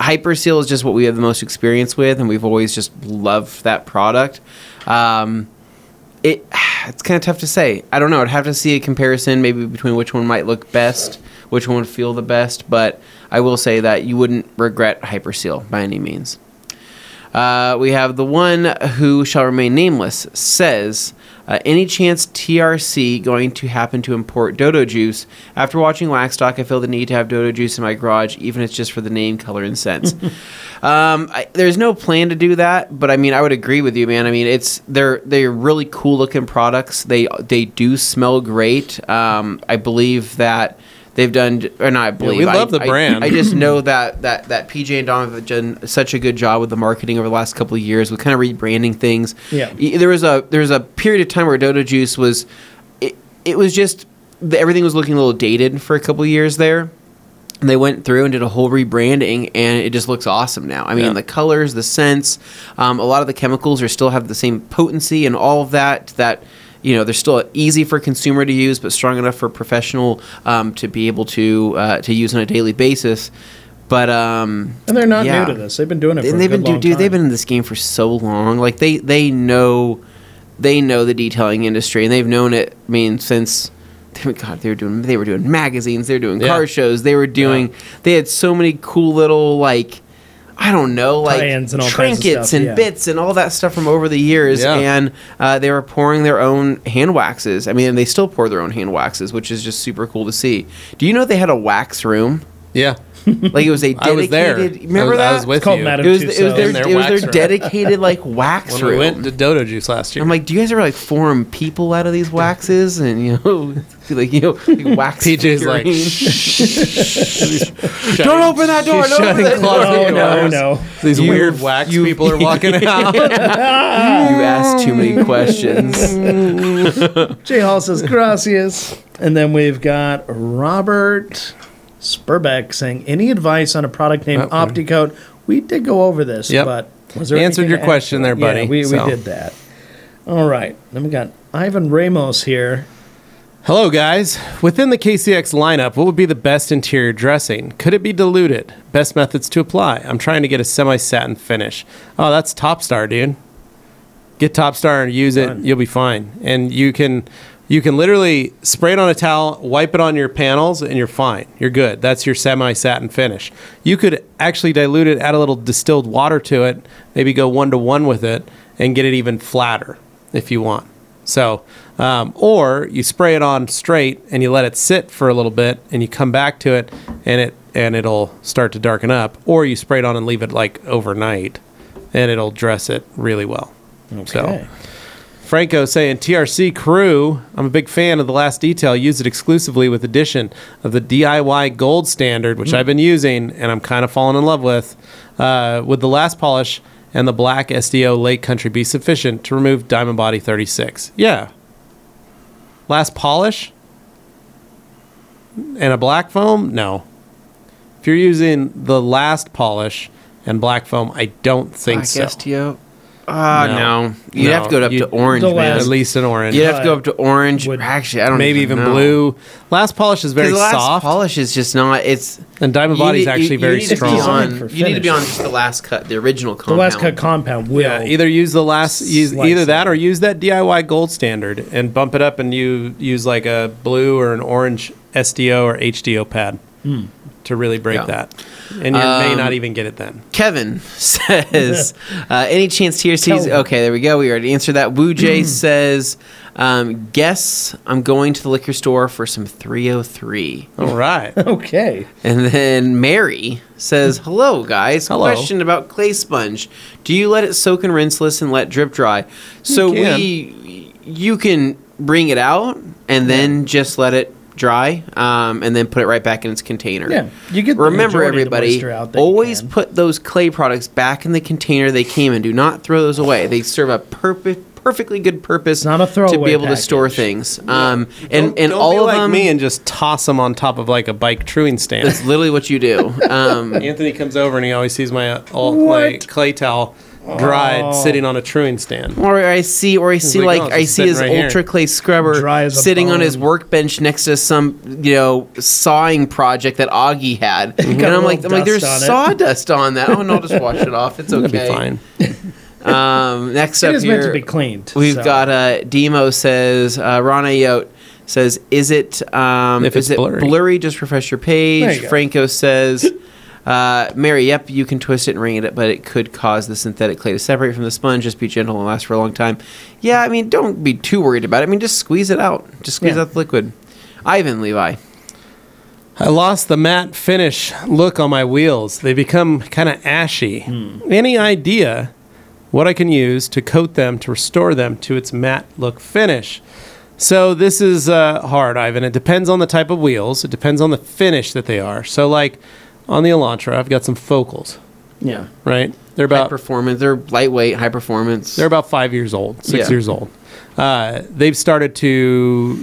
[SPEAKER 3] Hyperseal is just what we have the most experience with, and we've always just loved that product." Um, it it's kind of tough to say. I don't know. I'd have to see a comparison maybe between which one might look best, which one would feel the best, but I will say that you wouldn't regret Hyperseal by any means. Uh, we have the one who shall remain nameless says, uh, any chance TRC going to happen to import Dodo Juice? After watching Waxstock, I feel the need to have Dodo Juice in my garage, even if it's just for the name, color, and scents. um, I, there's no plan to do that, but I mean, I would agree with you, man. I mean, it's they're they're really cool looking products. They they do smell great. Um, I believe that. They've done, or not. I believe
[SPEAKER 2] we
[SPEAKER 3] I-
[SPEAKER 2] love the
[SPEAKER 3] I-
[SPEAKER 2] brand.
[SPEAKER 3] I just know that that that PJ and Don have done such a good job with the marketing over the last couple of years with kind of rebranding things.
[SPEAKER 1] Yeah.
[SPEAKER 3] Y- there was a there was a period of time where Dodo Juice was, it, it was just the, everything was looking a little dated for a couple of years there. And they went through and did a whole rebranding, and it just looks awesome now. I mean,
[SPEAKER 2] Yeah.
[SPEAKER 3] the colors, the scents, um, a lot of the chemicals are still have the same potency and all of that. That you know, they're still easy for consumer to use, but strong enough for professional um, to be able to uh, to use on a daily basis. But um,
[SPEAKER 1] And they're not
[SPEAKER 3] Yeah.
[SPEAKER 1] new to this. They've been doing it. For
[SPEAKER 3] and
[SPEAKER 1] a
[SPEAKER 3] they've been
[SPEAKER 1] good
[SPEAKER 3] dude,
[SPEAKER 1] long
[SPEAKER 3] dude, they've
[SPEAKER 1] time.
[SPEAKER 3] been in this game for so long. Like they they know they know the detailing industry and they've known it. I mean, since God, they were doing they were doing magazines, they were doing
[SPEAKER 2] Yeah.
[SPEAKER 3] car shows, they were doing they had so many cool little like I don't know, like
[SPEAKER 1] Tie-ins and all kinds of
[SPEAKER 3] trinkets
[SPEAKER 1] stuff,
[SPEAKER 3] and
[SPEAKER 1] yeah.
[SPEAKER 3] bits and all that stuff from over the years,
[SPEAKER 2] Yeah.
[SPEAKER 3] and uh, they were pouring their own hand waxes. I mean, and they still pour their own hand waxes, which is just super cool to see. Do you know they had a wax room?
[SPEAKER 2] Yeah,
[SPEAKER 3] Like it was a dedicated.
[SPEAKER 2] I was there. I
[SPEAKER 3] Remember
[SPEAKER 2] was,
[SPEAKER 3] that?
[SPEAKER 2] I was with
[SPEAKER 1] It's called
[SPEAKER 2] you.
[SPEAKER 1] Madame
[SPEAKER 3] It was,
[SPEAKER 1] Two
[SPEAKER 3] it was
[SPEAKER 1] Cells.
[SPEAKER 3] their,
[SPEAKER 2] In their
[SPEAKER 3] it was
[SPEAKER 2] wax
[SPEAKER 3] their
[SPEAKER 2] room.
[SPEAKER 3] dedicated like wax
[SPEAKER 2] When we
[SPEAKER 3] room.
[SPEAKER 2] went to Dodo Juice last year.
[SPEAKER 3] I'm like, do you guys ever like form people out of these waxes and you know, like you know, like wax?
[SPEAKER 2] PJ's like,
[SPEAKER 3] figurines?
[SPEAKER 2] Shh.
[SPEAKER 3] Don't open that door,
[SPEAKER 2] She's
[SPEAKER 3] don't
[SPEAKER 2] shutting
[SPEAKER 3] open that door.
[SPEAKER 2] closet
[SPEAKER 1] No, Oh, no,
[SPEAKER 2] doors.
[SPEAKER 1] no.
[SPEAKER 2] These
[SPEAKER 3] You-
[SPEAKER 2] weird wax
[SPEAKER 3] you-
[SPEAKER 2] people are walking out.
[SPEAKER 3] you asked too many questions.
[SPEAKER 1] Jay Hall says gracias, and then we've got Robert Spurbeck saying, "Any advice on a product named
[SPEAKER 2] Uh-oh.
[SPEAKER 1] Opticoat?" We did go over this,
[SPEAKER 2] Yep.
[SPEAKER 1] but was there
[SPEAKER 2] Answered
[SPEAKER 1] anything
[SPEAKER 2] your
[SPEAKER 1] to add?
[SPEAKER 2] question there, buddy,
[SPEAKER 1] Yeah, we,
[SPEAKER 2] so.
[SPEAKER 1] we did that. All right, then we got Ivan Ramos here.
[SPEAKER 2] Hello, guys. Within the KCX lineup, what would be the best interior dressing? Could it be diluted? Best methods to apply? I'm trying to get a semi satin finish. Oh, that's Top Star, dude. Get Top Star and use it.
[SPEAKER 1] Done.
[SPEAKER 2] You'll be fine. And you can you can literally spray it on a towel, wipe it on your panels, and you're fine. You're good. That's your semi satin finish. You could actually dilute it, add a little distilled water to it, maybe go one to one with it, and get it even flatter if you want. So, um, or you spray it on straight and you let it sit for a little bit, and you come back to it, and it and it'll start to darken up. Or you spray it on and leave it like overnight, and it'll dress it really well.
[SPEAKER 1] Okay.
[SPEAKER 2] Franco saying TRC crew. I'm a big fan of the last detail. Use it exclusively with addition of the DIY gold standard, which I've been using and I'm kind of falling in love with. Uh, with the last polish and the black SDO Lake Country be sufficient to remove Diamond Body 36? Yeah. Last polish and a black foam? No. If you're using the last polish and black foam, I don't think
[SPEAKER 3] Black
[SPEAKER 2] so.
[SPEAKER 3] STO. Ah,
[SPEAKER 2] No.
[SPEAKER 3] no. You'd have to go up
[SPEAKER 2] You-
[SPEAKER 3] to orange,
[SPEAKER 1] The
[SPEAKER 2] At
[SPEAKER 1] last-
[SPEAKER 3] man.
[SPEAKER 2] least in orange.
[SPEAKER 3] You'd have to go up to orange.
[SPEAKER 1] Would-
[SPEAKER 3] Actually, I don't
[SPEAKER 2] maybe even
[SPEAKER 3] know.
[SPEAKER 2] blue. Last polish is
[SPEAKER 3] 'Cause
[SPEAKER 2] very
[SPEAKER 3] the last
[SPEAKER 2] soft,
[SPEAKER 3] polish is just not. It's
[SPEAKER 2] and diamond
[SPEAKER 3] you
[SPEAKER 2] body is
[SPEAKER 3] need- you-
[SPEAKER 2] actually
[SPEAKER 3] you
[SPEAKER 2] very
[SPEAKER 3] need to be
[SPEAKER 2] strong.
[SPEAKER 1] on-
[SPEAKER 3] on-
[SPEAKER 1] For
[SPEAKER 3] You need to be
[SPEAKER 1] finish.
[SPEAKER 3] on just the last cut, the original
[SPEAKER 1] The
[SPEAKER 3] compound.
[SPEAKER 1] last cut compound will
[SPEAKER 2] yeah, either use the last, use
[SPEAKER 1] Slice
[SPEAKER 2] either
[SPEAKER 1] it.
[SPEAKER 2] that or use that DIY gold standard and bump it up, and you use like a blue or an orange SDO or HDO pad to really break
[SPEAKER 3] Yeah.
[SPEAKER 2] that, and you may
[SPEAKER 3] Um,
[SPEAKER 2] not even get it then.
[SPEAKER 3] Kevin says, uh, any chance TRC's?
[SPEAKER 1] Kelvin.
[SPEAKER 3] Okay, there we go. We already answered that. Wu Jay says, um, guess I'm going to the liquor store for some 303.
[SPEAKER 2] All right,
[SPEAKER 1] Okay.
[SPEAKER 3] And then Mary says, hello, guys.
[SPEAKER 2] Hello.
[SPEAKER 3] Question about clay sponge. Do you let it soak and rinseless and let drip dry? So
[SPEAKER 2] can.
[SPEAKER 3] we, you can bring it out and then just let it dry um, and then put it right back in its container.
[SPEAKER 1] Yeah, you get. The
[SPEAKER 3] Remember,
[SPEAKER 1] majority of the
[SPEAKER 3] everybody,
[SPEAKER 1] moisture out that you
[SPEAKER 3] always
[SPEAKER 1] can.
[SPEAKER 3] put those clay products back in the container they came in. Do not throw those away. They serve a perfect, perfectly good purpose
[SPEAKER 1] Not a
[SPEAKER 3] to be
[SPEAKER 1] throwaway
[SPEAKER 3] able to store
[SPEAKER 1] package.
[SPEAKER 3] things. Um, and
[SPEAKER 2] Don't-
[SPEAKER 3] and
[SPEAKER 2] don't
[SPEAKER 3] all
[SPEAKER 2] be
[SPEAKER 3] of
[SPEAKER 2] like
[SPEAKER 3] them
[SPEAKER 2] me and just toss them on top of like a bike truing stand.
[SPEAKER 3] is literally what you do. Um,
[SPEAKER 2] Anthony comes over and he always sees my uh, all
[SPEAKER 1] What?
[SPEAKER 2] clay, clay towel dried
[SPEAKER 1] Oh.
[SPEAKER 2] sitting on a truing stand.
[SPEAKER 3] or I see, or I see
[SPEAKER 2] like,
[SPEAKER 3] like,
[SPEAKER 2] oh, it's
[SPEAKER 3] I
[SPEAKER 2] just
[SPEAKER 3] see his
[SPEAKER 2] sitting right here.
[SPEAKER 3] ultra clay scrubber
[SPEAKER 1] Dry as a
[SPEAKER 3] sitting on
[SPEAKER 1] bone.
[SPEAKER 3] his workbench next to some you know sawing project that Augie had, and
[SPEAKER 1] a
[SPEAKER 3] I'm
[SPEAKER 1] little
[SPEAKER 3] like, I'm like,
[SPEAKER 1] dust
[SPEAKER 3] there's
[SPEAKER 1] on it.
[SPEAKER 3] sawdust on that. Oh, no, I'll just wash it off. It's okay.
[SPEAKER 2] It'll be fine.
[SPEAKER 3] Um, next
[SPEAKER 1] It
[SPEAKER 3] up
[SPEAKER 1] is
[SPEAKER 3] here,
[SPEAKER 1] meant to be cleaned.
[SPEAKER 3] we've
[SPEAKER 1] so.
[SPEAKER 3] got uh, Demo says uh, Ron Ayotte says, "Is it um,
[SPEAKER 2] If
[SPEAKER 3] is
[SPEAKER 2] it's
[SPEAKER 3] it
[SPEAKER 2] blurry."
[SPEAKER 3] Just refresh your
[SPEAKER 1] There you
[SPEAKER 3] page."
[SPEAKER 1] go.
[SPEAKER 3] Franco says. Uh, Mary, yep, you can twist it and wring it, but it could cause the synthetic clay to separate from the sponge. Just be gentle and last for a long time. Yeah, I mean, don't be too worried about it. I mean, just squeeze it out. Just squeeze
[SPEAKER 1] Yeah.
[SPEAKER 3] out the liquid. Ivan Levi.
[SPEAKER 2] I lost the matte finish look on my wheels. They become kind of ashy. Any idea what I can use to coat them to restore them to its matte look finish? So this is uh, hard, Ivan. It depends on the type of wheels. It depends on the finish that they are. So like on the Elantra, I've got some focals,
[SPEAKER 1] Yeah.
[SPEAKER 2] right? They're
[SPEAKER 3] High
[SPEAKER 2] about
[SPEAKER 3] performance. They're lightweight, high performance.
[SPEAKER 2] they're about five years old, six
[SPEAKER 3] Yeah.
[SPEAKER 2] years old. Uh, they've started to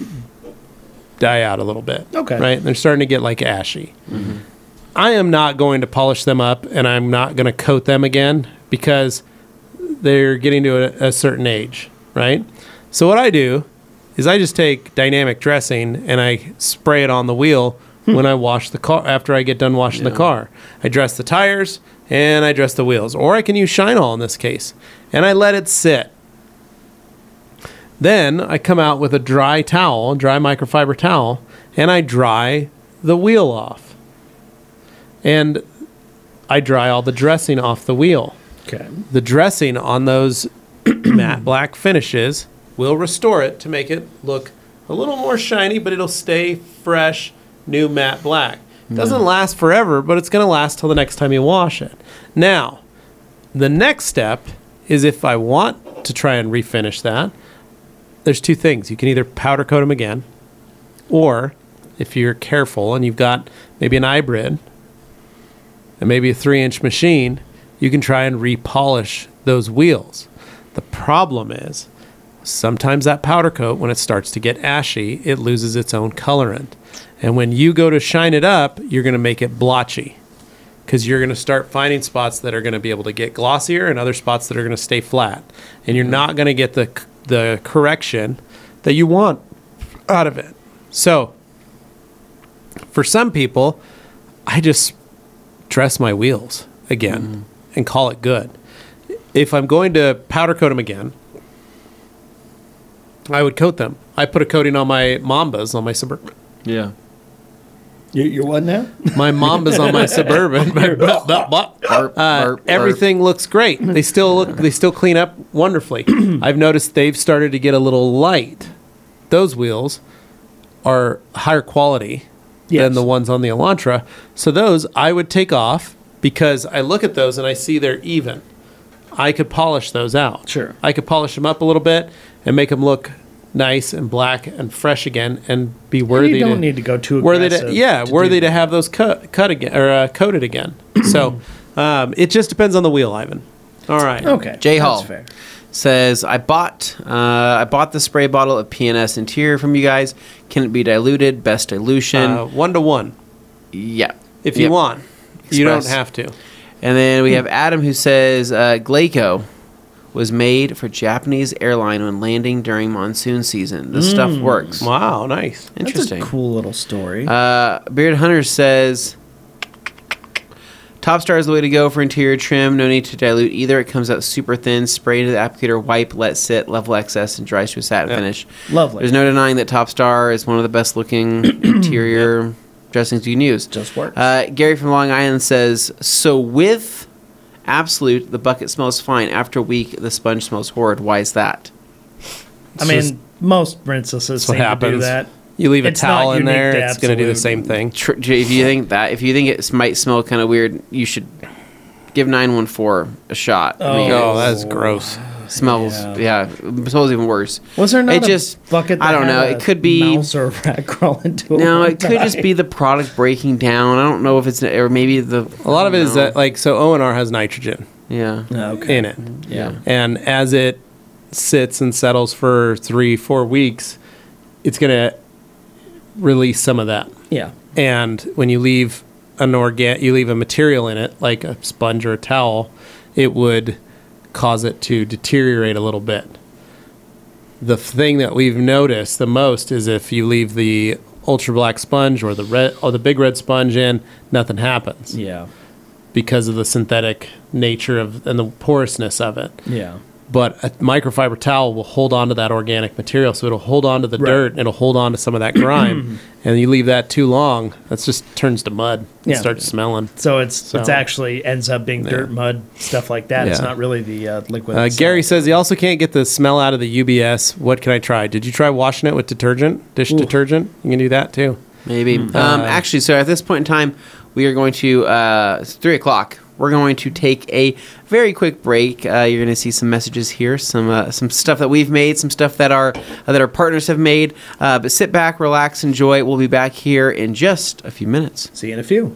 [SPEAKER 2] die out a little bit.
[SPEAKER 1] Okay.
[SPEAKER 2] Right? They're starting to get like ashy. I am not going to polish them up and I'm not going to coat them again because they're getting to a, a certain age, right? So what I do is I just take dynamic dressing and I spray it on the wheel when I wash the car after I get done washing the car. I dress the tires and I dress the wheels, or I can use Shine All in this case, and I let it sit. Then I come out with a dry towel, dry microfiber towel, and I dry the wheel off. And I dry all the dressing off the wheel
[SPEAKER 1] Okay.
[SPEAKER 2] the dressing on those matte black finishes will restore it to make it look a little more shiny, but it'll stay fresh, new matte black. It doesn't last forever, but it's going to last till the next time you wash it. Now, the next step is if I want to try and refinish that, there's two things. You can either powder coat them again, or if you're careful and you've got maybe an hybrid and maybe a three inch machine, you can try and repolish those wheels. The problem is sometimes that powder coat, when it starts to get ashy, it loses its own colorant. And when you go to shine it up, you're going to make it blotchy because you're going to start finding spots that are going to be able to get glossier and other spots that are going to stay flat. And you're not going to get the, the correction that you want out of it. So, for some people, I just dress my wheels again and call it good. If I'm going to powder coat them again, I would coat them. I put a coating on my Mambas on my Suburban.
[SPEAKER 3] yeah.
[SPEAKER 1] You, you're what now?
[SPEAKER 2] My Mambas on my Suburban. Blah, blah, blah.
[SPEAKER 3] Barp,
[SPEAKER 2] Uh,
[SPEAKER 3] barp, barp.
[SPEAKER 2] everything looks great. They still look. They still clean up wonderfully. I've noticed they've started to get a little light. Those wheels are higher quality
[SPEAKER 1] Yes.
[SPEAKER 2] than the ones on the Elantra. So those I would take off because I look at those and I see they're even. I could polish those out.
[SPEAKER 1] Sure.
[SPEAKER 2] I could polish them up a little bit and make them look nice and black and fresh again and be worthy.
[SPEAKER 1] you don't
[SPEAKER 2] to,
[SPEAKER 1] need to go too
[SPEAKER 2] worthy to
[SPEAKER 1] aggressive
[SPEAKER 2] yeah
[SPEAKER 1] to
[SPEAKER 2] worthy
[SPEAKER 1] do
[SPEAKER 2] to have those cut cut again or uh, coated again. so um, it just depends on the wheel, Ivan. All right.
[SPEAKER 1] Mm-hmm.
[SPEAKER 2] Uh,
[SPEAKER 1] Okay.
[SPEAKER 3] Jay
[SPEAKER 1] that's
[SPEAKER 3] Hall.
[SPEAKER 1] fair.
[SPEAKER 3] says I bought uh, I bought the spray bottle of PNS interior from you guys. Can it be diluted? Best dilution.
[SPEAKER 2] Uh, one to one
[SPEAKER 3] yeah.
[SPEAKER 2] if you
[SPEAKER 3] Yep.
[SPEAKER 2] want. You don't
[SPEAKER 3] Express.
[SPEAKER 2] have to.
[SPEAKER 3] And then we have Adam who says uh, Glaco was made for Japanese airline when landing during monsoon season.
[SPEAKER 2] Hmm.
[SPEAKER 3] This stuff works.
[SPEAKER 2] Wow, nice.
[SPEAKER 3] Interesting.
[SPEAKER 1] That's a cool little story.
[SPEAKER 3] Uh, Beard Hunter says, Top Star is the way to go for interior trim. No need to dilute either. It comes out super thin. Spray to the applicator, wipe, let sit, level excess, and dries to a satin
[SPEAKER 2] Yeah.
[SPEAKER 3] finish.
[SPEAKER 1] Lovely.
[SPEAKER 3] There's no denying that Top Star is one of the best looking interior dressings you can use.
[SPEAKER 1] Just works.
[SPEAKER 3] Uh, Gary from Long Island says, So with Absolute, the bucket smells fine. After a week, the sponge smells horrid. Why is that?
[SPEAKER 1] I
[SPEAKER 2] it's just-
[SPEAKER 1] mean, most princesses
[SPEAKER 2] That's what
[SPEAKER 1] seem to do
[SPEAKER 2] happens.
[SPEAKER 1] that.
[SPEAKER 2] You leave a
[SPEAKER 1] It's not
[SPEAKER 2] towel in
[SPEAKER 1] unique
[SPEAKER 2] there,
[SPEAKER 1] to
[SPEAKER 2] it's going to do the
[SPEAKER 1] Absolute.
[SPEAKER 2] same thing.
[SPEAKER 3] Tr- if you think that, if you think it might smell kind of weird, you should give nine one four a shot. I mean,
[SPEAKER 1] Oh.
[SPEAKER 2] Oh, that's gross.
[SPEAKER 3] it smells yeah. it smells even worse.
[SPEAKER 1] Was there not
[SPEAKER 3] It
[SPEAKER 1] a
[SPEAKER 3] just-
[SPEAKER 1] bucket?
[SPEAKER 3] I
[SPEAKER 1] that
[SPEAKER 3] don't
[SPEAKER 1] had
[SPEAKER 3] know,
[SPEAKER 1] a
[SPEAKER 3] it could be-
[SPEAKER 1] mouse or a rat crawl into it.
[SPEAKER 3] No,
[SPEAKER 1] one
[SPEAKER 3] it could just
[SPEAKER 1] time?
[SPEAKER 3] be the product breaking down. I don't know if it's or maybe the
[SPEAKER 2] A lot of it is
[SPEAKER 3] No.
[SPEAKER 2] that like so O and R has nitrogen
[SPEAKER 3] yeah.
[SPEAKER 1] Okay.
[SPEAKER 2] in it.
[SPEAKER 1] Yeah.
[SPEAKER 2] And as it sits and settles for 3 4 weeks, it's going to release some of that.
[SPEAKER 1] Yeah.
[SPEAKER 2] and when you leave an organ you leave a material in it like a sponge or a towel it would cause it to deteriorate a little bit the thing that we've noticed the most is if you leave the ultra black sponge or the red or the big red sponge in nothing happens
[SPEAKER 1] Yeah.
[SPEAKER 2] because of the synthetic nature of and the porousness of it.
[SPEAKER 1] Yeah.
[SPEAKER 2] But a microfiber towel will hold on to that organic material, so it'll hold on to the
[SPEAKER 1] Right.
[SPEAKER 2] dirt, it'll hold on to some of that grime, and you leave that too long, that's just turns to mud and
[SPEAKER 1] Yeah.
[SPEAKER 2] starts smelling.
[SPEAKER 1] So it's it's
[SPEAKER 2] So-
[SPEAKER 1] actually ends up being dirt, mud, stuff like that. It's
[SPEAKER 2] Yeah.
[SPEAKER 1] not really the uh, liquid.
[SPEAKER 2] Uh,
[SPEAKER 1] itself.
[SPEAKER 2] Gary says he also can't get the smell out of the UBS. What can I try? Did you try washing it with detergent, dish detergent? You can do that too.
[SPEAKER 3] Maybe.
[SPEAKER 2] Hmm. Uh,
[SPEAKER 3] Um, actually, so at this point in time, we are going to uh, it's three o'clock. We're going to take a very quick break. Uh, you're going to see some messages here, some uh, some stuff that we've made, some stuff that our uh, that our partners have made. Uh, but sit back, relax, enjoy. We'll be back here in just a few minutes.
[SPEAKER 1] See you in a few.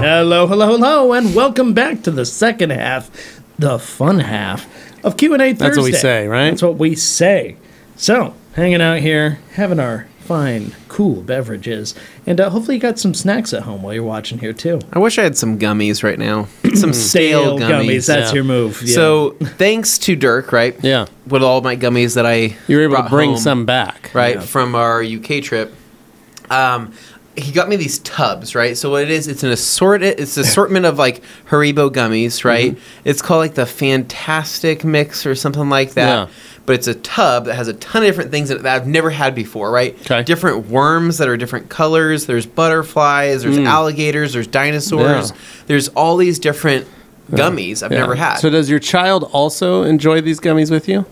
[SPEAKER 1] Hello, hello, hello, and welcome back to the second half, the fun half of Q and A Thursday.
[SPEAKER 2] That's what we say, right?
[SPEAKER 1] That's what we say. So, hanging out here, having our fine, cool beverages, and uh, hopefully you got some snacks at home while you're watching here too.
[SPEAKER 3] I wish I had some gummies right now, some stale, gummies.
[SPEAKER 1] That's
[SPEAKER 2] yeah.
[SPEAKER 1] your move. yeah.
[SPEAKER 3] So thanks to Dirk, right?
[SPEAKER 2] Yeah.
[SPEAKER 3] With all my gummies that I
[SPEAKER 2] You were able to
[SPEAKER 3] brought
[SPEAKER 2] bring
[SPEAKER 3] home.
[SPEAKER 2] some back.
[SPEAKER 3] right from our UK trip. Um, he got me these tubs, right? So what it is, it's an assorted, it's an assortment of like Haribo
[SPEAKER 2] Mm-hmm.
[SPEAKER 3] gummies, right? It's called like the Fantastic Mix or something like that.
[SPEAKER 2] Yeah.
[SPEAKER 3] But it's a tub that has a ton of different things that, that I've never had before, right?
[SPEAKER 2] 'Kay.
[SPEAKER 3] Different worms that are different colors. There's butterflies. There's alligators. There's dinosaurs.
[SPEAKER 2] Mm. Yeah.
[SPEAKER 3] There's all these different gummies I've
[SPEAKER 2] Yeah.
[SPEAKER 3] never had.
[SPEAKER 2] So does your child also enjoy these gummies with you?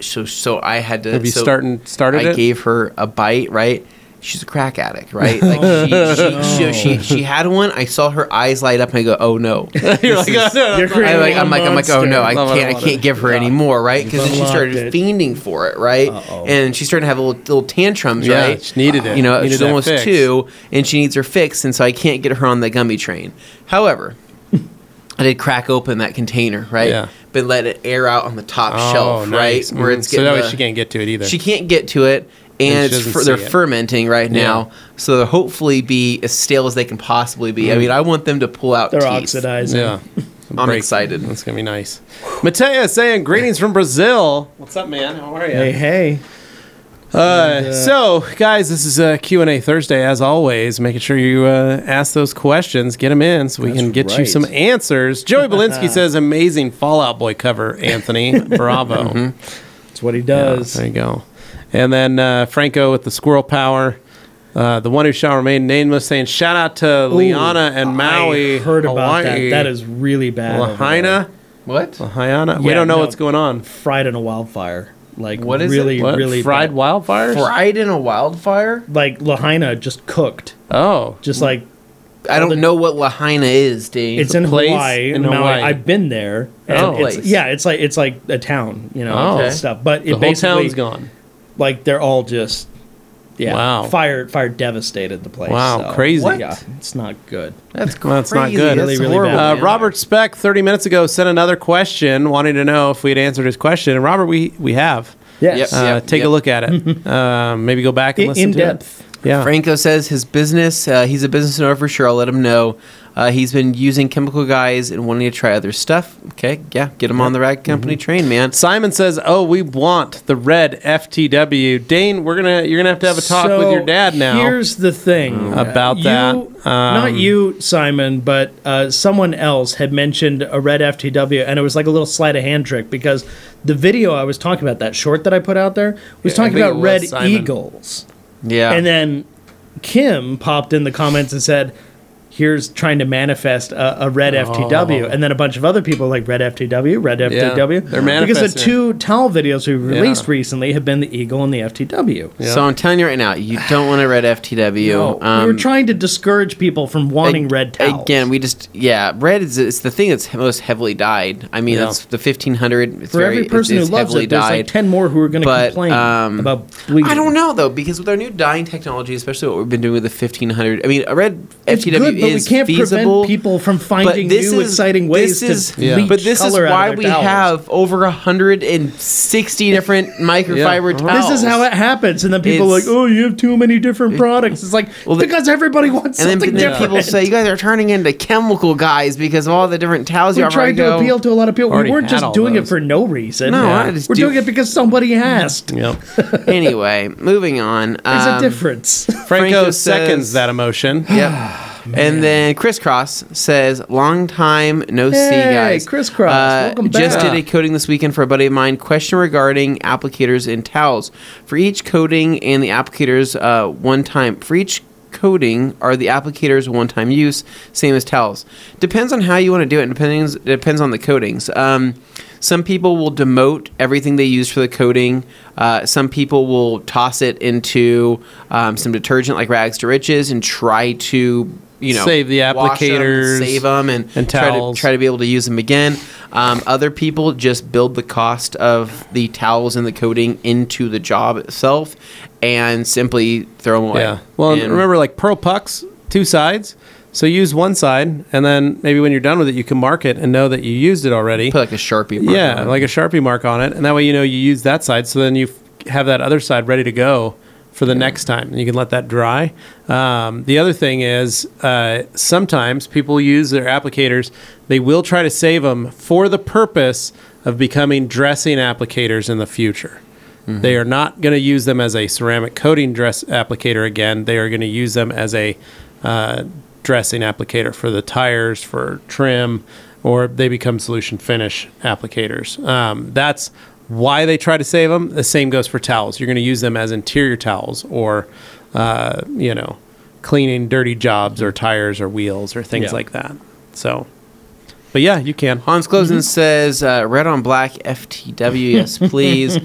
[SPEAKER 3] so so I had to.
[SPEAKER 2] Have you
[SPEAKER 3] so
[SPEAKER 2] starting started
[SPEAKER 3] I
[SPEAKER 2] it?
[SPEAKER 3] gave her a bite, right? She's a crack addict, right? Like she, she, she, she, she had one. I saw her eyes light up, and I go, "Oh no!"
[SPEAKER 2] You're like, "Oh, no,
[SPEAKER 1] You're
[SPEAKER 2] that's
[SPEAKER 1] crazy.
[SPEAKER 2] not-
[SPEAKER 3] I like, I'm like, I'm like, oh no, I
[SPEAKER 2] Love it,
[SPEAKER 3] can't, I
[SPEAKER 2] love
[SPEAKER 3] can't
[SPEAKER 2] it.
[SPEAKER 3] give her any more, right? Because then she
[SPEAKER 1] Unlocked
[SPEAKER 3] started
[SPEAKER 1] it.
[SPEAKER 3] fiending for it, right?
[SPEAKER 1] Uh-oh.
[SPEAKER 3] And she started to have little, little tantrums,
[SPEAKER 2] Yeah,
[SPEAKER 3] right?
[SPEAKER 2] she needed it.
[SPEAKER 3] You know,
[SPEAKER 2] Needed
[SPEAKER 3] she's
[SPEAKER 2] that
[SPEAKER 3] almost
[SPEAKER 2] fix.
[SPEAKER 3] two, and she needs her fix, and so I can't get her on the gummy train. However, I did crack open that container, right?
[SPEAKER 2] Yeah.
[SPEAKER 3] But let it air out on the top
[SPEAKER 2] Oh,
[SPEAKER 3] shelf,
[SPEAKER 2] nice.
[SPEAKER 3] right? Where
[SPEAKER 2] Mm.
[SPEAKER 3] it's
[SPEAKER 2] so
[SPEAKER 3] getting
[SPEAKER 2] that way
[SPEAKER 3] the-
[SPEAKER 2] she can't get to it either.
[SPEAKER 3] she can't get to it,
[SPEAKER 2] And she
[SPEAKER 3] and, it's
[SPEAKER 2] doesn't
[SPEAKER 3] fer- they're
[SPEAKER 2] see it.
[SPEAKER 3] fermenting right now, so they'll hopefully be as stale as they can possibly be. I
[SPEAKER 2] Mm-hmm.
[SPEAKER 3] mean, I want them to pull out
[SPEAKER 1] they're
[SPEAKER 3] teeth.
[SPEAKER 1] oxidizing.
[SPEAKER 2] yeah.
[SPEAKER 3] I'm
[SPEAKER 2] Break.
[SPEAKER 3] excited.
[SPEAKER 2] That's gonna be nice. Matea saying greetings from Brazil. What's up, man? How are you?
[SPEAKER 1] Hey, hey.
[SPEAKER 2] Uh, so, guys, this is uh, Q&A Thursday, as always. Making sure you uh, ask those questions, get them in so we can get you
[SPEAKER 1] right.
[SPEAKER 2] some answers. Joey Belinsky says, amazing Fallout Boy cover, Anthony. Bravo.
[SPEAKER 1] That's what he
[SPEAKER 2] Yeah,
[SPEAKER 1] does.
[SPEAKER 2] there you go. And then uh, Franco with the squirrel power. Uh, the one who shall remain nameless saying, shout out to Liana and Maui.
[SPEAKER 1] I heard about
[SPEAKER 2] Hawaii.
[SPEAKER 1] that. That is really bad. over there.
[SPEAKER 2] Lahaina.
[SPEAKER 3] What?
[SPEAKER 2] Lahaina. we
[SPEAKER 1] Yeah,
[SPEAKER 2] don't know
[SPEAKER 1] no.
[SPEAKER 2] what's going on.
[SPEAKER 1] fried in a wildfire. Like
[SPEAKER 3] What is it?
[SPEAKER 1] really,
[SPEAKER 2] What?
[SPEAKER 1] really
[SPEAKER 2] Fried
[SPEAKER 1] bad.
[SPEAKER 2] wildfires?
[SPEAKER 3] Fried in a wildfire?
[SPEAKER 1] Like Lahaina just cooked,
[SPEAKER 2] Oh.
[SPEAKER 1] just like
[SPEAKER 3] I don't know what Lahaina is, Dave.
[SPEAKER 1] it's in
[SPEAKER 2] place
[SPEAKER 1] Hawaii.
[SPEAKER 2] in
[SPEAKER 1] Maui.
[SPEAKER 2] Hawaii.
[SPEAKER 1] I've been there. And
[SPEAKER 2] Oh.
[SPEAKER 1] it's,
[SPEAKER 3] Place.
[SPEAKER 1] yeah, it's like it's like a town, you know,
[SPEAKER 2] Oh.
[SPEAKER 1] and stuff. But it
[SPEAKER 2] The whole
[SPEAKER 1] basically
[SPEAKER 2] town's gone.
[SPEAKER 1] like they're all just yeah,
[SPEAKER 2] Wow.
[SPEAKER 1] fire fire devastated the place.
[SPEAKER 2] Wow,
[SPEAKER 1] so,
[SPEAKER 2] crazy. What?
[SPEAKER 1] Yeah, it's not good.
[SPEAKER 3] that's crazy.
[SPEAKER 2] That's not good.
[SPEAKER 3] That's
[SPEAKER 1] Really, really
[SPEAKER 3] horrible,
[SPEAKER 1] bad.
[SPEAKER 2] Uh,
[SPEAKER 3] man.
[SPEAKER 2] Robert Speck, 30 minutes ago, sent another question wanting to know if we had answered his question. And Robert, we, we have.
[SPEAKER 1] Yes.
[SPEAKER 2] Uh,
[SPEAKER 3] Yep.
[SPEAKER 2] take a look at it. um, maybe go back and
[SPEAKER 1] In-
[SPEAKER 2] listen
[SPEAKER 1] in
[SPEAKER 2] to
[SPEAKER 1] depth.
[SPEAKER 2] It. Yeah.
[SPEAKER 3] Franco says his business, uh, he's a business owner for sure. I'll let him know. Uh, he's been using chemical guys and wanting to try other stuff. Okay, yeah, get him on the rag company
[SPEAKER 2] Mm-hmm.
[SPEAKER 3] train, man.
[SPEAKER 2] Simon says, "Oh, we want the red FTW." Dane, we're gonna you're gonna have to have a talk with
[SPEAKER 1] So,
[SPEAKER 2] your dad now.
[SPEAKER 1] Here's the thing
[SPEAKER 2] About
[SPEAKER 1] You-
[SPEAKER 2] that,
[SPEAKER 1] not
[SPEAKER 2] um,
[SPEAKER 1] you, Simon, but uh, someone else had mentioned a red FTW, and it was like a little sleight of hand trick because the video I was talking about, that short that I put out there, was
[SPEAKER 2] Yeah, I
[SPEAKER 1] talking
[SPEAKER 2] think it
[SPEAKER 1] about
[SPEAKER 2] was
[SPEAKER 1] red
[SPEAKER 2] Simon. Ah.
[SPEAKER 1] eagles,
[SPEAKER 3] Yeah.
[SPEAKER 1] and then Kim popped in the comments and said. Here's trying to manifest a, a
[SPEAKER 2] Oh.
[SPEAKER 1] red FTW, and then a bunch of other people like red FTW, red FTW.
[SPEAKER 2] they're
[SPEAKER 1] because the
[SPEAKER 2] manifesting it.
[SPEAKER 1] two towel videos we released
[SPEAKER 2] Yeah.
[SPEAKER 1] recently have been the eagle and the FTW.
[SPEAKER 2] Yeah.
[SPEAKER 3] So I'm telling you right now, you don't want to red FTW.
[SPEAKER 1] No,
[SPEAKER 3] Um,
[SPEAKER 1] we were trying to discourage people from wanting
[SPEAKER 3] ag-
[SPEAKER 1] red towels.
[SPEAKER 3] Again, we just yeah, red is it's the thing that's most heavily dyed. I mean,
[SPEAKER 2] Yeah.
[SPEAKER 3] that's the 1500. It's
[SPEAKER 1] for
[SPEAKER 3] very,
[SPEAKER 1] every person
[SPEAKER 3] it's,
[SPEAKER 1] who loves
[SPEAKER 3] heavily
[SPEAKER 1] it, there's
[SPEAKER 3] dyed.
[SPEAKER 1] like ten more who are going to
[SPEAKER 3] But,
[SPEAKER 1] complain
[SPEAKER 3] um,
[SPEAKER 1] about bleeding.
[SPEAKER 3] I don't know though, because with our new dyeing technology, especially what we've been doing with the 1500, I mean, a red
[SPEAKER 1] It's
[SPEAKER 3] FTW
[SPEAKER 1] good, but we
[SPEAKER 3] is
[SPEAKER 1] can't
[SPEAKER 3] feasible.
[SPEAKER 1] prevent people from finding
[SPEAKER 3] but this
[SPEAKER 1] new
[SPEAKER 3] is,
[SPEAKER 1] exciting ways
[SPEAKER 3] this is,
[SPEAKER 1] to bleach
[SPEAKER 3] But this is
[SPEAKER 1] color out of
[SPEAKER 3] why
[SPEAKER 1] their
[SPEAKER 3] we
[SPEAKER 1] towels.
[SPEAKER 3] have over 160 different microfiber
[SPEAKER 2] Uh-huh.
[SPEAKER 3] towels.
[SPEAKER 1] This is how it happens, and then people
[SPEAKER 3] It's-
[SPEAKER 1] are like, "Oh, you have too many different products." It's like
[SPEAKER 3] Well, the-
[SPEAKER 1] because everybody wants
[SPEAKER 3] And then,
[SPEAKER 1] something
[SPEAKER 3] and then
[SPEAKER 1] different.
[SPEAKER 3] people say, you guys are turning into chemical guys because of all the different towels
[SPEAKER 1] we
[SPEAKER 3] you offer. I
[SPEAKER 1] tried to
[SPEAKER 3] go,
[SPEAKER 1] appeal to a lot of people. We
[SPEAKER 2] Already
[SPEAKER 1] weren't
[SPEAKER 2] had
[SPEAKER 1] just
[SPEAKER 2] all
[SPEAKER 1] doing it
[SPEAKER 2] those.
[SPEAKER 1] for no reason.
[SPEAKER 3] No, I just
[SPEAKER 1] we're
[SPEAKER 3] do-
[SPEAKER 1] doing it because somebody asked.
[SPEAKER 2] Yep.
[SPEAKER 3] anyway, moving on.
[SPEAKER 1] There's
[SPEAKER 3] Um,
[SPEAKER 1] a difference.
[SPEAKER 2] Franco
[SPEAKER 3] Franco
[SPEAKER 2] seconds
[SPEAKER 3] says-
[SPEAKER 2] that emotion.
[SPEAKER 3] Yep.
[SPEAKER 1] Oh,
[SPEAKER 3] and then Crisscross says, long time no see,
[SPEAKER 1] Hey,
[SPEAKER 3] guys. Uh,
[SPEAKER 1] Criss Cross, welcome
[SPEAKER 3] Just
[SPEAKER 1] back.
[SPEAKER 3] did a coding this weekend for a buddy of mine. Question regarding applicators and towels. For each coating and the applicators uh, one time, for each coating are the applicators one time use, same as towels. Depends on how you want to do it, and depends, depends on the coatings. Um, some people will demote everything they use for the coating. Uh, some people will toss it into um, some detergent like rags to riches and try to you know
[SPEAKER 2] Save the
[SPEAKER 3] wash 'em and
[SPEAKER 2] applicators
[SPEAKER 3] save them, and,
[SPEAKER 2] and
[SPEAKER 3] try to
[SPEAKER 2] towels.
[SPEAKER 3] try to be able to use them again. Um, other people just build the cost of the towels and the coating into the job itself and simply throw them away.
[SPEAKER 2] Yeah. Well, and
[SPEAKER 3] And-
[SPEAKER 2] remember, like Pearl Pucks, two sides. So use one side, and then maybe when you're done with it, you can mark it and know that you used it already.
[SPEAKER 3] put like a sharpie. mark
[SPEAKER 2] yeah,
[SPEAKER 3] on it.
[SPEAKER 2] like a Sharpie mark on it. And that way, you know, you use that side. So then you f- have that other side ready to go for the next time. And you can let that dry. Um, the other thing is uh, sometimes people use their applicators, they will try to save them for the purpose of becoming dressing applicators in the future. Mm-hmm. They are not going to use them as a ceramic coating dress applicator again. They are going to use them as a uh, dressing applicator for the tires, for trim, or they become solution finish applicators. Um, that's why they try to save them. The same goes for towels. You're going to use them as interior towels or, uh, you know, cleaning dirty jobs or tires or wheels or things
[SPEAKER 1] Yeah.
[SPEAKER 2] like that. So, but yeah, you can.
[SPEAKER 3] Hans Closen
[SPEAKER 2] Mm-hmm.
[SPEAKER 3] says, uh, red on black, FTW, yes, please.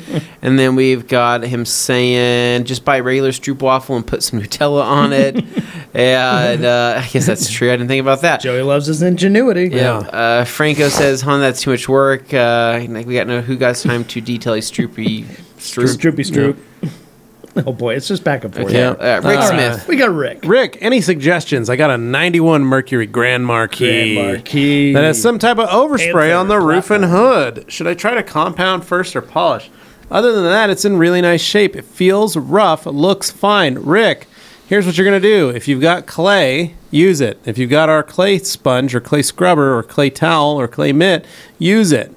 [SPEAKER 3] and then we've got him saying, just buy regular stroopwafel and put some Nutella on it. and uh, I guess that's true. I didn't think about that.
[SPEAKER 1] Joey loves his ingenuity.
[SPEAKER 3] Yeah.
[SPEAKER 2] Yeah.
[SPEAKER 3] Uh, Franco says, "Hon, that's too much work. Uh, like we got no who got time to detail a stroopy stroop."
[SPEAKER 1] Stroopy stroop. Oh boy, it's just back and forth.
[SPEAKER 3] Okay.
[SPEAKER 2] Yeah.
[SPEAKER 3] Uh, Rick
[SPEAKER 2] All
[SPEAKER 3] Smith.
[SPEAKER 1] We got Rick.
[SPEAKER 2] Rick, any suggestions? I got a 91 Mercury Grand Marquis.
[SPEAKER 1] Grand Marquis.
[SPEAKER 2] That has some type of overspray
[SPEAKER 1] Panther
[SPEAKER 2] on the roof and hood. Should I try to compound first or polish? Other than that, it's in really nice shape. It feels rough, looks fine. Rick, here's what you're going to do. If you've got clay, use it. If you've got our clay sponge or clay scrubber or clay towel or clay mitt, use it.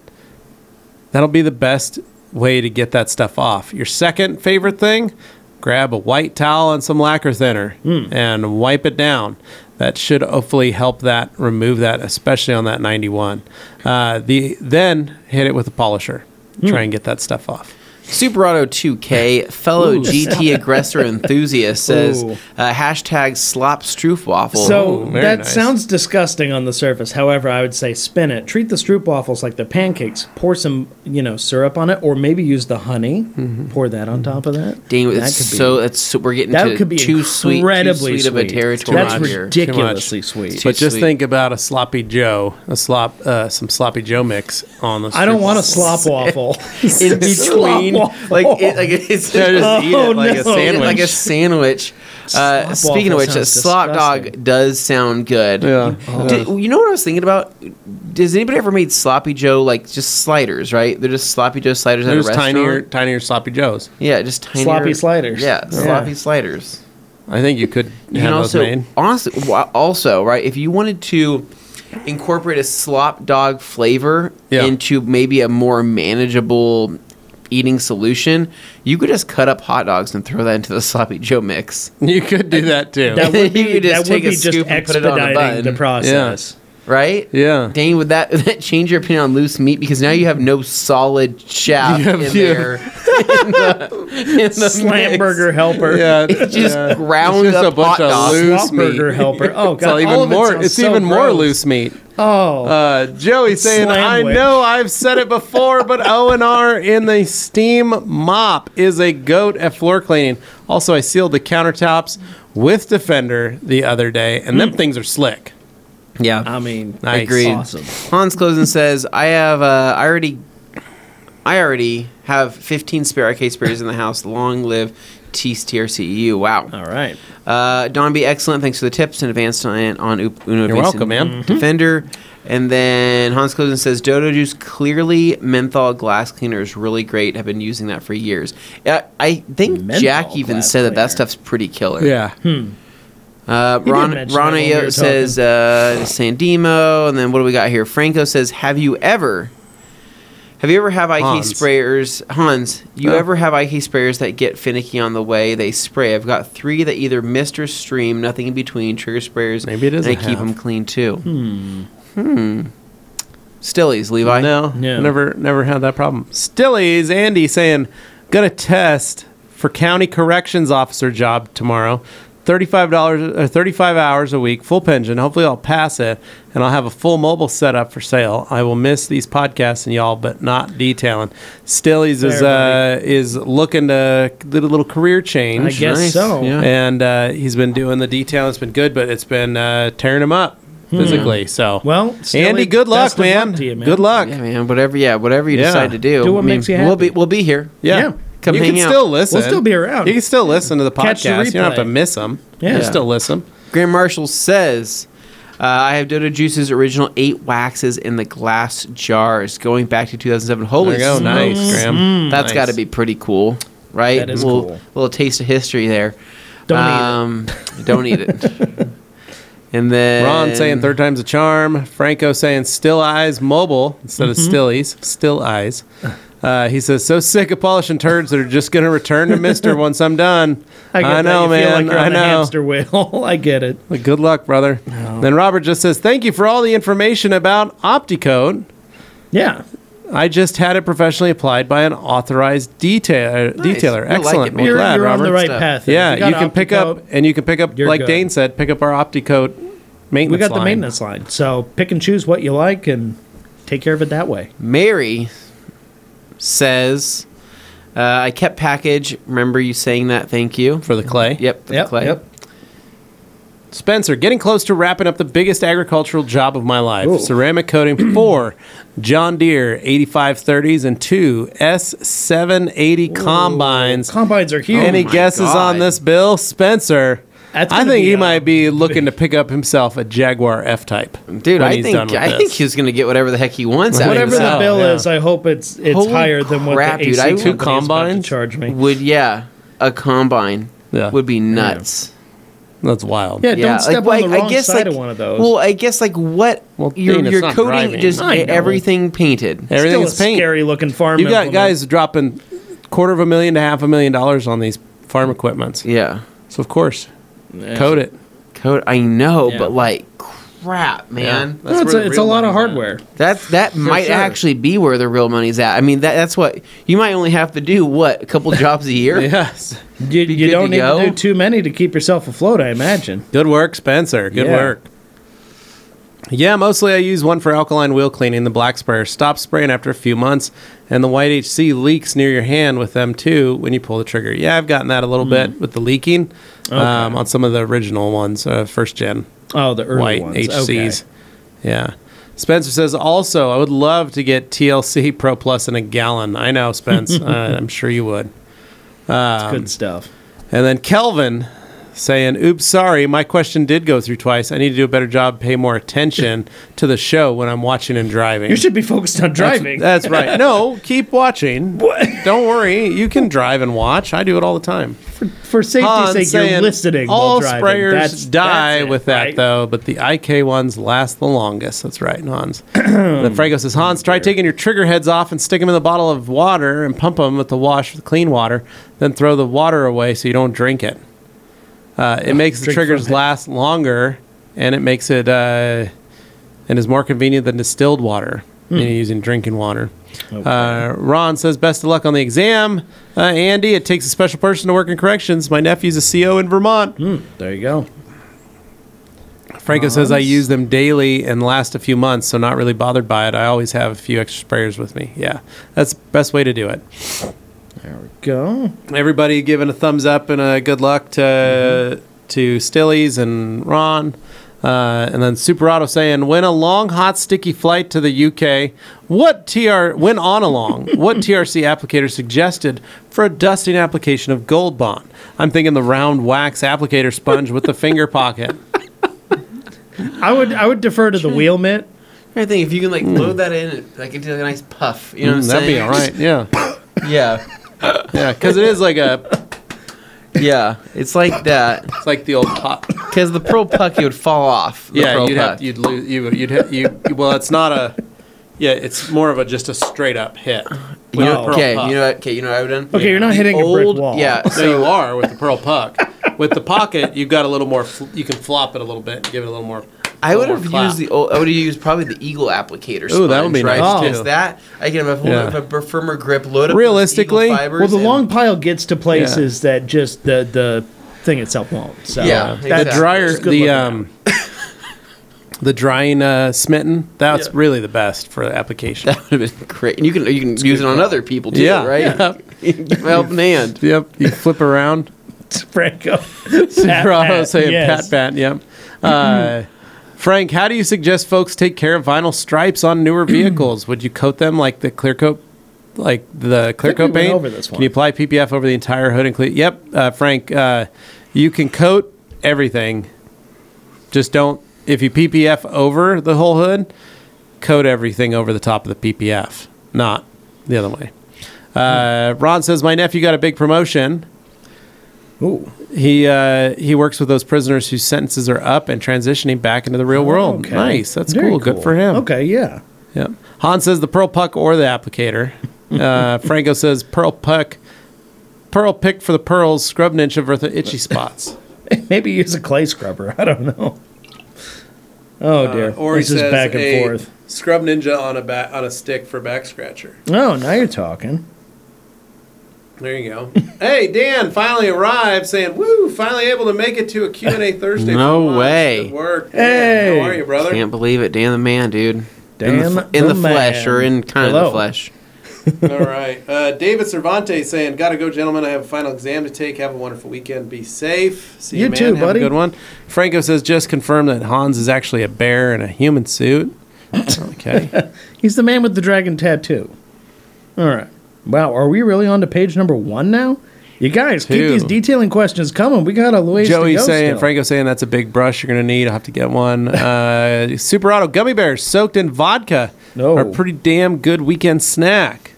[SPEAKER 2] That'll be the best way to get that stuff off. Your second favorite thing, grab a white towel and some lacquer thinner
[SPEAKER 1] Hmm.
[SPEAKER 2] and wipe it down. That should hopefully help that remove that, especially on that 91. Uh, the then hit it with a polisher.
[SPEAKER 1] Hmm.
[SPEAKER 2] Try and get that stuff off.
[SPEAKER 3] Super Auto 2K, fellow GT aggressor enthusiast says,
[SPEAKER 1] Ooh.
[SPEAKER 3] uh, "Hashtag slop stroopwafel."
[SPEAKER 1] So
[SPEAKER 2] Oh, very
[SPEAKER 1] that
[SPEAKER 2] nice.
[SPEAKER 1] sounds disgusting on the surface. However, I would say spin it. Treat the stroop waffles like the pancakes. Pour some, you know, syrup on it, or maybe use the honey.
[SPEAKER 2] Mm-hmm.
[SPEAKER 1] Pour that on top of that.
[SPEAKER 3] Dang,
[SPEAKER 1] that
[SPEAKER 3] it's so that's so, we're getting
[SPEAKER 1] that
[SPEAKER 3] to
[SPEAKER 1] could be
[SPEAKER 3] too sweet, too
[SPEAKER 1] incredibly
[SPEAKER 3] sweet, of a territory
[SPEAKER 1] That's
[SPEAKER 3] here.
[SPEAKER 1] ridiculously
[SPEAKER 2] Too
[SPEAKER 1] sweet.
[SPEAKER 3] Too
[SPEAKER 2] but just
[SPEAKER 3] sweet.
[SPEAKER 2] think about a sloppy Joe, a slop, uh, some sloppy Joe mix on the.
[SPEAKER 1] I don't want a
[SPEAKER 2] strip.
[SPEAKER 1] slop waffle.
[SPEAKER 3] in between,
[SPEAKER 1] Slop
[SPEAKER 3] like
[SPEAKER 1] waffle.
[SPEAKER 3] it, like it's
[SPEAKER 2] Yeah, just eat
[SPEAKER 1] Oh,
[SPEAKER 2] it like
[SPEAKER 1] no.
[SPEAKER 2] a sandwich.
[SPEAKER 3] like a sandwich. Uh,
[SPEAKER 1] Slop
[SPEAKER 3] speaking of
[SPEAKER 1] waffle
[SPEAKER 3] which, a
[SPEAKER 1] sounds
[SPEAKER 3] slop
[SPEAKER 1] disgusting.
[SPEAKER 3] dog does sound good.
[SPEAKER 2] Yeah. Oh.
[SPEAKER 3] Did- you know what I was thinking about? Does anybody ever made sloppy Joe like just sliders? Right? They're just sloppy Joe sliders at a
[SPEAKER 2] There's
[SPEAKER 3] restaurant.
[SPEAKER 2] tinier, tinier sloppy Joes.
[SPEAKER 3] yeah, just tinier,
[SPEAKER 1] Sloppy sliders.
[SPEAKER 3] Yeah,
[SPEAKER 1] Yeah.
[SPEAKER 3] sloppy sliders.
[SPEAKER 2] I think you could
[SPEAKER 3] You
[SPEAKER 2] have
[SPEAKER 3] can
[SPEAKER 2] those
[SPEAKER 3] also,
[SPEAKER 2] made.
[SPEAKER 3] honestly, wa- also, right? If you wanted to incorporate a slop dog flavor
[SPEAKER 2] Yeah.
[SPEAKER 3] into maybe a more manageable eating solution, you could just cut up hot dogs and throw that into the sloppy Joe mix.
[SPEAKER 2] You could do that too.
[SPEAKER 1] That would
[SPEAKER 3] You
[SPEAKER 1] be,
[SPEAKER 3] could just
[SPEAKER 1] that would
[SPEAKER 3] take a
[SPEAKER 1] be just
[SPEAKER 3] scoop and put it on the
[SPEAKER 1] expediting the
[SPEAKER 3] bun.
[SPEAKER 1] process.
[SPEAKER 3] right?
[SPEAKER 2] Yeah.
[SPEAKER 3] Dane, would that, would that change your opinion on loose meat? Because now you have no solid chaff
[SPEAKER 2] You have-
[SPEAKER 3] in
[SPEAKER 2] yeah.
[SPEAKER 3] there. In the, in the
[SPEAKER 1] Slam
[SPEAKER 3] mix.
[SPEAKER 1] burger helper.
[SPEAKER 2] yeah,
[SPEAKER 3] It just
[SPEAKER 2] yeah.
[SPEAKER 3] ground
[SPEAKER 2] It's just
[SPEAKER 3] up
[SPEAKER 2] a bunch
[SPEAKER 3] hot
[SPEAKER 2] of
[SPEAKER 3] dogs.
[SPEAKER 2] loose
[SPEAKER 1] Slop burger
[SPEAKER 2] meat.
[SPEAKER 1] helper. Oh
[SPEAKER 2] It's
[SPEAKER 1] god,
[SPEAKER 2] all even
[SPEAKER 1] all of it
[SPEAKER 2] more.
[SPEAKER 1] sounds
[SPEAKER 2] it's
[SPEAKER 1] so
[SPEAKER 2] even more
[SPEAKER 1] gross.
[SPEAKER 2] loose meat.
[SPEAKER 1] Oh,
[SPEAKER 2] Uh, Joey saying, "I
[SPEAKER 1] Slamwich.
[SPEAKER 2] know I've said it before, but O and R in the steam mop is a goat at floor cleaning. Also, I sealed the countertops with Defender the other day, and
[SPEAKER 3] Mm.
[SPEAKER 2] them things are slick.
[SPEAKER 3] Yeah.
[SPEAKER 1] I mean,
[SPEAKER 2] Nice.
[SPEAKER 3] Agreed.
[SPEAKER 1] awesome.
[SPEAKER 3] Hans Closen says, "I have. Uh, I already. I already have 15 spare IK sprays in the house. Long live Ortiz TRCEU. E Wow.
[SPEAKER 1] All right.
[SPEAKER 3] Uh, Don be excellent. Thanks for the tips in advance on on U- Uno.
[SPEAKER 2] You're
[SPEAKER 3] Beast
[SPEAKER 2] welcome,
[SPEAKER 3] and
[SPEAKER 2] man.
[SPEAKER 3] Defender. And then Hans Closen says Dodo Juice clearly menthol glass cleaner is really great. I've been using that for years. Uh, I think
[SPEAKER 1] Menthol
[SPEAKER 3] Jack even
[SPEAKER 1] glass
[SPEAKER 3] said that
[SPEAKER 1] cleaner.
[SPEAKER 3] that stuff's pretty killer.
[SPEAKER 2] Yeah.
[SPEAKER 3] Uh,
[SPEAKER 1] did
[SPEAKER 3] Ron,
[SPEAKER 1] mention that when we
[SPEAKER 3] Ronio
[SPEAKER 1] were
[SPEAKER 3] says uh, Sandemo, and then what do we got here? Franco says, "Have you ever, have you ever have IK
[SPEAKER 2] Hans.
[SPEAKER 3] sprayers? Hans, you
[SPEAKER 2] Oh.
[SPEAKER 3] ever have IK sprayers that get finicky on the way they spray? I've got three that either missed or stream, nothing in between. Trigger sprayers,
[SPEAKER 2] Maybe it is
[SPEAKER 3] And I
[SPEAKER 2] a
[SPEAKER 3] keep
[SPEAKER 2] have.
[SPEAKER 3] them clean too. Hmm. Stillies, Levi.
[SPEAKER 2] No,
[SPEAKER 1] No.
[SPEAKER 2] never, never had that problem. Stillies, Andy saying, gonna test for county corrections officer job tomorrow. Thirty-five dollars or thirty-five hours a week, full pension. Hopefully, I'll pass it, and I'll have a full mobile setup for sale. I will miss these podcasts and y'all, but not detailing. Stillies is
[SPEAKER 1] Fair,
[SPEAKER 2] uh, is looking to did a little career change.
[SPEAKER 1] I guess
[SPEAKER 3] nice.
[SPEAKER 1] so.
[SPEAKER 3] Yeah.
[SPEAKER 2] and uh, he's been doing the detail. It's been good, but it's been uh, tearing him up physically. So,
[SPEAKER 1] Hmm. Well, Stilly,
[SPEAKER 2] Andy, good
[SPEAKER 1] best
[SPEAKER 2] luck,
[SPEAKER 1] of luck
[SPEAKER 2] man.
[SPEAKER 1] to you, man.
[SPEAKER 2] Good luck.
[SPEAKER 3] Yeah, man. Whatever. Yeah, whatever you
[SPEAKER 2] Yeah.
[SPEAKER 3] decide to do.
[SPEAKER 1] Do what makes you
[SPEAKER 3] We'll
[SPEAKER 1] happy.
[SPEAKER 3] be, we'll be here.
[SPEAKER 2] Yeah.
[SPEAKER 1] Yeah.
[SPEAKER 3] Come
[SPEAKER 2] you
[SPEAKER 3] hang
[SPEAKER 2] can
[SPEAKER 3] out.
[SPEAKER 2] still listen.
[SPEAKER 1] We'll still be around.
[SPEAKER 2] You can still listen to the
[SPEAKER 1] Catch the
[SPEAKER 2] podcast. you don't have to
[SPEAKER 1] replay.
[SPEAKER 2] miss them.
[SPEAKER 1] Yeah.
[SPEAKER 2] You can still listen.
[SPEAKER 3] Graham Marshall says, uh, I have Dodo Juice's original eight waxes in the glass jars going back to 2007.
[SPEAKER 2] There
[SPEAKER 3] Holy
[SPEAKER 2] you go.
[SPEAKER 3] smokes.
[SPEAKER 2] Nice, Graham.
[SPEAKER 3] That's
[SPEAKER 2] That's
[SPEAKER 3] got to be pretty cool, right?
[SPEAKER 1] Mm. That is
[SPEAKER 3] little,
[SPEAKER 1] cool.
[SPEAKER 3] Little taste of history there.
[SPEAKER 1] Don't eat it.
[SPEAKER 3] eat it. Don't eat it. and then
[SPEAKER 2] Ron saying third time's a charm. Franco saying still eyes mobile instead
[SPEAKER 1] Mm-hmm.
[SPEAKER 2] of stillies. Still eyes. Uh, he says, so sick of polishing turds that are just going to return to Mister once I'm done. I,
[SPEAKER 1] get that.
[SPEAKER 2] know,
[SPEAKER 1] You
[SPEAKER 2] man.
[SPEAKER 1] Feel like you're
[SPEAKER 2] I
[SPEAKER 1] on
[SPEAKER 2] know.
[SPEAKER 1] A hamster wheel. I get it.
[SPEAKER 2] Well, Good luck, brother. Then Robert just says, thank you for all the information about Opticode.
[SPEAKER 1] Yeah.
[SPEAKER 2] I just had it professionally applied by an authorized detail, uh
[SPEAKER 3] Nice.
[SPEAKER 2] detailer.
[SPEAKER 3] I like
[SPEAKER 2] Excellent.
[SPEAKER 3] it,
[SPEAKER 2] We're
[SPEAKER 3] man.
[SPEAKER 1] You're,
[SPEAKER 2] glad,
[SPEAKER 1] you're on
[SPEAKER 2] Robert.
[SPEAKER 1] the right
[SPEAKER 3] Stuff.
[SPEAKER 1] path.
[SPEAKER 2] Yeah, you,
[SPEAKER 1] got
[SPEAKER 2] can pick up,
[SPEAKER 1] Opticoat.
[SPEAKER 2] and you can pick up,
[SPEAKER 1] you're
[SPEAKER 2] like
[SPEAKER 1] good.
[SPEAKER 2] Dane said, pick up our Opticoat maintenance.
[SPEAKER 1] We got the
[SPEAKER 2] line.
[SPEAKER 1] maintenance line, so pick and choose what you like and take care of it that way.
[SPEAKER 3] Mary says, uh, I kept package. Remember you saying that? Thank you.
[SPEAKER 2] for the clay.
[SPEAKER 3] Mm-hmm. Yep. for the
[SPEAKER 1] Yep,
[SPEAKER 3] clay.
[SPEAKER 1] yep.
[SPEAKER 2] Spencer, getting close to wrapping up the biggest agricultural job of my life:
[SPEAKER 1] Ooh.
[SPEAKER 2] ceramic coating four John Deere 8530s and two S780 combines.
[SPEAKER 1] Combines are huge.
[SPEAKER 2] Any
[SPEAKER 3] my
[SPEAKER 2] guesses on
[SPEAKER 3] God.
[SPEAKER 2] this, Bill Spencer?
[SPEAKER 1] Oh That's
[SPEAKER 2] I
[SPEAKER 1] gonna
[SPEAKER 2] think
[SPEAKER 1] be
[SPEAKER 2] he
[SPEAKER 1] a-
[SPEAKER 2] might be looking to pick up himself a Jaguar F-Type.
[SPEAKER 3] Dude,
[SPEAKER 2] when
[SPEAKER 3] I
[SPEAKER 2] he's done
[SPEAKER 3] think
[SPEAKER 2] with
[SPEAKER 3] I
[SPEAKER 2] this.
[SPEAKER 3] think he's gonna get whatever the heck he wants. out of
[SPEAKER 1] Whatever the
[SPEAKER 3] himself.
[SPEAKER 1] bill
[SPEAKER 2] yeah.
[SPEAKER 1] is, I hope it's it's
[SPEAKER 3] Holy
[SPEAKER 1] higher than what
[SPEAKER 3] crap,
[SPEAKER 1] the AC
[SPEAKER 3] dude, I-
[SPEAKER 1] company is
[SPEAKER 2] Two
[SPEAKER 1] about to
[SPEAKER 2] combines?
[SPEAKER 1] charge me.
[SPEAKER 3] would yeah a combine
[SPEAKER 2] Yeah.
[SPEAKER 3] would be nuts
[SPEAKER 2] That's wild.
[SPEAKER 1] Yeah,
[SPEAKER 3] yeah
[SPEAKER 1] don't step
[SPEAKER 3] well,
[SPEAKER 1] on the wrong side of one of those.
[SPEAKER 3] well i guess like what
[SPEAKER 2] Well,
[SPEAKER 3] you're,
[SPEAKER 2] Dean, it's
[SPEAKER 3] you're
[SPEAKER 2] not
[SPEAKER 3] coating
[SPEAKER 2] driving.
[SPEAKER 3] just
[SPEAKER 1] I know.
[SPEAKER 3] everything painted
[SPEAKER 2] Everything's
[SPEAKER 1] Still a
[SPEAKER 2] paint.
[SPEAKER 1] scary looking farm.
[SPEAKER 2] You've got
[SPEAKER 1] implement.
[SPEAKER 2] guys dropping quarter of a million to half a million dollars on these farm equipments.
[SPEAKER 3] yeah
[SPEAKER 2] So of course, code it.
[SPEAKER 3] coat i know
[SPEAKER 1] Yeah.
[SPEAKER 3] but like crap man
[SPEAKER 1] No, it's a,
[SPEAKER 2] where the
[SPEAKER 1] it's a
[SPEAKER 2] real
[SPEAKER 1] lot of
[SPEAKER 2] money's at.
[SPEAKER 1] hardware.
[SPEAKER 3] That that might
[SPEAKER 2] sure.
[SPEAKER 3] actually be where the real money's at. I mean, that that's what you might only have to do. What a couple jobs a year?
[SPEAKER 2] Yes.
[SPEAKER 1] You, you
[SPEAKER 3] good
[SPEAKER 1] don't
[SPEAKER 3] to
[SPEAKER 1] need
[SPEAKER 3] go.
[SPEAKER 1] to do too many to keep yourself afloat, I imagine.
[SPEAKER 2] Good work, Spencer. Good
[SPEAKER 1] Yeah.
[SPEAKER 2] work. Yeah, mostly I use one for alkaline wheel cleaning. The black sprayer stops spraying after a few months, and the white HC leaks near your hand with them too when you pull the trigger. Yeah, I've gotten that a little bit with the leaking um, on some of the original ones, uh, first gen.
[SPEAKER 1] Oh, the early
[SPEAKER 2] white
[SPEAKER 1] ones.
[SPEAKER 2] HCs.
[SPEAKER 1] Okay.
[SPEAKER 2] Yeah. Spencer says also, I would love to get TLC Pro Plus in a gallon. I know, Spence. uh, I'm sure you would. um,
[SPEAKER 1] It's good stuff.
[SPEAKER 2] And then Kelvin saying, Oops, sorry, my question did go through twice. I need to do a better job, pay more attention to the show when I'm watching and driving.
[SPEAKER 1] You should be focused on driving.
[SPEAKER 2] That's, that's right. No, keep watching. Don't worry. You can drive and watch. I do it all the time.
[SPEAKER 1] For safety's
[SPEAKER 2] Hans
[SPEAKER 1] sake, you're
[SPEAKER 2] saying,
[SPEAKER 1] listening while
[SPEAKER 2] All
[SPEAKER 1] driving.
[SPEAKER 2] sprayers
[SPEAKER 1] That's-
[SPEAKER 2] die
[SPEAKER 1] that's it,
[SPEAKER 2] with that
[SPEAKER 1] right?
[SPEAKER 2] though, but the IK ones last the longest. That's right, Hans. then Franco says, Hans, try taking your trigger heads off and stick them in the bottle of water and pump them with the wash with clean water. Then throw the water away so you don't drink it. Uh, it makes the
[SPEAKER 1] drink
[SPEAKER 2] triggers
[SPEAKER 1] from it.
[SPEAKER 2] last longer, and it makes it uh, and is more convenient than distilled water. You
[SPEAKER 1] Hmm.
[SPEAKER 2] know, using drinking water. Uh, Ron says, best of luck on the exam. Uh, Andy, it takes a special person to work in corrections. My nephew's a CO in Vermont.
[SPEAKER 1] There you go.
[SPEAKER 3] Uh-huh.
[SPEAKER 2] Franco says, I use them daily and last a few months, so not really bothered by it. I always have a few extra sprayers with me. Yeah, that's the best way to do it.
[SPEAKER 1] There we go.
[SPEAKER 2] Everybody
[SPEAKER 3] Mm-hmm.
[SPEAKER 2] giving a thumbs up and a good luck to to Stillies and Ron. Uh, and then Super Auto saying, "When a long, hot, sticky flight to the UK, what TR when on a long, what TRC applicator suggested for a dusting application of Gold Bond? I'm thinking the round wax applicator sponge with the finger pocket.
[SPEAKER 1] I would I would defer to the wheel mitt.
[SPEAKER 3] I think if you can like load that in, it- like into like a nice puff. You know what I'm
[SPEAKER 2] Hmm. That'd be
[SPEAKER 3] saying?
[SPEAKER 2] all right. Yeah,
[SPEAKER 3] Yeah,
[SPEAKER 2] yeah, because it is like a,
[SPEAKER 3] yeah. It's like that
[SPEAKER 2] it's like the old pop.
[SPEAKER 3] because the pearl puck you would fall off. The
[SPEAKER 2] Yeah,
[SPEAKER 3] pearl
[SPEAKER 2] you'd
[SPEAKER 3] puck.
[SPEAKER 2] have, you'd lose, you, you'd have, you. Well, it's not a. Yeah, it's more of a just a straight up hit.
[SPEAKER 3] You know-
[SPEAKER 2] With a pearl
[SPEAKER 3] okay,
[SPEAKER 2] puck.
[SPEAKER 3] you know what? Okay, you know what I would done.
[SPEAKER 1] Okay, you're not
[SPEAKER 3] The
[SPEAKER 1] hitting a brick
[SPEAKER 3] old-
[SPEAKER 1] wall.
[SPEAKER 3] Yeah,
[SPEAKER 2] So you are with the pearl puck. With the pocket, you've got a little more. Fl- you can flop it a little bit, and give it a little more.
[SPEAKER 3] I
[SPEAKER 2] little
[SPEAKER 3] would
[SPEAKER 2] more
[SPEAKER 3] have
[SPEAKER 2] clap.
[SPEAKER 3] used the old. I would have used probably the eagle applicator.
[SPEAKER 2] Ooh, that would
[SPEAKER 3] sponge,
[SPEAKER 2] be
[SPEAKER 3] right?
[SPEAKER 1] nice,
[SPEAKER 3] Just
[SPEAKER 2] too.
[SPEAKER 3] that I can have a,
[SPEAKER 2] Yeah.
[SPEAKER 3] have a firmer grip. Load up those
[SPEAKER 2] Realistically-
[SPEAKER 3] eagle fibers
[SPEAKER 1] Well, the
[SPEAKER 3] and-
[SPEAKER 1] long pile gets to places that just the the thing itself won't. So
[SPEAKER 3] Yeah,
[SPEAKER 1] uh,
[SPEAKER 3] exactly.
[SPEAKER 2] the dryer,
[SPEAKER 1] It's good
[SPEAKER 2] the
[SPEAKER 1] looking
[SPEAKER 2] um, the drying uh, smitten. That's
[SPEAKER 3] Yeah.
[SPEAKER 2] really the best for the application.
[SPEAKER 3] That would have been great. And you can you can use it on other people too,
[SPEAKER 2] Yeah,
[SPEAKER 3] right?
[SPEAKER 2] yeah.
[SPEAKER 3] Give 'em a helping hand.
[SPEAKER 2] yep, you flip around.
[SPEAKER 1] Franco.
[SPEAKER 2] Silverado
[SPEAKER 1] pat,
[SPEAKER 2] saying
[SPEAKER 1] yes.
[SPEAKER 2] pat pat. Yep. Uh, Frank, how do you suggest folks take care of vinyl stripes on newer vehicles? Would you coat them like the clear coat, like the clear
[SPEAKER 1] think we went
[SPEAKER 2] coat paint?
[SPEAKER 1] over this
[SPEAKER 2] Can
[SPEAKER 1] one.
[SPEAKER 2] you apply PPF over the entire hood and clear? Yep, uh, Frank, uh, you can coat everything. Just don't. If you PPF over the whole hood, coat everything over the top of the PPF, not the other way. Uh, Ron says my nephew got a big promotion. Oh,
[SPEAKER 1] Ooh.
[SPEAKER 2] He uh, he works with those prisoners whose sentences are up and transitioning back into the real world.
[SPEAKER 1] Oh, Okay.
[SPEAKER 2] Nice, that's
[SPEAKER 1] Very
[SPEAKER 2] cool. Good for him.
[SPEAKER 1] Okay, yeah.
[SPEAKER 2] Yep. Han says the pearl puck or the applicator. Uh, Franco says pearl puck, pearl pick for the pearls, scrub an inch of earth itchy spots.
[SPEAKER 1] Maybe use a clay scrubber. I don't know.
[SPEAKER 3] Uh,
[SPEAKER 1] Oh
[SPEAKER 2] Uh,
[SPEAKER 1] dear. this is back and forth.
[SPEAKER 2] Scrub ninja on a bat on a stick for back scratcher.
[SPEAKER 1] Oh, now you're talking.
[SPEAKER 2] There you go. hey, Dan finally arrived, saying, "Woo! Finally able to make it to a Q and A Thursday." for
[SPEAKER 3] No
[SPEAKER 2] once.
[SPEAKER 3] way.
[SPEAKER 2] Good work.
[SPEAKER 1] Hey.
[SPEAKER 2] how are you, brother?
[SPEAKER 3] Can't believe it, Dan the man, dude. in
[SPEAKER 1] Dan
[SPEAKER 3] the, fl- in
[SPEAKER 1] the
[SPEAKER 3] the flesh
[SPEAKER 1] man.
[SPEAKER 3] or in kind of
[SPEAKER 1] Hello.
[SPEAKER 3] the flesh.
[SPEAKER 2] All right. Uh, David Cervantes saying, "Gotta go, gentlemen. I have a final exam to take. Have a wonderful weekend. Be safe. See you,
[SPEAKER 1] You
[SPEAKER 2] man.
[SPEAKER 1] too,
[SPEAKER 2] have
[SPEAKER 1] buddy.
[SPEAKER 2] A good one." Franco says, "Just confirmed that Hans is actually a bear in a human suit." Okay.
[SPEAKER 1] He's the man with the dragon tattoo. All right. Wow, are we really on to page number one now? You guys, keep
[SPEAKER 2] Two.
[SPEAKER 1] these detailing questions coming. We got a ways to
[SPEAKER 2] Joey
[SPEAKER 1] go
[SPEAKER 2] saying,
[SPEAKER 1] still.
[SPEAKER 2] Franco saying, "That's a big brush you're gonna need. I'll have to get one." Uh, Super Auto gummy bears soaked in vodka
[SPEAKER 1] No.
[SPEAKER 2] are a pretty damn good weekend snack.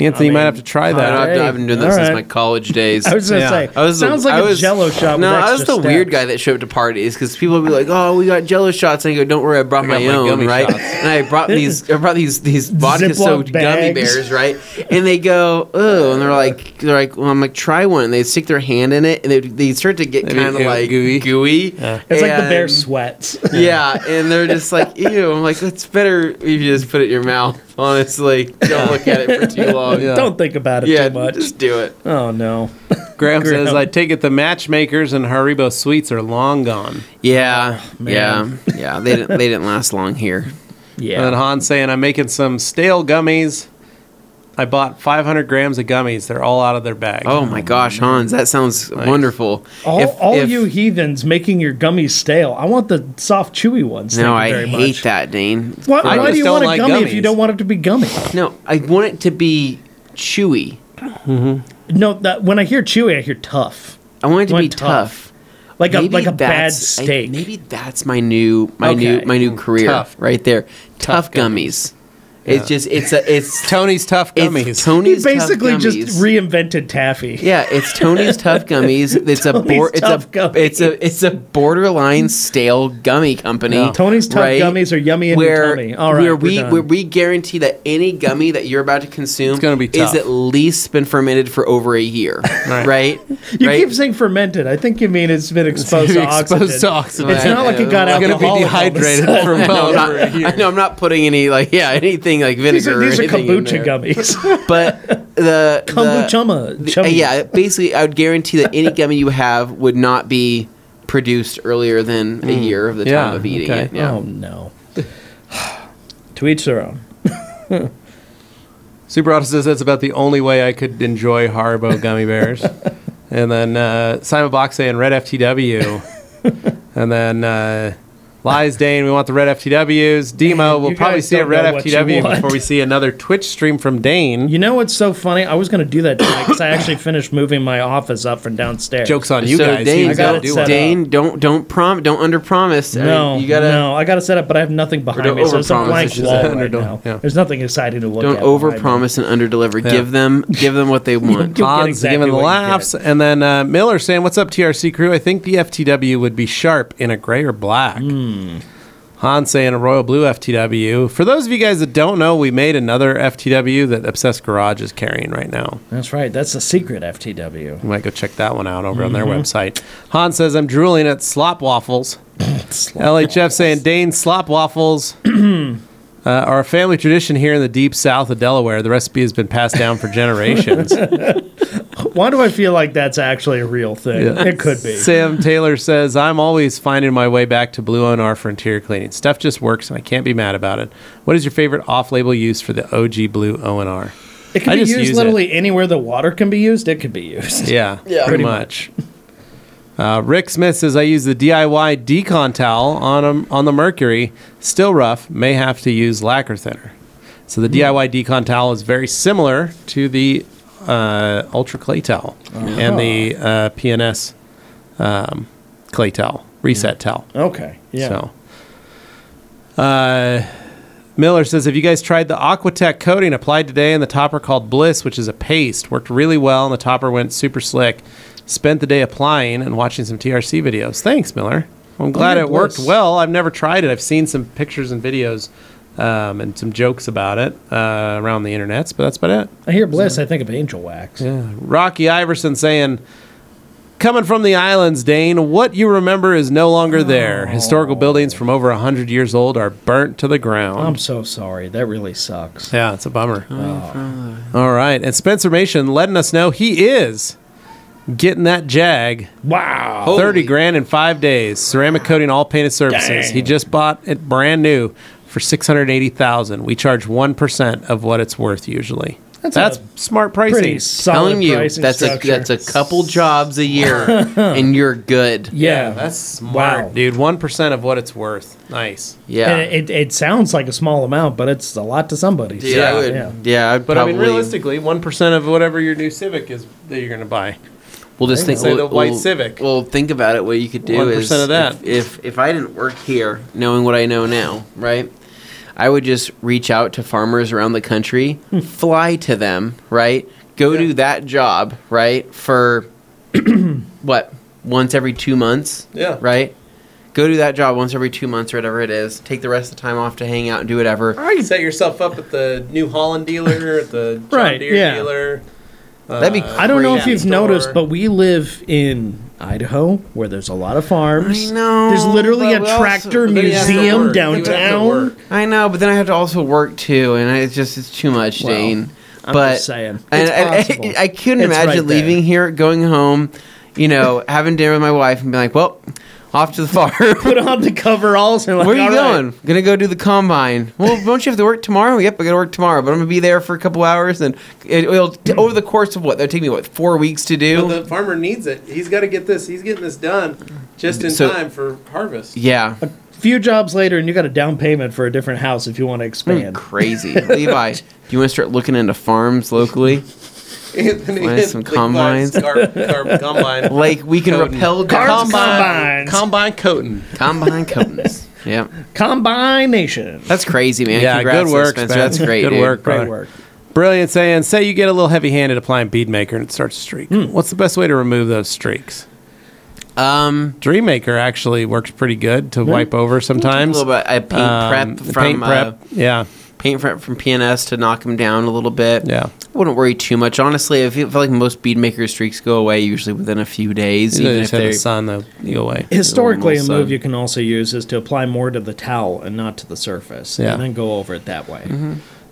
[SPEAKER 2] Anthony, you might have to try
[SPEAKER 3] I
[SPEAKER 2] that.
[SPEAKER 3] don't- I've,
[SPEAKER 1] Hey,
[SPEAKER 3] been doing that
[SPEAKER 1] all
[SPEAKER 3] since
[SPEAKER 1] right.
[SPEAKER 3] my college days.
[SPEAKER 1] I was going to
[SPEAKER 2] Yeah.
[SPEAKER 1] say,
[SPEAKER 3] I was the-
[SPEAKER 1] sounds like
[SPEAKER 3] I
[SPEAKER 1] a
[SPEAKER 3] was-
[SPEAKER 1] Jello shot.
[SPEAKER 3] No,
[SPEAKER 1] with
[SPEAKER 3] I was the
[SPEAKER 1] extra
[SPEAKER 3] weird
[SPEAKER 1] steps.
[SPEAKER 3] guy that showed up to parties because people would be like, "Oh, we got Jello shots," and I go, "Don't worry, I brought my
[SPEAKER 2] got my
[SPEAKER 3] own,
[SPEAKER 2] gummy
[SPEAKER 3] right?"
[SPEAKER 2] shots.
[SPEAKER 3] And I brought these, I brought these these vodka soaked gummy
[SPEAKER 1] bags.
[SPEAKER 3] bears, right? And they go, "Oh," and they're like, "They're like, well, I'm like, try one." And they stick their hand in it, and they, they start to get
[SPEAKER 2] Maybe
[SPEAKER 3] kind of
[SPEAKER 2] go-
[SPEAKER 3] like
[SPEAKER 2] gooey.
[SPEAKER 3] gooey.
[SPEAKER 1] It's like the bear
[SPEAKER 3] And-
[SPEAKER 1] sweats.
[SPEAKER 3] Yeah, and they're just like, "Ew!" I'm like, "It's better if you just put it in your mouth." Honestly, don't look at it for too long.
[SPEAKER 2] Yeah.
[SPEAKER 1] Don't think about it
[SPEAKER 3] yeah,
[SPEAKER 1] too much.
[SPEAKER 3] just do it.
[SPEAKER 1] Oh, no.
[SPEAKER 2] Graham, says,
[SPEAKER 1] Graham.
[SPEAKER 2] "I take it the matchmakers and Haribo sweets are long gone."
[SPEAKER 3] Yeah,
[SPEAKER 2] Oh,
[SPEAKER 3] yeah,
[SPEAKER 1] man.
[SPEAKER 3] yeah. They didn't. They didn't last long here.
[SPEAKER 1] Yeah.
[SPEAKER 2] And then Hans saying, I'm making some stale gummies. I bought 500 grams of gummies. They're all out of their bag.
[SPEAKER 3] Oh my gosh, Hans, that sounds wonderful.
[SPEAKER 1] All,
[SPEAKER 3] If-
[SPEAKER 1] all
[SPEAKER 3] if-
[SPEAKER 1] you heathens making your gummies stale. I want the soft, chewy ones.
[SPEAKER 3] No,
[SPEAKER 1] thank you
[SPEAKER 3] I
[SPEAKER 1] very
[SPEAKER 3] hate
[SPEAKER 1] much.
[SPEAKER 3] that, Dane.
[SPEAKER 1] Why,
[SPEAKER 2] I
[SPEAKER 1] why
[SPEAKER 2] just
[SPEAKER 1] do you
[SPEAKER 2] don't
[SPEAKER 1] want a
[SPEAKER 2] like
[SPEAKER 1] gummy if
[SPEAKER 2] gummies.
[SPEAKER 1] you don't want it to be gummy?
[SPEAKER 3] No, I want it to be chewy.
[SPEAKER 1] No, that, when I hear chewy, I hear tough,
[SPEAKER 3] I want it to
[SPEAKER 1] Want
[SPEAKER 3] be
[SPEAKER 1] tough.
[SPEAKER 3] tough.
[SPEAKER 1] like a like a bad
[SPEAKER 3] that's- I-
[SPEAKER 1] steak.
[SPEAKER 3] maybe that's my new my new
[SPEAKER 1] Okay.
[SPEAKER 3] my new career
[SPEAKER 2] Tough.
[SPEAKER 3] right there. Tough,
[SPEAKER 2] Tough
[SPEAKER 3] gummies. It's just it's a it's
[SPEAKER 2] Tony's tough gummies.
[SPEAKER 1] he
[SPEAKER 3] It's Tony's
[SPEAKER 1] basically
[SPEAKER 3] tough
[SPEAKER 1] just
[SPEAKER 3] gummies.
[SPEAKER 1] reinvented taffy.
[SPEAKER 3] yeah, it's Tony's tough gummies. It's a bor-
[SPEAKER 1] Tony's
[SPEAKER 3] it's
[SPEAKER 1] Tough
[SPEAKER 3] a
[SPEAKER 1] Gummies.
[SPEAKER 3] it's a it's a borderline stale gummy company.
[SPEAKER 2] Yeah.
[SPEAKER 1] Tony's tough
[SPEAKER 3] right?
[SPEAKER 1] gummies are yummy in your
[SPEAKER 3] where,
[SPEAKER 1] tummy. All right,
[SPEAKER 3] where
[SPEAKER 1] we're
[SPEAKER 3] we
[SPEAKER 1] done.
[SPEAKER 3] where we guarantee that any gummy that you're about to consume
[SPEAKER 2] gonna be
[SPEAKER 3] is
[SPEAKER 2] tough.
[SPEAKER 3] at least been fermented for over a year,
[SPEAKER 2] Right.
[SPEAKER 3] right? right?
[SPEAKER 1] you keep saying fermented. I think you mean it's been exposed,
[SPEAKER 2] It's been
[SPEAKER 1] to,
[SPEAKER 2] exposed to oxygen.
[SPEAKER 1] It's not like it got
[SPEAKER 2] It's
[SPEAKER 1] out.
[SPEAKER 2] going to be dehydrated for
[SPEAKER 3] No,
[SPEAKER 2] about
[SPEAKER 3] I'm
[SPEAKER 2] over a
[SPEAKER 3] not,
[SPEAKER 2] year.
[SPEAKER 3] I know I'm not putting any like yeah anything like vinegar.
[SPEAKER 1] These are, these
[SPEAKER 3] or
[SPEAKER 1] are
[SPEAKER 3] anything in
[SPEAKER 1] kombucha
[SPEAKER 3] there.
[SPEAKER 1] gummies.
[SPEAKER 3] But the the-
[SPEAKER 1] kombucha.
[SPEAKER 3] Uh, yeah, basically, I would guarantee that any gummy you have would not be produced earlier than a year of the
[SPEAKER 2] Yeah,
[SPEAKER 3] time of eating
[SPEAKER 2] okay.
[SPEAKER 3] it. Yeah.
[SPEAKER 1] Oh no. to each their own.
[SPEAKER 2] Super Auto says that's about the only way I could enjoy Haribo gummy bears. and then uh, Simon Box saying Red FTW. and then uh, Lies Dane, we want the red FTWs. Demo,
[SPEAKER 1] Man,
[SPEAKER 2] we'll
[SPEAKER 1] you
[SPEAKER 2] probably
[SPEAKER 1] guys
[SPEAKER 2] see a
[SPEAKER 1] don't
[SPEAKER 2] red
[SPEAKER 1] know what you
[SPEAKER 2] FTW
[SPEAKER 1] want.
[SPEAKER 2] before we see another Twitch stream from Dane.
[SPEAKER 1] You know what's so funny? I was going to do that tonight because I actually finished moving my office up from downstairs.
[SPEAKER 2] Jokes on Oh, you
[SPEAKER 3] so
[SPEAKER 2] guys.
[SPEAKER 3] Dane,
[SPEAKER 2] He's
[SPEAKER 1] I got
[SPEAKER 2] gonna
[SPEAKER 1] it
[SPEAKER 2] do
[SPEAKER 1] set
[SPEAKER 2] it.
[SPEAKER 1] up.
[SPEAKER 3] Dane, don't don't prom don't under promise.
[SPEAKER 1] No,
[SPEAKER 3] you gotta
[SPEAKER 1] no, I got to set up, but I have nothing behind
[SPEAKER 3] don't
[SPEAKER 1] me, so it's a
[SPEAKER 3] overpromise,
[SPEAKER 1] blank
[SPEAKER 3] it's just
[SPEAKER 1] wall
[SPEAKER 2] an
[SPEAKER 1] right
[SPEAKER 2] underdog,
[SPEAKER 1] now.
[SPEAKER 2] yeah.
[SPEAKER 1] There's nothing exciting to look
[SPEAKER 3] don't
[SPEAKER 1] at.
[SPEAKER 3] over
[SPEAKER 1] behind me.
[SPEAKER 3] promise and under deliver. Give them give them what they want.
[SPEAKER 1] You'll get
[SPEAKER 2] Hans
[SPEAKER 1] exactly
[SPEAKER 2] giving the
[SPEAKER 1] what you
[SPEAKER 2] laughs. And then uh, Miller saying, What's up, TRC crew? I think the FTW would be sharp in a gray or black.
[SPEAKER 1] Hmm.
[SPEAKER 2] Hans saying a royal blue FTW. For those of you guys that don't know, we made another FTW that Obsessed Garage is carrying right now.
[SPEAKER 1] That's right. That's the secret FTW.
[SPEAKER 2] You might go check that one out over on
[SPEAKER 1] Mm-hmm.
[SPEAKER 2] their website. Hans says, I'm drooling at slop waffles. LHF saying Dane slop waffles uh, are a family tradition here in the deep south of Delaware. The recipe has been passed down for generations.
[SPEAKER 1] Why do I feel like that's actually a real thing?
[SPEAKER 2] Yeah.
[SPEAKER 1] It could be.
[SPEAKER 2] Sam Taylor says, I'm always finding my way back to Blue R for interior cleaning. Stuff just works and I can't be mad about it. What is your favorite off label use for the OG Blue R?
[SPEAKER 1] It can
[SPEAKER 2] I
[SPEAKER 1] be
[SPEAKER 2] just
[SPEAKER 1] used
[SPEAKER 2] use it.
[SPEAKER 1] literally anywhere the water can be used. It could be used.
[SPEAKER 2] Yeah, pretty
[SPEAKER 3] Yeah. Pretty
[SPEAKER 2] much. Uh, Rick Smith says I use the DIY decon towel on 'em- on the Mercury. Still rough. May have to use lacquer thinner. So
[SPEAKER 3] Hmm.
[SPEAKER 2] the DIY decon towel is very similar to the uh, Ultra Clay towel
[SPEAKER 3] Oh.
[SPEAKER 2] and the uh, PNS um, Clay towel
[SPEAKER 3] Hmm.
[SPEAKER 2] reset towel.
[SPEAKER 1] Okay. Yeah.
[SPEAKER 2] So, uh, Miller says, "Have you guys tried the Aquatech coating applied today in the topper called Bliss, which is a paste? Worked really well, and the topper went super slick. Spent the day applying and watching some TRC videos. Thanks, Miller. Well, I'm glad
[SPEAKER 1] yeah,
[SPEAKER 2] it worked
[SPEAKER 1] Bliss.
[SPEAKER 2] well. I've never tried it. I've seen some pictures and videos." Um, and some jokes about it uh, around the internets, but that's about it.
[SPEAKER 1] I hear bliss. I think of angel wax.
[SPEAKER 2] Yeah. Rocky Iverson saying, Coming from the islands, Dane, what you remember is no longer
[SPEAKER 1] Oh.
[SPEAKER 2] there. Historical buildings from over 100 years old are burnt to the
[SPEAKER 1] I'm
[SPEAKER 2] ground.
[SPEAKER 1] so sorry. That really sucks. Oh,
[SPEAKER 2] yeah, it's a bummer. All right. And Spencer Mason letting us know he is getting that jag.
[SPEAKER 1] Wow.
[SPEAKER 3] Holy-
[SPEAKER 2] 30 grand in five days. Ceramic coating, all painted surfaces.
[SPEAKER 1] Dang.
[SPEAKER 2] He just bought it brand new for 680000 We charge 1% of what it's worth usually.
[SPEAKER 1] That's
[SPEAKER 2] That's,
[SPEAKER 1] a
[SPEAKER 2] smart pricing.
[SPEAKER 1] Pretty solid
[SPEAKER 3] Telling you
[SPEAKER 1] pricing
[SPEAKER 3] that's
[SPEAKER 1] structure.
[SPEAKER 3] a that's a couple jobs a year and you're good.
[SPEAKER 1] yeah.
[SPEAKER 2] that's smart,
[SPEAKER 1] Wow.
[SPEAKER 2] dude. One percent of what it's worth. Nice.
[SPEAKER 3] Yeah.
[SPEAKER 1] And it, it sounds like a small amount, but it's a lot to somebody.
[SPEAKER 3] Dude,
[SPEAKER 2] Yeah.
[SPEAKER 3] I would,
[SPEAKER 1] Yeah.
[SPEAKER 3] yeah. I'd
[SPEAKER 2] But
[SPEAKER 3] probably.
[SPEAKER 2] I mean, realistically, one percent of whatever your new Civic is that you're gonna buy.
[SPEAKER 3] we'll just think.
[SPEAKER 2] Say
[SPEAKER 3] we'll,
[SPEAKER 2] the white
[SPEAKER 3] we'll-
[SPEAKER 2] Civic.
[SPEAKER 3] Well, think about it. What you could do
[SPEAKER 2] 1%
[SPEAKER 3] is
[SPEAKER 2] of that.
[SPEAKER 3] If, if if I didn't work here, knowing what I know now, right? I would just reach out to farmers around the country,
[SPEAKER 2] Hmm.
[SPEAKER 3] fly to them, right? Go do that job, right? For what once every two months,
[SPEAKER 2] Yeah.
[SPEAKER 3] right? Go do that job once every two months or whatever it is. Take the rest of the time off to hang out and do whatever.
[SPEAKER 2] Set yourself up at the New Holland dealer, at the John
[SPEAKER 1] Right,
[SPEAKER 2] Deere
[SPEAKER 1] yeah.
[SPEAKER 2] dealer. Uh,
[SPEAKER 3] That'd be.
[SPEAKER 1] I don't know if
[SPEAKER 3] crazy.
[SPEAKER 1] you've
[SPEAKER 2] store.
[SPEAKER 1] noticed, but we live in Idaho where there's a lot of farms.
[SPEAKER 3] I know,
[SPEAKER 1] There's literally
[SPEAKER 3] but
[SPEAKER 1] a
[SPEAKER 3] we also-
[SPEAKER 1] tractor
[SPEAKER 2] But then you have to
[SPEAKER 1] museum
[SPEAKER 2] work. You would have to
[SPEAKER 1] downtown.
[SPEAKER 2] work.
[SPEAKER 3] I know, but then I have to also work too, and I, it's just it's too much,
[SPEAKER 1] Well,
[SPEAKER 3] Dane.
[SPEAKER 1] I'm
[SPEAKER 3] but
[SPEAKER 1] just saying.
[SPEAKER 3] and
[SPEAKER 1] It's
[SPEAKER 3] I,
[SPEAKER 1] possible.
[SPEAKER 3] I, I couldn't
[SPEAKER 1] It's
[SPEAKER 3] imagine
[SPEAKER 1] right there.
[SPEAKER 3] leaving here, going home, you know, having dinner with my wife, and be like, "Well, off to the farm.
[SPEAKER 1] Put on the coveralls and like,
[SPEAKER 3] Where are you
[SPEAKER 1] "All right."
[SPEAKER 3] going? Gonna go do the combine. Well, don't you have to work tomorrow? Yep, I gotta work tomorrow, but I'm gonna be there for a couple hours, and it, will over the course of what that'll take me what four weeks to do.
[SPEAKER 2] But the farmer needs it. He's got to get this. He's getting this done just in
[SPEAKER 3] So-
[SPEAKER 2] time for harvest.
[SPEAKER 3] yeah,
[SPEAKER 1] Few jobs later, and you got a down payment for a different house if you want to expand.
[SPEAKER 3] crazy, Levi. Do you want to start looking into farms locally?
[SPEAKER 2] Anthony
[SPEAKER 3] Buy
[SPEAKER 2] is
[SPEAKER 3] some
[SPEAKER 2] like, buys
[SPEAKER 3] combines.
[SPEAKER 2] Car, car, combine.
[SPEAKER 3] Like we can
[SPEAKER 2] Coating.
[SPEAKER 3] repel
[SPEAKER 1] Cars,
[SPEAKER 2] combine.
[SPEAKER 1] combines.
[SPEAKER 2] Combine coating.
[SPEAKER 3] combine cones. Yeah.
[SPEAKER 1] Combination.
[SPEAKER 3] That's crazy, man.
[SPEAKER 2] Yeah,
[SPEAKER 3] Congrats
[SPEAKER 2] good
[SPEAKER 3] to
[SPEAKER 2] work,
[SPEAKER 3] Spencer.
[SPEAKER 2] Spen.
[SPEAKER 3] That's great.
[SPEAKER 2] Good
[SPEAKER 3] dude.
[SPEAKER 2] work.
[SPEAKER 1] Great
[SPEAKER 2] Brother.
[SPEAKER 1] work.
[SPEAKER 2] Brilliant saying, say you get a little heavy handed applying bead maker and it starts a streak.
[SPEAKER 3] Hmm.
[SPEAKER 2] What's the best way to remove those streaks?
[SPEAKER 3] Um,
[SPEAKER 2] Dream Maker actually works pretty good to wipe over
[SPEAKER 3] a
[SPEAKER 2] sometimes.
[SPEAKER 3] little bit. I paint
[SPEAKER 2] Um,
[SPEAKER 3] prep
[SPEAKER 2] the
[SPEAKER 3] from
[SPEAKER 2] paint prep.
[SPEAKER 3] Uh,
[SPEAKER 2] yeah.
[SPEAKER 3] paint prep from PNS to knock them down a little bit.
[SPEAKER 2] Yeah.
[SPEAKER 3] I wouldn't worry too much. Honestly, I feel, feel like most bead maker streaks go away usually within a few days.
[SPEAKER 2] Even
[SPEAKER 3] Even
[SPEAKER 2] just
[SPEAKER 3] if
[SPEAKER 2] have the
[SPEAKER 3] they're
[SPEAKER 2] sun though you go away.
[SPEAKER 1] Historically, a
[SPEAKER 3] Almost, uh,
[SPEAKER 1] move you can also use is to apply more to the towel and not to the surface,
[SPEAKER 2] Yeah.
[SPEAKER 3] Mm-hmm.
[SPEAKER 1] and then go over it that way.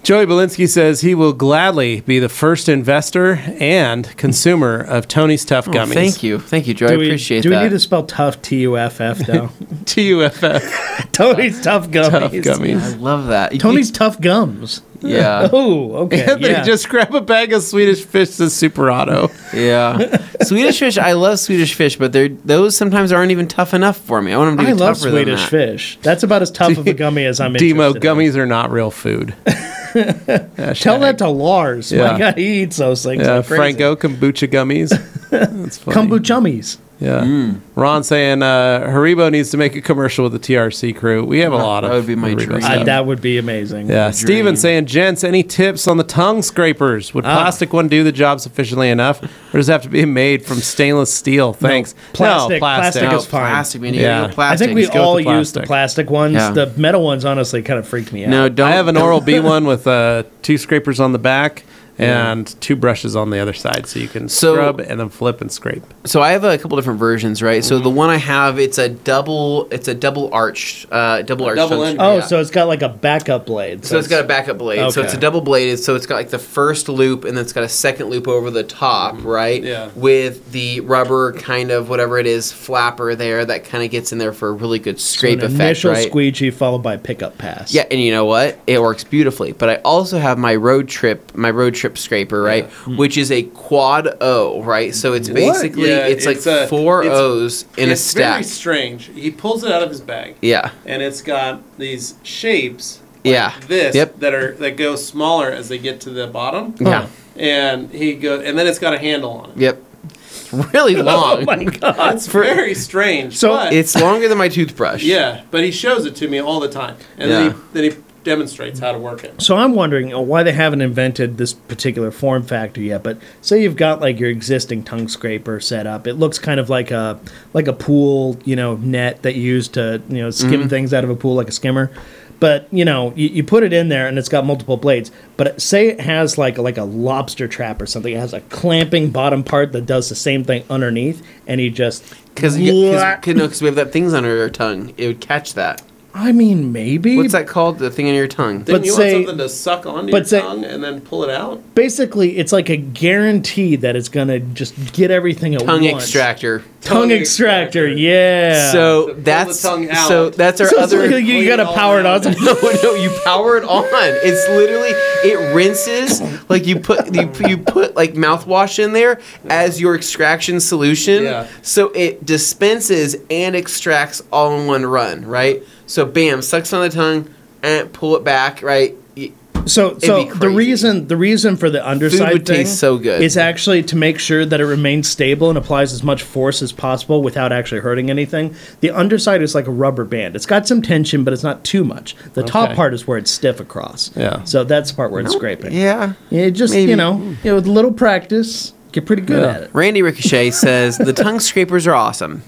[SPEAKER 2] Joey Belinsky says he will gladly be the first investor and consumer of Tony's Tough Gummies.
[SPEAKER 3] Oh, Thank you, thank you, Joe. I
[SPEAKER 1] we,
[SPEAKER 3] appreciate
[SPEAKER 1] do we
[SPEAKER 3] that.
[SPEAKER 1] need to spell tough T U F F though?
[SPEAKER 2] TUFF
[SPEAKER 1] Tony's tough
[SPEAKER 2] Tough
[SPEAKER 1] gummies.
[SPEAKER 2] Gummies.
[SPEAKER 3] I love that.
[SPEAKER 1] Tony's tough gums.
[SPEAKER 3] Yeah.
[SPEAKER 1] Oh, okay.
[SPEAKER 2] And they
[SPEAKER 1] yeah.
[SPEAKER 2] just grab a bag of Swedish fish to Superauto.
[SPEAKER 3] Yeah, Swedish fish. I love Swedish fish, but they're those sometimes aren't even tough enough for me. I want them to be
[SPEAKER 1] I love
[SPEAKER 3] tougher than
[SPEAKER 1] Swedish
[SPEAKER 3] that.
[SPEAKER 1] fish. That's about as tough of a gummy as I'm
[SPEAKER 2] Demo
[SPEAKER 1] interested in.
[SPEAKER 2] gummies are not real food.
[SPEAKER 1] Tell that to Lars.
[SPEAKER 2] Yeah.
[SPEAKER 1] My God, he eats those things.
[SPEAKER 2] Yeah,
[SPEAKER 1] like crazy.
[SPEAKER 2] Franco kombucha gummies. That's funny.
[SPEAKER 1] Kombuchummies.
[SPEAKER 2] Yeah.
[SPEAKER 3] Hmm.
[SPEAKER 2] Ron saying uh, Haribo needs to make a commercial with the TRC crew. We have a lot of.
[SPEAKER 3] that would be my
[SPEAKER 2] Haribo
[SPEAKER 3] dream.
[SPEAKER 2] stuff.
[SPEAKER 1] Uh, that would be amazing.
[SPEAKER 2] yeah. Steven
[SPEAKER 3] dream.
[SPEAKER 2] saying, gents, any tips on the tongue scrapers? Would
[SPEAKER 1] Ah.
[SPEAKER 2] plastic one do the job sufficiently enough, or does it have to be made from stainless steel? Thanks.
[SPEAKER 1] plastic. Plastic
[SPEAKER 3] No,
[SPEAKER 1] is fine.
[SPEAKER 3] plastic. We need
[SPEAKER 2] Yeah.
[SPEAKER 3] real
[SPEAKER 2] I think
[SPEAKER 1] I
[SPEAKER 3] plastic.
[SPEAKER 1] think we
[SPEAKER 2] go with
[SPEAKER 1] all
[SPEAKER 2] the
[SPEAKER 1] use the
[SPEAKER 2] plastic.
[SPEAKER 1] plastic ones.
[SPEAKER 3] Yeah.
[SPEAKER 1] The metal ones, honestly, kind of freaked me out.
[SPEAKER 3] no, don't
[SPEAKER 2] I have an Oral B one with uh, two scrapers on the back and two brushes on the other side, so you can
[SPEAKER 3] So-
[SPEAKER 2] scrub and then flip and scrape.
[SPEAKER 3] so I have a couple different versions, right? So the
[SPEAKER 2] Mm-hmm.
[SPEAKER 3] one I have, it's a double, it's a double arch, uh, double arch.
[SPEAKER 2] double
[SPEAKER 3] tongue-
[SPEAKER 2] end.
[SPEAKER 1] Oh,
[SPEAKER 3] yeah.
[SPEAKER 1] so it's got like a backup blade.
[SPEAKER 3] So it's got a backup blade. So it's a
[SPEAKER 1] Okay.
[SPEAKER 3] double bladed. So it's got like the first loop, and then it's got a second loop over the top, right?
[SPEAKER 2] Mm-hmm. Yeah.
[SPEAKER 3] With the rubber kind of whatever it is flapper there that kind of gets in there for a really good scrape
[SPEAKER 1] an
[SPEAKER 3] effect,
[SPEAKER 1] initial
[SPEAKER 3] right?
[SPEAKER 1] squeegee followed by pickup pass.
[SPEAKER 3] Yeah, and you know what? It works beautifully. But I also have my road trip, my road trip scraper, right?
[SPEAKER 2] Mm.
[SPEAKER 3] Which is a quad O, right? So it's basically
[SPEAKER 2] Yeah,
[SPEAKER 3] it's,
[SPEAKER 2] it's
[SPEAKER 3] like
[SPEAKER 2] a-
[SPEAKER 3] four
[SPEAKER 2] it's-
[SPEAKER 3] O's in a stack.
[SPEAKER 2] Very strange. He pulls it out of his bag.
[SPEAKER 3] yeah.
[SPEAKER 2] and it's got these shapes
[SPEAKER 3] Yeah.
[SPEAKER 2] this
[SPEAKER 3] Yep.
[SPEAKER 2] that are that go smaller as they get to the bottom.
[SPEAKER 1] Mm-hmm.
[SPEAKER 3] Yeah.
[SPEAKER 2] And he goes and then it's got a handle on it. Ah,
[SPEAKER 3] Yep. It's really long.
[SPEAKER 1] Oh my God.
[SPEAKER 2] It's very strange.
[SPEAKER 1] So
[SPEAKER 2] but,
[SPEAKER 3] It's longer than my toothbrush.
[SPEAKER 2] yeah, but he shows it to me all the time. And
[SPEAKER 3] Yeah.
[SPEAKER 2] then he then he demonstrates how to work it.
[SPEAKER 1] So I'm wondering uh, why they haven't invented this particular form factor yet. But say you've got like your existing tongue scraper set up. It looks kind of like a like a pool, you know, net that you use to you know skim
[SPEAKER 3] Mm-hmm.
[SPEAKER 1] things out of a pool like a skimmer. But you know, you, you put it in there and it's got multiple blades. But say it has like like a lobster trap or something. It has a clamping bottom part that does the same thing underneath, and you just
[SPEAKER 3] Because because no, 'cause we have that things under our tongue, it would catch that.
[SPEAKER 1] I mean, maybe
[SPEAKER 3] What's that called? The thing on your tongue.
[SPEAKER 2] Didn't
[SPEAKER 1] But
[SPEAKER 2] you
[SPEAKER 1] say-
[SPEAKER 2] want something to suck onto
[SPEAKER 1] but
[SPEAKER 2] your
[SPEAKER 1] say-
[SPEAKER 2] tongue and then pull it out?
[SPEAKER 1] basically it's like a guarantee that it's gonna just get everything at
[SPEAKER 3] tongue
[SPEAKER 1] once.
[SPEAKER 3] extractor.
[SPEAKER 1] Tongue,
[SPEAKER 2] Tongue
[SPEAKER 1] extractor,
[SPEAKER 2] extractor.
[SPEAKER 1] yeah.
[SPEAKER 3] So,
[SPEAKER 2] pull the
[SPEAKER 3] that's
[SPEAKER 2] tongue out.
[SPEAKER 3] so that's our
[SPEAKER 1] So it's
[SPEAKER 3] other.
[SPEAKER 1] like you,
[SPEAKER 2] clean
[SPEAKER 1] you gotta
[SPEAKER 2] all
[SPEAKER 1] power it
[SPEAKER 2] around
[SPEAKER 1] on.
[SPEAKER 3] no, no, you power it on. It's literally it rinses like you put you, you put like mouthwash in there as your extraction solution.
[SPEAKER 2] Yeah.
[SPEAKER 3] So it dispenses and extracts all in one run, right? So bam, sucks on the tongue, and pull it back, right? Y-
[SPEAKER 1] So,
[SPEAKER 3] be
[SPEAKER 1] so the
[SPEAKER 3] crazy.
[SPEAKER 1] reason the reason for the underside
[SPEAKER 3] would
[SPEAKER 1] thing
[SPEAKER 3] taste so good.
[SPEAKER 1] is actually to make sure that it remains stable and applies as much force as possible without actually hurting anything. The underside is like a rubber band. It's got some tension, but it's not too much. The top
[SPEAKER 2] Okay. part
[SPEAKER 1] part is where it's stiff across.
[SPEAKER 2] Yeah.
[SPEAKER 1] So that's the part where it's scraping.
[SPEAKER 3] Yeah.
[SPEAKER 1] It just
[SPEAKER 3] Maybe.
[SPEAKER 1] you know, you know, with a little practice, get pretty good
[SPEAKER 2] Yeah.
[SPEAKER 1] at it.
[SPEAKER 3] Randy Ricochet says the tongue scrapers are awesome.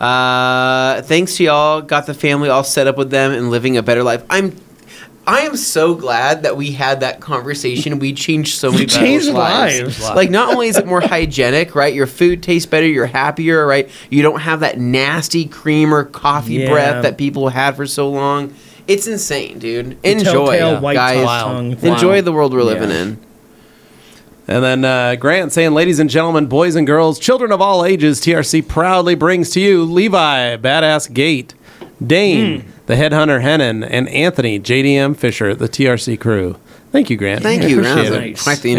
[SPEAKER 3] Uh, thanks to y'all, got the family all set up with them and living a better life. I'm, I am so glad that we had that conversation. We changed so many people's
[SPEAKER 1] changed
[SPEAKER 3] lives.
[SPEAKER 1] lives.
[SPEAKER 3] Like not only is it more hygienic, right? Your food tastes better. You're happier, right? You don't have that nasty cream or coffee
[SPEAKER 1] Yeah.
[SPEAKER 3] breath that people had for so long. It's insane, dude. Enjoy,
[SPEAKER 1] telltale white
[SPEAKER 3] guys.
[SPEAKER 1] tongue.
[SPEAKER 2] Wow.
[SPEAKER 3] Enjoy the world we're living
[SPEAKER 1] Yeah.
[SPEAKER 3] in.
[SPEAKER 2] And then uh, Grant saying, ladies and gentlemen, boys and girls, children of all ages, TRC proudly brings to you Levi, Badass Gate, Dane, the Headhunter Hennon, and Anthony, JDM Fisher, the TRC crew. Thank you, Grant.
[SPEAKER 3] Thank
[SPEAKER 2] I
[SPEAKER 3] you.
[SPEAKER 2] appreciate
[SPEAKER 3] That was a-
[SPEAKER 2] it.
[SPEAKER 1] Nice.
[SPEAKER 3] quite the
[SPEAKER 2] Yeah.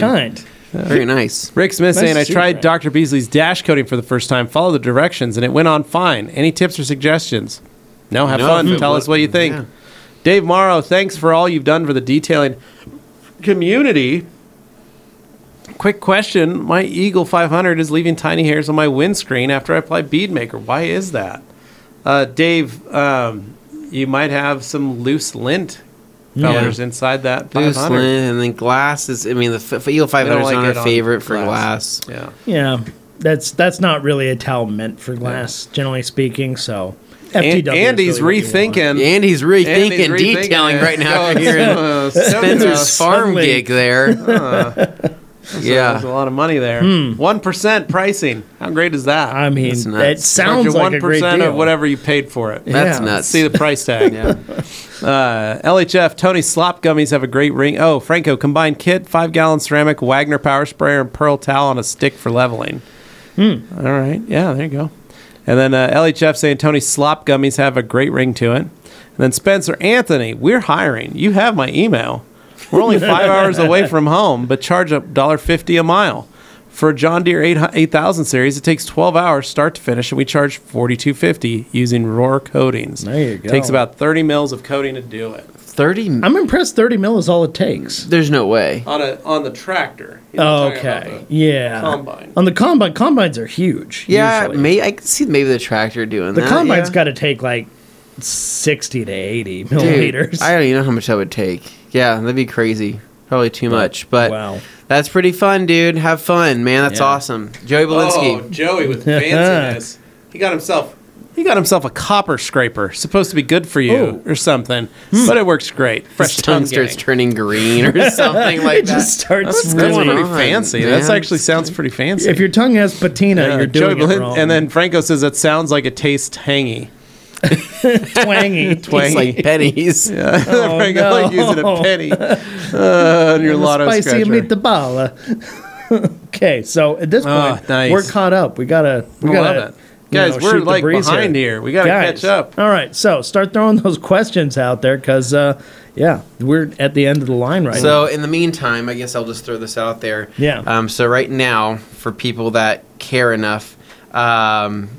[SPEAKER 1] Very kind.
[SPEAKER 3] Very nice.
[SPEAKER 2] Rick Smith
[SPEAKER 1] Nice
[SPEAKER 2] saying,
[SPEAKER 1] to
[SPEAKER 2] I
[SPEAKER 1] see you,
[SPEAKER 2] tried
[SPEAKER 1] Grant.
[SPEAKER 2] Dr. Beasley's dash coding for the first time, followed the directions, and it went on fine. Any tips or suggestions? No, have
[SPEAKER 3] No,
[SPEAKER 2] fun.
[SPEAKER 3] but
[SPEAKER 2] Tell
[SPEAKER 3] what-
[SPEAKER 2] us what you think.
[SPEAKER 3] yeah.
[SPEAKER 2] Dave Morrow, thanks for all you've done for the detailing community. Quick question My Eagle 500 is leaving tiny hairs on my windscreen after I apply bead maker. Why is that? Uh, Dave, um, you might have some loose lint fellers inside that 500.
[SPEAKER 3] Loose lint, and then glass is. I mean, the f- Eagle Five Hundred is
[SPEAKER 2] like
[SPEAKER 3] not
[SPEAKER 2] it
[SPEAKER 3] our
[SPEAKER 2] on
[SPEAKER 3] favorite for
[SPEAKER 2] glass.
[SPEAKER 3] glass.
[SPEAKER 2] Yeah.
[SPEAKER 1] Yeah, that's that's not really a towel meant for glass, generally speaking. So,
[SPEAKER 2] And,
[SPEAKER 1] FTW is
[SPEAKER 2] Andy's
[SPEAKER 1] really what you want.
[SPEAKER 2] rethinking.
[SPEAKER 3] Andy's
[SPEAKER 2] Andy's
[SPEAKER 3] rethinking
[SPEAKER 2] rethinking
[SPEAKER 3] detailing
[SPEAKER 2] it. Oh,
[SPEAKER 3] right now.
[SPEAKER 2] Going
[SPEAKER 3] after hearing
[SPEAKER 2] to, uh,
[SPEAKER 3] Spencer's
[SPEAKER 2] Spencer's
[SPEAKER 3] farm
[SPEAKER 1] suddenly-
[SPEAKER 3] gig there. yeah.
[SPEAKER 2] There's a lot of money there. One pricing. How great is that?
[SPEAKER 1] I mean,
[SPEAKER 3] That's nuts.
[SPEAKER 1] that
[SPEAKER 2] Charge you
[SPEAKER 1] sounds like a great
[SPEAKER 2] 1%
[SPEAKER 1] deal.
[SPEAKER 2] of whatever you paid for it.
[SPEAKER 3] That's
[SPEAKER 1] Yeah.
[SPEAKER 3] nuts.
[SPEAKER 2] See the price tag.
[SPEAKER 3] yeah.
[SPEAKER 2] Uh, LHF, Tony Slop Gummies have a great ring. Oh, Franco, combined kit, five gallon ceramic, Wagner power sprayer, and pearl towel on a stick for leveling.
[SPEAKER 1] Hmm.
[SPEAKER 2] All right. Yeah, there you go. And then uh, LHF saying Tony Slop Gummies have a great ring to it. And then Spencer Anthony, we're hiring. You have my email. We're only five hours away from home, but charge a dollar fifty a mile. For a John Deere 8, 8000 series, it takes 12 hours start to finish, and we charge 42.50 using Roar coatings.
[SPEAKER 1] There you go.
[SPEAKER 2] Takes about 30 mils of coating to do it
[SPEAKER 3] 30
[SPEAKER 1] I'm impressed. Thirty mil is all it takes.
[SPEAKER 3] There's no way.
[SPEAKER 2] on a on the tractor. You know, talking about
[SPEAKER 1] Okay.
[SPEAKER 2] the-
[SPEAKER 1] Yeah.
[SPEAKER 2] combine.
[SPEAKER 1] On the combine, combines are huge.
[SPEAKER 3] Yeah,
[SPEAKER 1] usually.
[SPEAKER 3] may I can see maybe the tractor doing
[SPEAKER 1] the
[SPEAKER 3] that.
[SPEAKER 1] combine's
[SPEAKER 3] yeah.
[SPEAKER 1] got to take like sixty to eighty
[SPEAKER 3] Dude,
[SPEAKER 1] millimeters.
[SPEAKER 3] I don't even know how much that would take. Yeah, that'd be crazy. Probably too much, but
[SPEAKER 1] wow.
[SPEAKER 3] that's pretty fun, dude. Have fun, man. That's
[SPEAKER 1] Yeah.
[SPEAKER 3] awesome. Joey
[SPEAKER 2] Oh,
[SPEAKER 3] Belinsky.
[SPEAKER 2] Joey with fanciness. he got himself. He got himself a copper scraper, supposed to be good for
[SPEAKER 1] Ooh.
[SPEAKER 2] you or something, but it works great. Fresh
[SPEAKER 3] His tongue
[SPEAKER 2] tongue
[SPEAKER 3] starts
[SPEAKER 2] starts.
[SPEAKER 3] turning green or something like
[SPEAKER 1] it just
[SPEAKER 3] that.
[SPEAKER 1] starts
[SPEAKER 2] That's
[SPEAKER 1] really.
[SPEAKER 2] really pretty
[SPEAKER 3] on,
[SPEAKER 2] fancy. That's
[SPEAKER 3] man?
[SPEAKER 2] actually sounds pretty fancy.
[SPEAKER 1] If your tongue has patina,
[SPEAKER 2] Yeah,
[SPEAKER 1] you're Uh, doing
[SPEAKER 2] Belin-
[SPEAKER 1] it wrong.
[SPEAKER 2] And then Franco says that sounds like it tastes hangy.
[SPEAKER 1] twangy,
[SPEAKER 3] It's like pennies.
[SPEAKER 2] Yeah,
[SPEAKER 1] Oh,
[SPEAKER 2] Franco like using a
[SPEAKER 1] no.
[SPEAKER 2] penny uh, on your lotto
[SPEAKER 1] spicy
[SPEAKER 2] scratcher.
[SPEAKER 1] meatball. okay, so at this
[SPEAKER 2] Oh,
[SPEAKER 1] point,
[SPEAKER 2] nice.
[SPEAKER 1] we're caught up. We gotta, we
[SPEAKER 2] I
[SPEAKER 1] gotta,
[SPEAKER 2] love it.
[SPEAKER 1] you
[SPEAKER 2] Guys,
[SPEAKER 1] know,
[SPEAKER 2] we're
[SPEAKER 1] shoot the
[SPEAKER 2] like
[SPEAKER 1] breeze
[SPEAKER 2] behind here. We gotta
[SPEAKER 1] Guys,
[SPEAKER 2] catch up.
[SPEAKER 1] All right, so start throwing those questions out there because, uh, yeah, we're at the end of the line right now.
[SPEAKER 3] So in the meantime, I guess I'll just throw this out there.
[SPEAKER 1] Yeah.
[SPEAKER 3] Um, so right now, for people that care enough, um,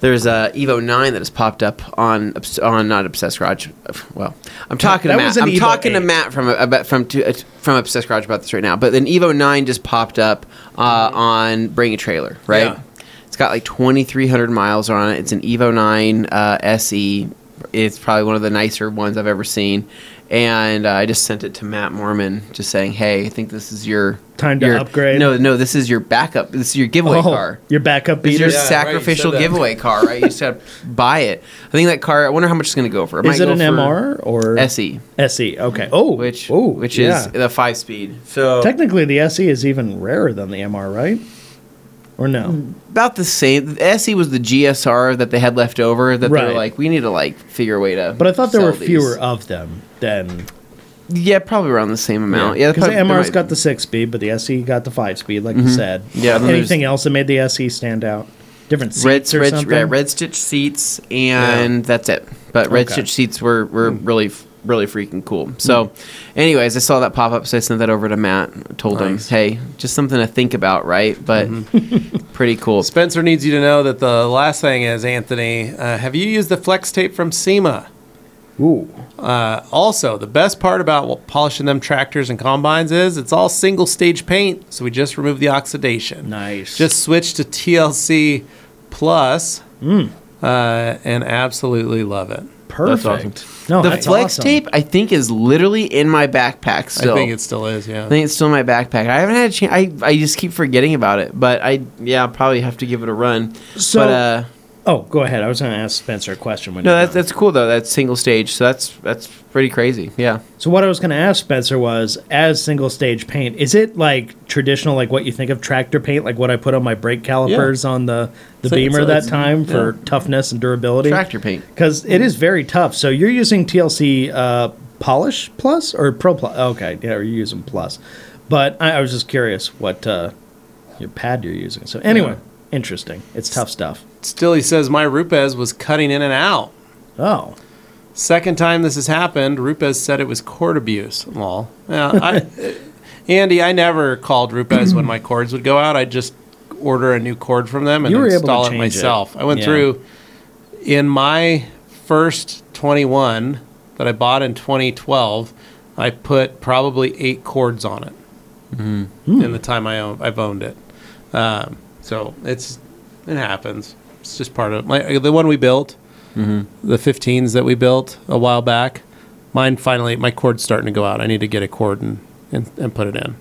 [SPEAKER 3] there's a Evo Nine that has popped up on obs- on not Obsessed Garage. Well, I'm talking to
[SPEAKER 1] That
[SPEAKER 3] Matt.
[SPEAKER 1] was an
[SPEAKER 3] I'm
[SPEAKER 1] Evo
[SPEAKER 3] talking to
[SPEAKER 1] 8.
[SPEAKER 3] Matt from about from to, uh, from Obsessed Garage about this right now. But then Evo Nine just popped up uh, on Bring a Trailer, right?
[SPEAKER 2] Yeah.
[SPEAKER 3] It's got like 2,300 miles on it. It's an Evo 9 uh, SE. It's probably one of the nicer ones I've ever seen. And uh, I just sent it to Matt Mormon, just saying, "Hey, I think this is your
[SPEAKER 1] Time to
[SPEAKER 3] your-
[SPEAKER 1] upgrade. Oh.
[SPEAKER 3] No, no, this is your backup. This is your giveaway car.
[SPEAKER 1] your backup
[SPEAKER 3] This is your
[SPEAKER 1] beater.
[SPEAKER 2] Yeah, right, you
[SPEAKER 3] sacrificial
[SPEAKER 2] said that.
[SPEAKER 3] giveaway car, right? You just gotta buy it. I think that car. I wonder how much it's gonna go for. It
[SPEAKER 1] Is
[SPEAKER 3] might
[SPEAKER 1] it
[SPEAKER 3] go
[SPEAKER 1] an
[SPEAKER 3] for
[SPEAKER 1] MR or
[SPEAKER 2] E.
[SPEAKER 3] SE?
[SPEAKER 1] SE? Okay. Oh,
[SPEAKER 3] Which
[SPEAKER 1] oh,
[SPEAKER 3] which
[SPEAKER 1] yeah.
[SPEAKER 3] is the five speed. So
[SPEAKER 1] technically the SE is even rarer than the MR, right? Or no?
[SPEAKER 3] about the same. The SE was the GSR that they had left over. That they were
[SPEAKER 1] Right.
[SPEAKER 3] like, we need to like figure a way to.
[SPEAKER 1] But I thought there were
[SPEAKER 3] sell these."
[SPEAKER 1] fewer of them than
[SPEAKER 3] Yeah, probably around the same amount. Yeah,
[SPEAKER 1] because
[SPEAKER 3] probably-
[SPEAKER 1] the
[SPEAKER 3] there
[SPEAKER 1] MR's
[SPEAKER 3] might-
[SPEAKER 1] got the six speed, but the SE got the five speed, like you said.
[SPEAKER 3] Yeah, then
[SPEAKER 1] Anything else that made the SE stand out? Different seats
[SPEAKER 3] red
[SPEAKER 1] or
[SPEAKER 3] red,
[SPEAKER 1] something.
[SPEAKER 3] red red stitch seats, and that's it. But red
[SPEAKER 1] Okay. Hmm.
[SPEAKER 3] stitch seats were were really f- really freaking cool. So, anyways, I saw that pop up, so I sent that over to Matt. Told
[SPEAKER 2] Nice.
[SPEAKER 3] him, hey, just something to think about, right? But
[SPEAKER 1] Mm-hmm.
[SPEAKER 3] pretty cool.
[SPEAKER 2] Spencer needs you to know that the last thing is Anthony. Uh, have you used the flex tape from SEMA?
[SPEAKER 1] Ooh.
[SPEAKER 2] Uh, also, the best part about polishing them tractors and combines is it's all single stage paint, so we just remove the oxidation.
[SPEAKER 1] Nice.
[SPEAKER 2] Just switch to TLC Plus,
[SPEAKER 3] Mm.
[SPEAKER 2] uh, and absolutely love it.
[SPEAKER 1] perfect. No,
[SPEAKER 3] the
[SPEAKER 1] Oh, that's
[SPEAKER 3] flex
[SPEAKER 1] awesome.
[SPEAKER 3] tape, I think, is literally in my backpack still.
[SPEAKER 2] I think it still is. Yeah.
[SPEAKER 3] I think it's still in my backpack. I haven't had a chance. I, I just keep forgetting about it, but I yeah I'll probably have to give it a run.
[SPEAKER 1] So-
[SPEAKER 3] but, uh,
[SPEAKER 1] Oh, go ahead. I was going to ask Spencer a question. When
[SPEAKER 3] No,
[SPEAKER 1] you're
[SPEAKER 3] that's
[SPEAKER 1] done.
[SPEAKER 3] that's cool though. That's single stage, so that's that's pretty crazy. Yeah.
[SPEAKER 1] So what I was going to ask Spencer was, as single stage paint, is it like traditional, like what you think of tractor paint, like what I put on my brake calipers on the the
[SPEAKER 2] So-
[SPEAKER 1] Beamer
[SPEAKER 2] so
[SPEAKER 1] that
[SPEAKER 2] it's-
[SPEAKER 1] time for toughness and durability?
[SPEAKER 3] Tractor paint.
[SPEAKER 1] because it is very tough. So you're using TLC uh, Polish Plus or Pro Plus? Okay, yeah, you're using Plus. But I, I was just curious what uh, your pad you're using. So anyway, interesting. It's tough stuff.
[SPEAKER 2] Still, he says my Rupes was cutting in and out.
[SPEAKER 1] Oh,
[SPEAKER 2] Second time this has happened, Rupes said it was court abuse. Lol. Yeah, I, Andy, I never called Rupes when my cords would go out. I just order a new cord from them and
[SPEAKER 1] You were able
[SPEAKER 2] install
[SPEAKER 1] to
[SPEAKER 2] it
[SPEAKER 1] change it.
[SPEAKER 2] myself. I went
[SPEAKER 1] Yeah.
[SPEAKER 2] through in my first 21 that I bought in 2012. I put probably eight cords on it
[SPEAKER 1] Mm-hmm.
[SPEAKER 2] in the time I own, I've owned it. Um, so it's it happens. It's just part of my the one we built, the 15s that we built a while back. Mine finally, my cord's starting to go out. I need to get a cord and and, and put it in.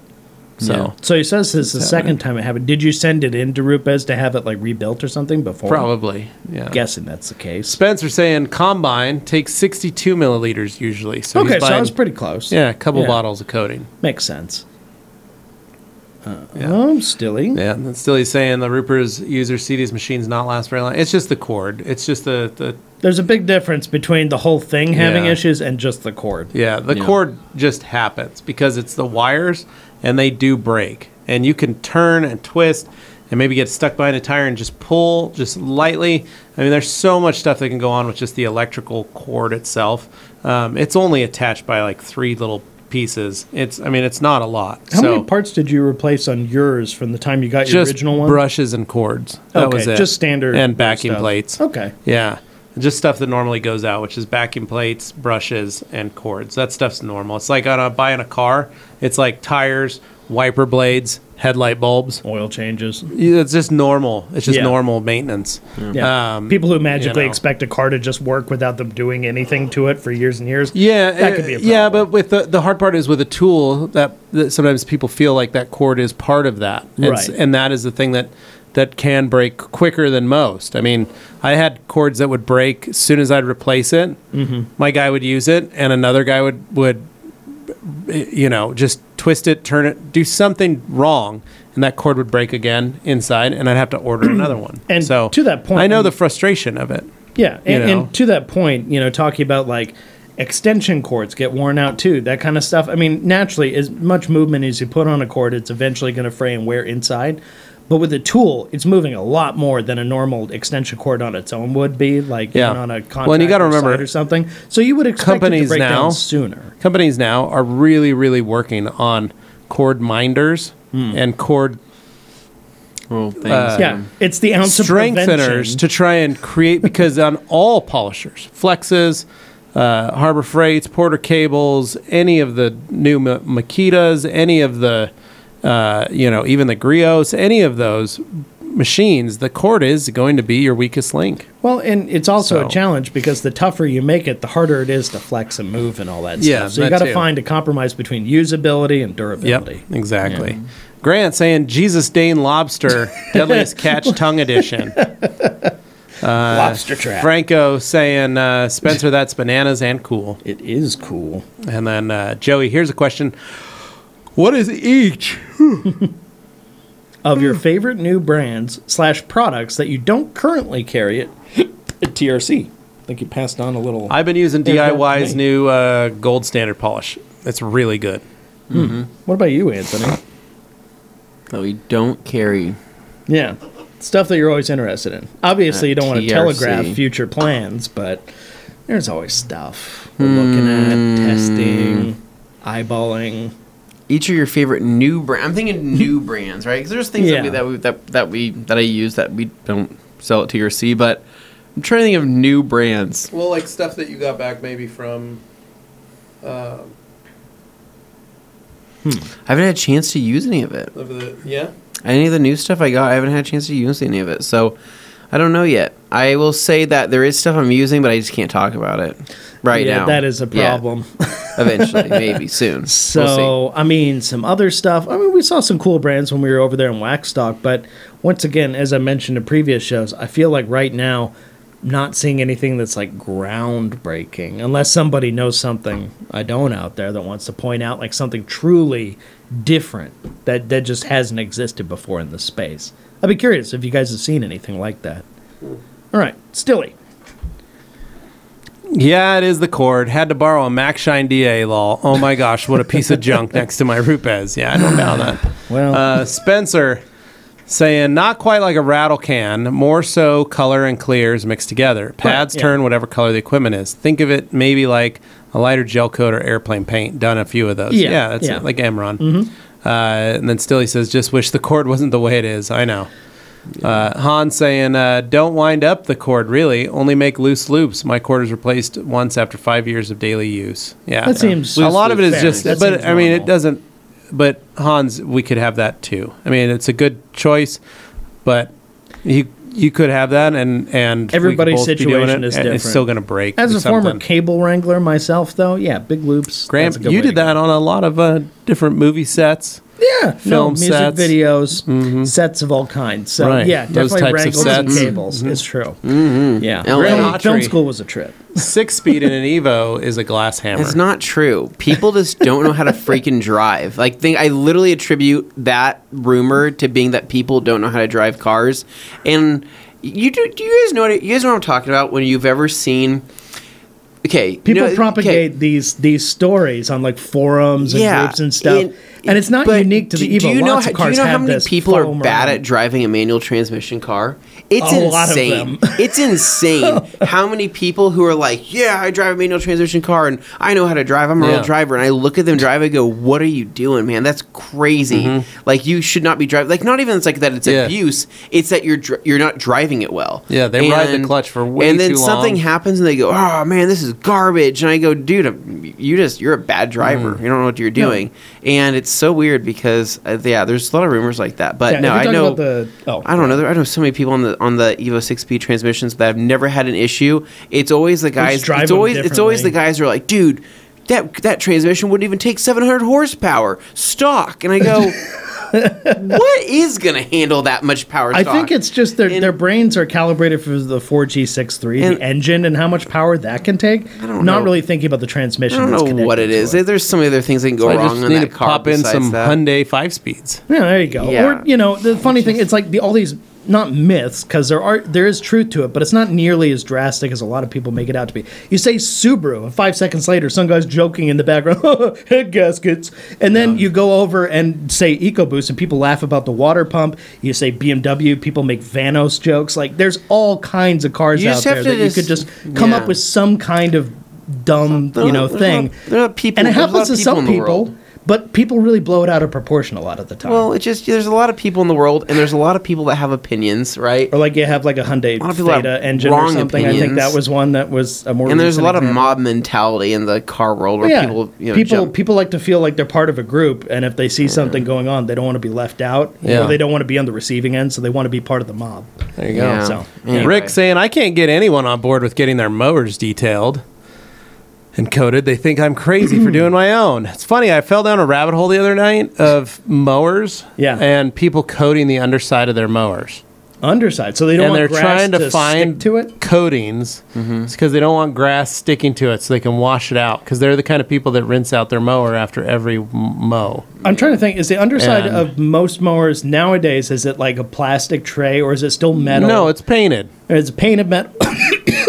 [SPEAKER 2] So
[SPEAKER 1] so he says this is the second time it happened. Did you send it into Rupes to have it like rebuilt or something before?
[SPEAKER 2] probably, yeah.
[SPEAKER 1] Guessing that's the case.
[SPEAKER 2] Spencer saying combine takes 62 milliliters usually. So
[SPEAKER 1] okay,
[SPEAKER 2] he's
[SPEAKER 1] so
[SPEAKER 2] buying,
[SPEAKER 1] I was pretty close.
[SPEAKER 2] yeah, a couple
[SPEAKER 1] yeah.
[SPEAKER 2] bottles of coating.
[SPEAKER 1] makes sense. Oh, I'm stilly.
[SPEAKER 2] Yeah, and still he's saying the Ruper's user CD's machines not last very long. It's just the cord. It's just the, the
[SPEAKER 1] There's a big difference between the whole thing having
[SPEAKER 2] Yeah.
[SPEAKER 1] issues and just the cord.
[SPEAKER 2] yeah, the
[SPEAKER 3] Yeah.
[SPEAKER 2] cord just happens because it's the wires and they do break. And you can turn and twist and maybe get stuck behind a tire and just pull just lightly. I mean, there's so much stuff that can go on with just the electrical cord itself. Um, it's only attached by like three little pieces. It's I mean, it's not a lot.
[SPEAKER 1] How
[SPEAKER 2] so
[SPEAKER 1] many parts did you replace on yours from the time you got your
[SPEAKER 2] just
[SPEAKER 1] original one?
[SPEAKER 2] brushes and cords. That
[SPEAKER 1] Okay,
[SPEAKER 2] was it.
[SPEAKER 1] just standard
[SPEAKER 2] and backing
[SPEAKER 1] stuff.
[SPEAKER 2] plates.
[SPEAKER 1] Okay.
[SPEAKER 2] Yeah. Just stuff that normally goes out, which is backing plates, brushes, and cords. That stuff's normal. It's like on a buying a car. It's like tires, wiper blades, headlight bulbs.
[SPEAKER 1] Oil changes.
[SPEAKER 2] Yeah, It's just normal. It's just
[SPEAKER 1] Yeah.
[SPEAKER 2] normal maintenance.
[SPEAKER 1] Yeah.
[SPEAKER 2] Um,
[SPEAKER 1] People who magically
[SPEAKER 2] you know.
[SPEAKER 1] expect a car to just work without them doing anything to it for years and years.
[SPEAKER 2] Yeah,
[SPEAKER 1] That
[SPEAKER 2] uh,
[SPEAKER 1] could be a
[SPEAKER 2] yeah,
[SPEAKER 1] problem.
[SPEAKER 2] but with the, the hard part is with a tool that, that sometimes people feel like that cord is part of that, It's-
[SPEAKER 1] Right.
[SPEAKER 2] And that is the thing that that can break quicker than most. I mean, I had cords that would break as soon as I'd replace it. Mm-hmm. My guy would use it, and another guy would would eh, you know, just twist it, turn it, do something wrong, and that cord would break again inside, and I'd have to order another one.
[SPEAKER 1] And to that point-
[SPEAKER 2] I know the frustration of it.
[SPEAKER 1] Yeah, and,
[SPEAKER 2] know?
[SPEAKER 1] and to that point, you know, talking about like extension cords get worn out too, that kind of stuff. I mean, naturally, as much movement as you put on a cord, it's eventually going to fray and wear inside. But with a tool, it's moving a lot more than a normal extension cord on its own would be, like
[SPEAKER 2] Yeah.
[SPEAKER 1] even on a contract
[SPEAKER 2] Well, and you gotta
[SPEAKER 1] or side
[SPEAKER 2] remember-
[SPEAKER 1] or something. So you would expect it to
[SPEAKER 2] Companies
[SPEAKER 1] break
[SPEAKER 2] now-
[SPEAKER 1] down sooner.
[SPEAKER 2] companies now are really, really working on cord minders and cord
[SPEAKER 3] Well, thanks.
[SPEAKER 1] Uh,
[SPEAKER 3] um,
[SPEAKER 1] yeah, it's the ounce of
[SPEAKER 2] um, strengtheners
[SPEAKER 1] prevention.
[SPEAKER 2] to try and create because on all polishers, flexes, uh, Harbor Freights, Porter Cables, any of the new Ma- Makitas, any of the uh, you know even the Griots, any of those machines, the cord is going to be your weakest link.
[SPEAKER 1] Well, and it's also
[SPEAKER 2] So-
[SPEAKER 1] a challenge because the tougher you make it, the harder it is to flex and move and all that
[SPEAKER 2] Yeah,
[SPEAKER 1] stuff. So you
[SPEAKER 2] that
[SPEAKER 1] got
[SPEAKER 2] too.
[SPEAKER 1] to find a compromise between usability and durability.
[SPEAKER 2] Yep, exactly. Grant saying Jesus Dane Lobster, Deadliest Catch Tongue Edition. Uh,
[SPEAKER 1] Lobster trap.
[SPEAKER 2] Franco saying, uh, Spencer, that's bananas and cool.
[SPEAKER 1] It is cool.
[SPEAKER 2] And then uh, Joey, here's a question. What is each?
[SPEAKER 1] Of your favorite new brands slash products that you don't currently carry at, at TRC. I think you passed on a little.
[SPEAKER 2] I've been using
[SPEAKER 1] Here, go
[SPEAKER 2] DIY's
[SPEAKER 1] to me.
[SPEAKER 2] new uh, gold standard polish. It's really good.
[SPEAKER 1] what about you, Anthony?
[SPEAKER 3] that we don't carry.
[SPEAKER 1] Yeah. Stuff that you're always interested in. Obviously,
[SPEAKER 3] At
[SPEAKER 1] you don't want to
[SPEAKER 3] TRC.
[SPEAKER 1] telegraph future plans, but there's always stuff we're looking
[SPEAKER 2] Hmm.
[SPEAKER 1] at, testing, eyeballing.
[SPEAKER 3] Each of your favorite new brand. I'm thinking new brands, right? Because there's things
[SPEAKER 1] Yeah.
[SPEAKER 3] that, we, that we that that we that I use that we don't sell at TRC, but I'm trying to think of new brands.
[SPEAKER 2] Well, like stuff that you got back maybe from.
[SPEAKER 3] I haven't had a chance to use any of it.
[SPEAKER 2] Of the, yeah?
[SPEAKER 3] Any of the new stuff I got, I haven't had a chance to use any of it. So I don't know yet. I will say that there is stuff I'm using, but I just can't talk about it right
[SPEAKER 1] Yeah,
[SPEAKER 3] now.
[SPEAKER 1] That is a
[SPEAKER 3] Yeah.
[SPEAKER 1] problem.
[SPEAKER 3] Eventually, maybe soon.
[SPEAKER 1] So
[SPEAKER 3] We'll see.
[SPEAKER 1] I mean, some other stuff. I mean, we saw some cool brands when we were over there in Waxstock, but once again, as I mentioned in previous shows, I feel like right now, not seeing anything that's like groundbreaking, unless somebody knows something I don't out there that wants to point out like something truly different that that just hasn't existed before in this space. I'd be curious if you guys have seen anything like that. All right, Stilly.
[SPEAKER 2] Yeah, it is the cord. Had to borrow a Mac Shine DA law. Oh my gosh, what a piece of junk next to my Rupes. Yeah, I don't know that.
[SPEAKER 1] Well,
[SPEAKER 2] Uh, Spencer saying, not quite like a rattle can, more so color and clears mixed together. Pads
[SPEAKER 1] yeah.
[SPEAKER 2] turn whatever color the equipment is. Think of it maybe like a lighter gel coat or airplane paint. Done a few of those. Yeah,
[SPEAKER 1] Yeah,
[SPEAKER 2] that's
[SPEAKER 1] yeah. Mm-hmm.
[SPEAKER 2] it, like Amron. Uh, and then still he says, just wish the cord wasn't the way it is. I know. Uh, Han saying, uh, don't wind up the cord, really. Only make loose loops. My cord is replaced once after five years of daily use. Yeah.
[SPEAKER 1] That seems
[SPEAKER 2] a lot of it is
[SPEAKER 1] fair.
[SPEAKER 2] just,
[SPEAKER 1] That
[SPEAKER 2] but
[SPEAKER 1] seems
[SPEAKER 2] I mean, it
[SPEAKER 1] normal.
[SPEAKER 2] doesn't, but Hans, we could have that too. I mean, it's a good choice, but you, you could have that and, and we could
[SPEAKER 1] Everybody's
[SPEAKER 2] both be doing
[SPEAKER 1] situation
[SPEAKER 2] it,
[SPEAKER 1] is
[SPEAKER 2] and It's
[SPEAKER 1] different.
[SPEAKER 2] still going to break.
[SPEAKER 1] as
[SPEAKER 2] or
[SPEAKER 1] a former
[SPEAKER 2] something.
[SPEAKER 1] cable wrangler myself, though, yeah, big loops.
[SPEAKER 2] Graham,
[SPEAKER 1] that's a good
[SPEAKER 2] you
[SPEAKER 1] way to
[SPEAKER 2] did
[SPEAKER 1] go.
[SPEAKER 2] that on a lot of uh, different movie sets.
[SPEAKER 1] Yeah, no,
[SPEAKER 2] Film
[SPEAKER 1] music
[SPEAKER 2] sets.
[SPEAKER 1] videos,
[SPEAKER 3] Mm-hmm.
[SPEAKER 1] sets of all kinds. So
[SPEAKER 2] Right.
[SPEAKER 1] yeah,
[SPEAKER 2] Those
[SPEAKER 1] definitely
[SPEAKER 2] types
[SPEAKER 1] wrangles
[SPEAKER 2] of
[SPEAKER 1] and
[SPEAKER 2] sets.
[SPEAKER 1] cables. It's true. Mm-hmm. Yeah,
[SPEAKER 3] LA.
[SPEAKER 1] Really, film
[SPEAKER 2] Autry.
[SPEAKER 1] school was a trip.
[SPEAKER 2] Six speed in an Evo is a glass hammer.
[SPEAKER 3] That's not true. People just don't know how to freaking drive. Like, think I literally attribute that rumor to being that people don't know how to drive cars. And you do. Do you guys know? What, you guys know what I'm talking about when you've ever seen. Okay,
[SPEAKER 1] People
[SPEAKER 3] no, okay.
[SPEAKER 1] propagate these these stories on like forums and
[SPEAKER 3] Yeah,
[SPEAKER 1] groups and stuff,
[SPEAKER 3] and-
[SPEAKER 1] and, it's not
[SPEAKER 3] but
[SPEAKER 1] unique to the
[SPEAKER 3] do,
[SPEAKER 1] Evo.
[SPEAKER 3] do you know
[SPEAKER 1] Lots
[SPEAKER 3] how,
[SPEAKER 1] of cars
[SPEAKER 3] do you know how
[SPEAKER 1] have
[SPEAKER 3] many
[SPEAKER 1] this
[SPEAKER 3] people are
[SPEAKER 1] foam
[SPEAKER 3] bad
[SPEAKER 1] around.
[SPEAKER 3] at driving a manual transmission car? It's
[SPEAKER 1] A
[SPEAKER 3] insane.
[SPEAKER 1] lot of them.
[SPEAKER 3] it's insane how many people who are like, "Yeah, I drive a manual transmission car and I know how to drive. I'm a
[SPEAKER 2] Yeah.
[SPEAKER 3] real driver." And I look at them drive I go, "What are you doing, man? That's crazy. Like you should not be driving. Like not even it's like that it's
[SPEAKER 2] Mm-hmm. Yeah.
[SPEAKER 3] abuse. It's that you're dr- you're not driving it well.
[SPEAKER 2] Yeah, they ride the clutch for way
[SPEAKER 3] And then
[SPEAKER 2] too
[SPEAKER 3] something
[SPEAKER 2] long.
[SPEAKER 3] happens and they go, "Oh man, this is garbage." And I go, "Dude, I'm- you just you're a bad
[SPEAKER 1] Mm.
[SPEAKER 3] driver. You don't know what you're doing." And it's so weird because uh, yeah, there's a lot of rumors like that. But
[SPEAKER 1] Yeah,
[SPEAKER 3] no,
[SPEAKER 1] if you're
[SPEAKER 3] I
[SPEAKER 1] talking
[SPEAKER 3] know
[SPEAKER 1] about the- oh.
[SPEAKER 3] I don't know. There, I know so many people on the on the Evo 6P transmissions that have never had an issue. It's always the guys.
[SPEAKER 1] drive
[SPEAKER 3] It's
[SPEAKER 1] them
[SPEAKER 3] always it's always the
[SPEAKER 1] differently.
[SPEAKER 3] guys who are like, "Dude, that that transmission wouldn't even take 700 horsepower stock." And I go, "What is going to handle that much power?"
[SPEAKER 1] I
[SPEAKER 3] stock?"
[SPEAKER 1] think it's just their,
[SPEAKER 3] And-
[SPEAKER 1] their brains are calibrated for the 4G63,
[SPEAKER 3] And-
[SPEAKER 1] the engine, and how much power that can take. I
[SPEAKER 3] don't
[SPEAKER 1] Not
[SPEAKER 3] know.
[SPEAKER 1] really thinking about the transmission.
[SPEAKER 3] I don't
[SPEAKER 1] that's
[SPEAKER 3] know
[SPEAKER 1] connected
[SPEAKER 3] what it
[SPEAKER 1] to
[SPEAKER 3] is. There's so many other things that can go
[SPEAKER 2] I
[SPEAKER 3] wrong
[SPEAKER 2] just
[SPEAKER 3] on
[SPEAKER 2] need
[SPEAKER 3] that
[SPEAKER 2] to
[SPEAKER 3] car.
[SPEAKER 2] pop in some
[SPEAKER 3] that.
[SPEAKER 2] Hyundai five speeds.
[SPEAKER 1] Yeah, there you go.
[SPEAKER 3] Yeah.
[SPEAKER 1] Or you know, the funny thing, it's like the, all these not myths because there are there is truth to it, but it's not nearly as drastic as a lot of people make it out to be. You say Subaru, and five seconds later, some guy's joking in the background, head gaskets, and then you go over and say EcoBoost, and people laugh about the water pump. You say BMW, people make Vanos jokes. Like there's all kinds of cars
[SPEAKER 3] You
[SPEAKER 1] out
[SPEAKER 3] just have
[SPEAKER 1] there
[SPEAKER 3] to
[SPEAKER 1] that you could
[SPEAKER 3] just-
[SPEAKER 1] just come
[SPEAKER 3] yeah.
[SPEAKER 1] up with some kind of dumb
[SPEAKER 3] There
[SPEAKER 1] you
[SPEAKER 3] are-
[SPEAKER 1] know
[SPEAKER 3] there's a
[SPEAKER 1] thing
[SPEAKER 3] lot- there are people-
[SPEAKER 1] and it
[SPEAKER 3] there's a lot
[SPEAKER 1] happens
[SPEAKER 3] of
[SPEAKER 1] to
[SPEAKER 3] people
[SPEAKER 1] some
[SPEAKER 3] in the world.
[SPEAKER 1] people but people really blow it out of proportion a lot of the time
[SPEAKER 3] Well, it's just there's a lot of people in the world, and there's a lot of people that have opinions, right?
[SPEAKER 1] or like you have like a Hyundai
[SPEAKER 3] lot of people have
[SPEAKER 1] Theta engine or
[SPEAKER 3] wrong
[SPEAKER 1] something. I think
[SPEAKER 3] opinions.
[SPEAKER 1] that was one that was a more.
[SPEAKER 3] And there's a
[SPEAKER 1] recent
[SPEAKER 3] lot of
[SPEAKER 1] example.
[SPEAKER 3] mob mentality in the car world where
[SPEAKER 1] Yeah,
[SPEAKER 3] people, you know,
[SPEAKER 1] people,
[SPEAKER 3] jump-
[SPEAKER 1] people like to feel like they're part of a group, and if they see something going on, they don't want to be left out,
[SPEAKER 2] Yeah.
[SPEAKER 1] or they don't want to be on the receiving end, so they want to be part of the mob.
[SPEAKER 2] There you go.
[SPEAKER 3] Yeah.
[SPEAKER 1] So,
[SPEAKER 3] Anyway.
[SPEAKER 2] Rick saying, I can't get anyone on board with getting their mowers detailed and coated. They think I'm crazy for doing my own. It's funny, I fell down a rabbit hole the other night of mowers
[SPEAKER 1] Yeah.
[SPEAKER 2] and people coating the underside of their mowers.
[SPEAKER 1] underside, so they don't.
[SPEAKER 2] and
[SPEAKER 1] want
[SPEAKER 2] they're
[SPEAKER 1] grass
[SPEAKER 2] trying to,
[SPEAKER 1] to,
[SPEAKER 2] find
[SPEAKER 1] stick to it. Mm-hmm.
[SPEAKER 2] coatings because they don't want grass sticking to it so they can wash it out because they're the kind of people that rinse out their mower after every m- mow.
[SPEAKER 1] I'm trying to think. Is the underside
[SPEAKER 2] And-
[SPEAKER 1] of most mowers nowadays is it like a plastic tray or is it still metal?
[SPEAKER 2] No, it's painted.
[SPEAKER 1] it's painted metal.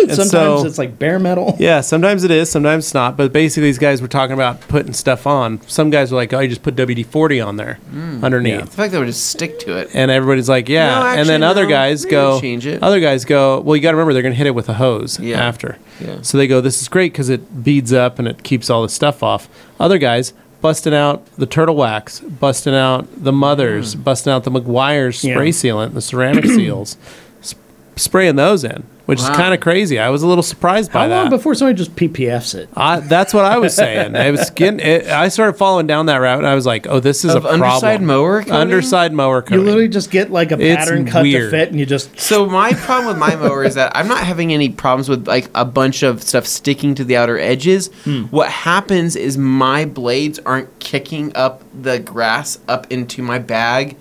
[SPEAKER 1] Sometimes
[SPEAKER 2] so-
[SPEAKER 1] it's like bare metal.
[SPEAKER 2] Yeah, sometimes it is, sometimes it's not. But basically, these guys were talking about putting stuff on. Some guys were like, "Oh, you just put WD forty on there underneath,"
[SPEAKER 3] the fact that we just stick to it.
[SPEAKER 2] and everybody's like, "Yeah."
[SPEAKER 3] Mm. No,
[SPEAKER 2] and then
[SPEAKER 3] actually,
[SPEAKER 2] other
[SPEAKER 3] no.
[SPEAKER 2] guys
[SPEAKER 3] Maybe
[SPEAKER 2] go,
[SPEAKER 3] change it.
[SPEAKER 2] other guys go, "Well, you got to remember they're going to hit it with a hose
[SPEAKER 3] Yeah.
[SPEAKER 2] after."
[SPEAKER 3] Yeah.
[SPEAKER 2] So they go, "This is great because it beads up and it keeps all the stuff off." Other guys busting out the turtle wax, busting out the mothers,
[SPEAKER 3] Mm.
[SPEAKER 2] busting out the McGuire's
[SPEAKER 1] Yeah.
[SPEAKER 2] spray sealant, the ceramic seals, sp- spraying those in, which
[SPEAKER 3] Wow.
[SPEAKER 2] is kind of crazy. I was a little surprised by
[SPEAKER 1] How
[SPEAKER 2] that.
[SPEAKER 1] long before somebody just PPFs it?
[SPEAKER 2] I, that's what I was saying. I was getting. It, I started falling down that route, and I was like, "Oh, this is
[SPEAKER 3] Of
[SPEAKER 2] a problem."
[SPEAKER 3] underside mower coating?
[SPEAKER 2] Underside mower
[SPEAKER 1] You
[SPEAKER 2] coating.
[SPEAKER 1] literally just get like a
[SPEAKER 2] It's
[SPEAKER 1] pattern cut
[SPEAKER 2] weird.
[SPEAKER 1] to fit, and you just
[SPEAKER 3] So my problem with my mower is that I'm not having any problems with like a bunch of stuff sticking to the outer edges.
[SPEAKER 2] Hmm.
[SPEAKER 3] What happens is my blades aren't kicking up the grass up into my bag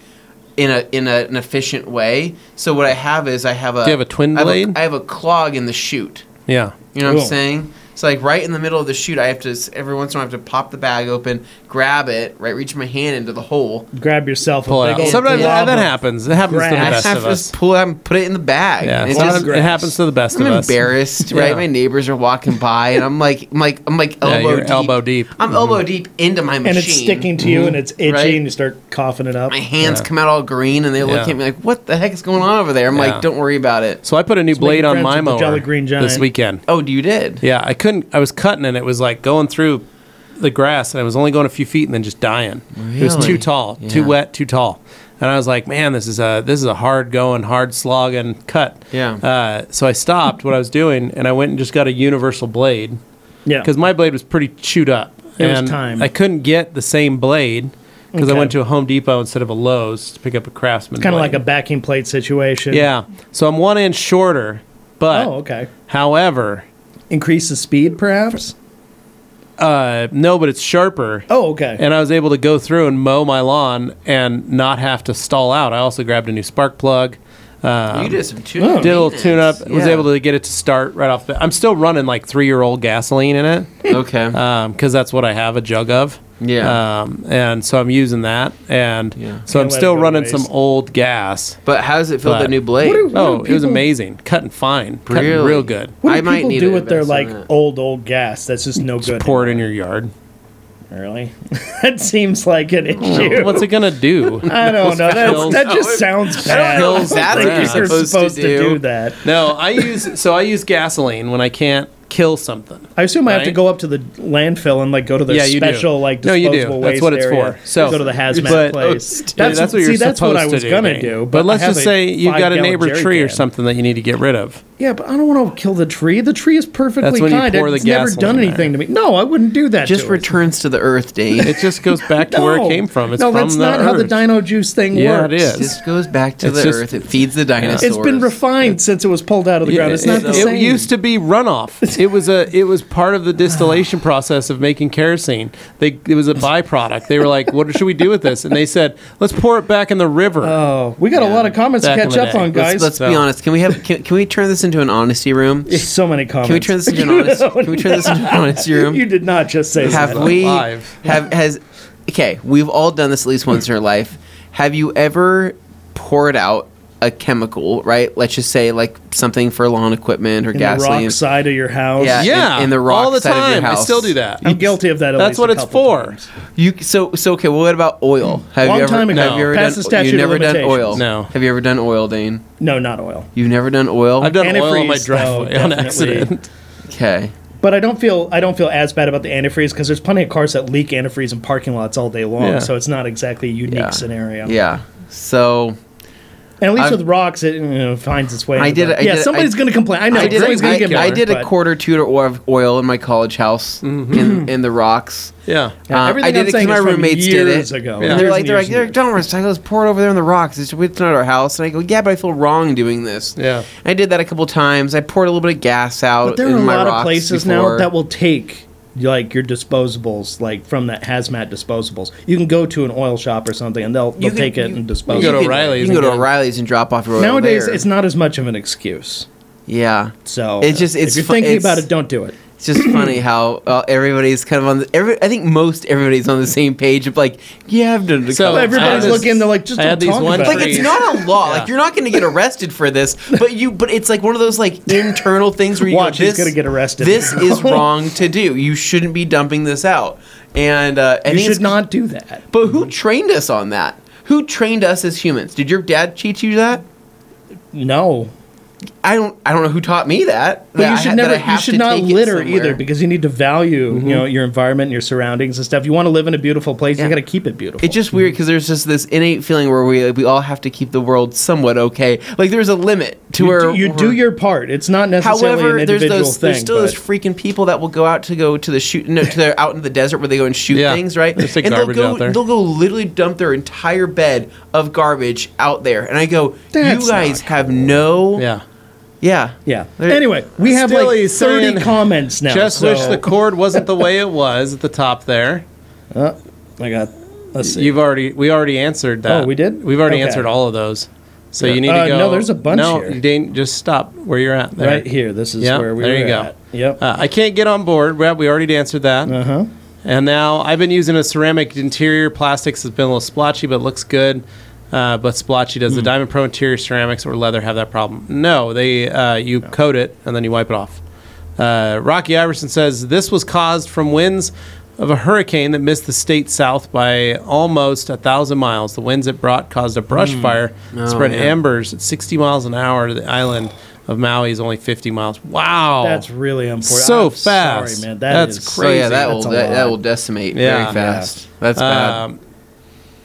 [SPEAKER 3] in a in a, an efficient way. So what I have is I have a
[SPEAKER 2] Do you have a twin
[SPEAKER 3] I have
[SPEAKER 2] blade?
[SPEAKER 3] I have a clog in the chute.
[SPEAKER 2] yeah.
[SPEAKER 3] You know what I'm
[SPEAKER 1] Cool.
[SPEAKER 3] saying? So like right in the middle of the shoot, I have to s- every once in a while I have to pop the bag open, grab it, right, reach my hand into the hole.
[SPEAKER 1] grab yourself
[SPEAKER 2] Pull
[SPEAKER 1] a
[SPEAKER 2] it
[SPEAKER 1] big
[SPEAKER 2] out.
[SPEAKER 1] old
[SPEAKER 2] Sometimes
[SPEAKER 1] glob
[SPEAKER 2] that, that
[SPEAKER 1] of-
[SPEAKER 2] happens. It happens to the
[SPEAKER 1] grass.
[SPEAKER 3] I
[SPEAKER 2] best
[SPEAKER 3] have
[SPEAKER 2] of
[SPEAKER 3] to
[SPEAKER 2] us.
[SPEAKER 3] just pull it out and put it in the bag.
[SPEAKER 2] Yeah,
[SPEAKER 3] And it's
[SPEAKER 1] lot
[SPEAKER 2] sometimes
[SPEAKER 1] of
[SPEAKER 3] just-
[SPEAKER 2] it happens to the best
[SPEAKER 3] I'm
[SPEAKER 2] of us.
[SPEAKER 3] embarrassed, right?
[SPEAKER 2] Yeah.
[SPEAKER 3] My neighbors are walking by, and I'm like, I'm like, I'm like elbow
[SPEAKER 2] you're
[SPEAKER 3] deep.
[SPEAKER 2] elbow deep. Mm-hmm.
[SPEAKER 3] I'm elbow deep into my machine,
[SPEAKER 1] and it's sticking to you, and it's itchy,
[SPEAKER 3] Right?
[SPEAKER 1] and you start coughing it up.
[SPEAKER 3] My hands
[SPEAKER 2] Yeah.
[SPEAKER 3] come out all green, and they look
[SPEAKER 2] Yeah.
[SPEAKER 3] at me like, "What the heck is going on over there?" I'm
[SPEAKER 2] Yeah.
[SPEAKER 3] like, "Don't worry about it."
[SPEAKER 2] So I put a new blade on
[SPEAKER 1] friends
[SPEAKER 2] my
[SPEAKER 1] with the
[SPEAKER 2] mower
[SPEAKER 1] Jolly Green
[SPEAKER 2] this
[SPEAKER 1] Giant.
[SPEAKER 2] weekend.
[SPEAKER 3] Oh, you did.
[SPEAKER 2] Yeah, I couldn't. I was cutting, and it was like going through the grass, and I was only going a few feet, and then just dying. It was
[SPEAKER 3] Really?
[SPEAKER 2] too tall,
[SPEAKER 3] Yeah.
[SPEAKER 2] too wet, too tall. And I was like, man, this is a this is a hard going, hard slogging cut.
[SPEAKER 3] Yeah.
[SPEAKER 2] Uh, so I stopped what I was doing, and I went and just got a universal blade
[SPEAKER 1] yeah,
[SPEAKER 2] because my blade was pretty chewed up.
[SPEAKER 1] It was
[SPEAKER 2] and
[SPEAKER 1] time.
[SPEAKER 2] I couldn't get the same blade because I
[SPEAKER 1] Okay.
[SPEAKER 2] went to a Home Depot instead of a Lowe's to pick up a Craftsman.
[SPEAKER 1] kind of like
[SPEAKER 2] blade.
[SPEAKER 1] a backing plate situation.
[SPEAKER 2] yeah. So I'm one inch shorter, but
[SPEAKER 1] Oh, okay.
[SPEAKER 2] however,
[SPEAKER 1] Increase the speed, perhaps.
[SPEAKER 2] Uh, no, but it's sharper.
[SPEAKER 1] Oh, okay.
[SPEAKER 2] And I was able to go through and mow my lawn and not have to stall out. I also grabbed a new spark plug. Um,
[SPEAKER 3] you did some tune
[SPEAKER 1] oh.
[SPEAKER 3] up.
[SPEAKER 2] did a little tune up. Was able to get it to start right off. The, I'm still running like three year old gasoline in it
[SPEAKER 3] Okay.
[SPEAKER 2] Uh, because that's what I have a jug of.
[SPEAKER 3] Yeah.
[SPEAKER 2] Um, and so I'm using that, and
[SPEAKER 3] Yeah.
[SPEAKER 2] so
[SPEAKER 1] Can't let
[SPEAKER 2] I'm
[SPEAKER 1] it
[SPEAKER 2] still
[SPEAKER 1] go to
[SPEAKER 2] running some
[SPEAKER 1] waste.
[SPEAKER 2] old gas.
[SPEAKER 3] but how does it feel
[SPEAKER 2] But-
[SPEAKER 3] that new blade?
[SPEAKER 1] What do-
[SPEAKER 2] Oh, it was
[SPEAKER 1] people-
[SPEAKER 2] amazing. Cutting fine, cutting
[SPEAKER 3] Really?
[SPEAKER 2] real good.
[SPEAKER 1] What do
[SPEAKER 3] I
[SPEAKER 1] people
[SPEAKER 3] might need
[SPEAKER 1] do
[SPEAKER 3] to
[SPEAKER 1] with their
[SPEAKER 3] invest
[SPEAKER 1] like
[SPEAKER 3] in that.
[SPEAKER 1] old old gas that's just no good?
[SPEAKER 2] Just pour it in your yard.
[SPEAKER 1] Really? that seems like an issue.
[SPEAKER 2] What's it gonna do?
[SPEAKER 1] I don't know. That's,
[SPEAKER 2] pills?
[SPEAKER 1] that just sounds bad.
[SPEAKER 3] know
[SPEAKER 1] I
[SPEAKER 3] if
[SPEAKER 1] don't
[SPEAKER 3] that's
[SPEAKER 1] think
[SPEAKER 2] what you're
[SPEAKER 3] supposed to do.
[SPEAKER 1] that.
[SPEAKER 2] no, I use so I use gasoline when I can't kill something.
[SPEAKER 1] I assume I have to
[SPEAKER 2] Right?
[SPEAKER 1] go up to the landfill and like go to their
[SPEAKER 2] Yeah, you do.
[SPEAKER 1] special like
[SPEAKER 2] No, you
[SPEAKER 1] disposable
[SPEAKER 2] do. That's
[SPEAKER 1] waste
[SPEAKER 2] what it's
[SPEAKER 1] area.
[SPEAKER 2] for. So-
[SPEAKER 1] go to the hazmat
[SPEAKER 2] but- oh,
[SPEAKER 1] place.
[SPEAKER 2] Yeah, That's, what you're
[SPEAKER 1] see,
[SPEAKER 2] supposed
[SPEAKER 1] that's what I was
[SPEAKER 2] to do,
[SPEAKER 1] gonna
[SPEAKER 2] Dave.
[SPEAKER 1] do.
[SPEAKER 2] But, let's
[SPEAKER 1] I have
[SPEAKER 2] just
[SPEAKER 1] a
[SPEAKER 2] say you've got a
[SPEAKER 1] five-gallon
[SPEAKER 2] neighbor
[SPEAKER 1] jerry
[SPEAKER 2] tree or
[SPEAKER 1] can.
[SPEAKER 2] something that you need to get rid of.
[SPEAKER 1] Yeah, but I don't want to kill the tree. The tree is perfectly
[SPEAKER 2] That's when you
[SPEAKER 1] kind.
[SPEAKER 2] pour the
[SPEAKER 1] it's never
[SPEAKER 2] gasoline
[SPEAKER 1] done
[SPEAKER 2] in
[SPEAKER 1] anything to me. No, I wouldn't do that.
[SPEAKER 3] Just
[SPEAKER 1] to it.
[SPEAKER 3] returns to the earth, Dane.
[SPEAKER 2] It just goes back to
[SPEAKER 1] No.
[SPEAKER 2] where it came from. It's
[SPEAKER 1] no,
[SPEAKER 2] from
[SPEAKER 1] that's
[SPEAKER 2] the
[SPEAKER 1] not
[SPEAKER 2] earth.
[SPEAKER 1] how the dino juice thing
[SPEAKER 2] Yeah, it
[SPEAKER 1] works.
[SPEAKER 2] is.
[SPEAKER 3] It just goes back to
[SPEAKER 2] It's
[SPEAKER 3] the
[SPEAKER 2] just-
[SPEAKER 3] earth. It feeds the dinosaurs.
[SPEAKER 1] It's been refined since it was pulled out of the ground. It's not the
[SPEAKER 2] it,
[SPEAKER 1] same.
[SPEAKER 2] It used to be runoff. It was a. It was part of the distillation process of making kerosene. They it was a byproduct. They were like, "What should we do with this?" And they said, "Let's pour it back in the river."
[SPEAKER 1] Oh, we got a lot of comments to
[SPEAKER 2] Back in
[SPEAKER 1] catch
[SPEAKER 2] the
[SPEAKER 1] up
[SPEAKER 2] day.
[SPEAKER 1] on, guys.
[SPEAKER 3] Let's, let's be
[SPEAKER 2] So-
[SPEAKER 3] honest. Can we have? Can, can we turn this into an honesty room? Can
[SPEAKER 1] so many comments.
[SPEAKER 3] we turn this into an honesty? Can we turn this into an honesty room?
[SPEAKER 1] You did not just say
[SPEAKER 3] have
[SPEAKER 1] that.
[SPEAKER 3] we
[SPEAKER 2] Live.
[SPEAKER 3] have has okay we've all done this at least once in our life have you ever poured out a chemical right let's just say like something for lawn equipment or
[SPEAKER 1] in the
[SPEAKER 3] gasoline
[SPEAKER 1] rock side of your house.
[SPEAKER 3] Yeah.
[SPEAKER 2] yeah,
[SPEAKER 3] Uh, in- in the rock
[SPEAKER 2] all the
[SPEAKER 3] side of your
[SPEAKER 2] time. I
[SPEAKER 3] house.
[SPEAKER 2] still do that.
[SPEAKER 1] I'm guilty of that. At
[SPEAKER 2] That's
[SPEAKER 1] least
[SPEAKER 2] what
[SPEAKER 1] a
[SPEAKER 2] it's
[SPEAKER 1] couple
[SPEAKER 2] for.
[SPEAKER 1] times.
[SPEAKER 3] you so so okay well, what about oil
[SPEAKER 1] Mm.
[SPEAKER 3] have
[SPEAKER 1] Long
[SPEAKER 3] you ever
[SPEAKER 1] time ago.
[SPEAKER 3] have you ever
[SPEAKER 1] Passed
[SPEAKER 3] done
[SPEAKER 1] the statute
[SPEAKER 3] you've
[SPEAKER 1] of
[SPEAKER 3] never done
[SPEAKER 1] limitations.
[SPEAKER 3] oil
[SPEAKER 2] No.
[SPEAKER 3] have you ever done oil Dane
[SPEAKER 1] No, not oil.
[SPEAKER 3] you've never done oil
[SPEAKER 2] I've done oil on my
[SPEAKER 1] Antifreeze, though,
[SPEAKER 2] driveway on
[SPEAKER 1] definitely.
[SPEAKER 2] accident.
[SPEAKER 3] okay
[SPEAKER 1] But I don't feel I don't feel as bad about the antifreeze because there's plenty of cars that leak antifreeze in parking lots all day long.
[SPEAKER 2] Yeah.
[SPEAKER 1] So it's not exactly a unique
[SPEAKER 3] Yeah.
[SPEAKER 1] scenario.
[SPEAKER 3] yeah so
[SPEAKER 1] And at least
[SPEAKER 3] I've-
[SPEAKER 1] with rocks, it you know, finds its way.
[SPEAKER 3] I
[SPEAKER 1] into
[SPEAKER 3] did-
[SPEAKER 1] the-
[SPEAKER 3] I
[SPEAKER 1] yeah,
[SPEAKER 3] did- I-
[SPEAKER 1] somebody's going to complain. I know.
[SPEAKER 3] I did,
[SPEAKER 1] somebody's
[SPEAKER 3] a,
[SPEAKER 1] going to get.
[SPEAKER 3] I, I
[SPEAKER 1] mad,
[SPEAKER 3] did a
[SPEAKER 1] but-
[SPEAKER 3] quarter tutor of oil in my college house
[SPEAKER 2] Mm-hmm.
[SPEAKER 3] in, in the rocks
[SPEAKER 2] Yeah.
[SPEAKER 3] Uh,
[SPEAKER 1] everything
[SPEAKER 3] I
[SPEAKER 1] I'm
[SPEAKER 3] did it 'cause
[SPEAKER 1] saying
[SPEAKER 3] my
[SPEAKER 1] is from
[SPEAKER 3] roommates did
[SPEAKER 1] years
[SPEAKER 3] it.
[SPEAKER 1] ago.
[SPEAKER 3] And
[SPEAKER 1] Yeah.
[SPEAKER 3] they're
[SPEAKER 1] Years
[SPEAKER 3] like,
[SPEAKER 1] and
[SPEAKER 3] they're
[SPEAKER 1] years
[SPEAKER 3] like,
[SPEAKER 1] and
[SPEAKER 3] they're
[SPEAKER 1] years.
[SPEAKER 3] like, don't recycle. Let's pour it over there in the rocks. It's, it's not our house. And I go, yeah, but I feel wrong doing this.
[SPEAKER 2] Yeah.
[SPEAKER 3] And I did that a couple times. I poured a little bit of gas out.
[SPEAKER 1] But there
[SPEAKER 3] in
[SPEAKER 1] are a
[SPEAKER 3] my
[SPEAKER 1] lot of
[SPEAKER 3] rocks
[SPEAKER 1] places now
[SPEAKER 3] before.
[SPEAKER 1] that will take like your disposables, like from that hazmat disposables. You can go to an oil shop or something, and they'll, they'll
[SPEAKER 3] can-
[SPEAKER 1] take it and dispose.
[SPEAKER 2] you
[SPEAKER 1] of
[SPEAKER 2] go
[SPEAKER 1] it.
[SPEAKER 2] to O'Reilly's
[SPEAKER 3] You
[SPEAKER 2] and
[SPEAKER 3] can go to
[SPEAKER 2] get it.
[SPEAKER 3] O'Reilly's and drop off your oil.
[SPEAKER 1] Nowadays,
[SPEAKER 3] there.
[SPEAKER 1] it's not as much of an excuse.
[SPEAKER 3] Yeah,
[SPEAKER 1] So
[SPEAKER 3] It's just- it's
[SPEAKER 1] if you're
[SPEAKER 3] fu-
[SPEAKER 1] thinking
[SPEAKER 3] it's-
[SPEAKER 1] about it, don't do it.
[SPEAKER 3] it's just funny how uh, everybody's kind of on. The, every, I think most everybody's on the same page of like, yeah, I've done it. A
[SPEAKER 2] So
[SPEAKER 3] couple
[SPEAKER 2] Oh, I
[SPEAKER 1] everybody's
[SPEAKER 2] had this-
[SPEAKER 1] looking. They're like, just
[SPEAKER 2] I
[SPEAKER 1] don't
[SPEAKER 2] had these
[SPEAKER 1] talk
[SPEAKER 2] one
[SPEAKER 1] about
[SPEAKER 3] like
[SPEAKER 1] it.
[SPEAKER 2] trees.
[SPEAKER 3] it's not a law.
[SPEAKER 2] Yeah.
[SPEAKER 3] Like you're not going to get arrested for this, but you. But it's like one of those like internal things where you
[SPEAKER 1] Watch,
[SPEAKER 3] go,
[SPEAKER 1] he's
[SPEAKER 3] this,
[SPEAKER 1] gonna get arrested.
[SPEAKER 3] This is wrong to do. You shouldn't be dumping this out. And uh, I
[SPEAKER 1] You
[SPEAKER 3] think it's-
[SPEAKER 1] should not do that.
[SPEAKER 3] But who trained us on that? Who trained us as humans? Did your dad teach you that?
[SPEAKER 1] No,
[SPEAKER 3] I don't. I don't know who taught me that.
[SPEAKER 1] but
[SPEAKER 3] that
[SPEAKER 1] you
[SPEAKER 3] I
[SPEAKER 1] should
[SPEAKER 3] ha- that I
[SPEAKER 1] never. You
[SPEAKER 3] have
[SPEAKER 1] should
[SPEAKER 3] to
[SPEAKER 1] not
[SPEAKER 3] take it
[SPEAKER 1] litter
[SPEAKER 3] somewhere. Mm-hmm.
[SPEAKER 1] either because you need to value you know your environment, and your surroundings, and stuff. You want to live in a beautiful place.
[SPEAKER 3] Yeah.
[SPEAKER 1] You got to keep it beautiful.
[SPEAKER 3] It's just weird because there's just this innate feeling where we we all have to keep the world somewhat okay. Like there's a limit to
[SPEAKER 1] you
[SPEAKER 3] where
[SPEAKER 1] do, you do
[SPEAKER 3] where-
[SPEAKER 1] your part. It's not necessarily an
[SPEAKER 3] However, there's
[SPEAKER 1] individual
[SPEAKER 3] those
[SPEAKER 1] thing.
[SPEAKER 3] there's still
[SPEAKER 1] but-
[SPEAKER 3] those freaking people that will go out to go to the shoot no, to their out into the desert where they go and shoot
[SPEAKER 2] Yeah,
[SPEAKER 3] things, right?
[SPEAKER 2] they stick
[SPEAKER 3] and they'll
[SPEAKER 2] garbage
[SPEAKER 3] go
[SPEAKER 2] out there.
[SPEAKER 3] they'll go literally dump their entire bed of garbage out there. And I go,
[SPEAKER 1] That's
[SPEAKER 3] you guys
[SPEAKER 1] not
[SPEAKER 3] have no
[SPEAKER 2] Yeah.
[SPEAKER 3] yeah.
[SPEAKER 1] yeah.
[SPEAKER 3] There-
[SPEAKER 1] anyway, we have
[SPEAKER 2] Still
[SPEAKER 1] like thirty
[SPEAKER 2] he's saying,
[SPEAKER 1] comments now.
[SPEAKER 2] Just
[SPEAKER 1] so
[SPEAKER 2] wish the cord wasn't the way it was at the top there.
[SPEAKER 1] I got. Let's see.
[SPEAKER 2] You've already we already answered that.
[SPEAKER 1] Oh, we did?
[SPEAKER 2] We've already
[SPEAKER 1] Okay.
[SPEAKER 2] answered all of those. So
[SPEAKER 1] Yeah.
[SPEAKER 2] you need to
[SPEAKER 1] Uh,
[SPEAKER 2] go.
[SPEAKER 1] no, there's a bunch
[SPEAKER 2] No,
[SPEAKER 1] here.
[SPEAKER 2] Dane, just stop where you're at. There.
[SPEAKER 1] Right here. This is
[SPEAKER 2] Yeah,
[SPEAKER 1] where we
[SPEAKER 2] there
[SPEAKER 1] were
[SPEAKER 2] you go.
[SPEAKER 1] at. Yep.
[SPEAKER 2] Uh, I can't get on board. Well, we already answered that.
[SPEAKER 1] Uh huh.
[SPEAKER 2] And now I've been using a ceramic interior. Plastics has been a little splotchy, but looks good. Uh, but splotchy. Does the Diamond Pro interior ceramics or leather have that problem? No, they uh, you coat it and then you wipe it off. Uh, Rocky Iverson says this was caused from winds of a hurricane that missed the state south by almost a thousand miles. The winds it brought caused a brush fire, that spread
[SPEAKER 3] yeah.
[SPEAKER 2] embers at 60 miles an hour to the island of Maui is only 50 miles. Wow,
[SPEAKER 1] That's really unfortunate.
[SPEAKER 2] So
[SPEAKER 1] I'm
[SPEAKER 2] fast.
[SPEAKER 1] Sorry, man. That
[SPEAKER 2] That's
[SPEAKER 1] is-
[SPEAKER 3] Oh
[SPEAKER 2] crazy.
[SPEAKER 3] yeah, that will
[SPEAKER 1] That's a
[SPEAKER 3] that, that
[SPEAKER 1] lot.
[SPEAKER 3] will decimate
[SPEAKER 2] Yeah.
[SPEAKER 3] very fast. That's bad.
[SPEAKER 2] Um,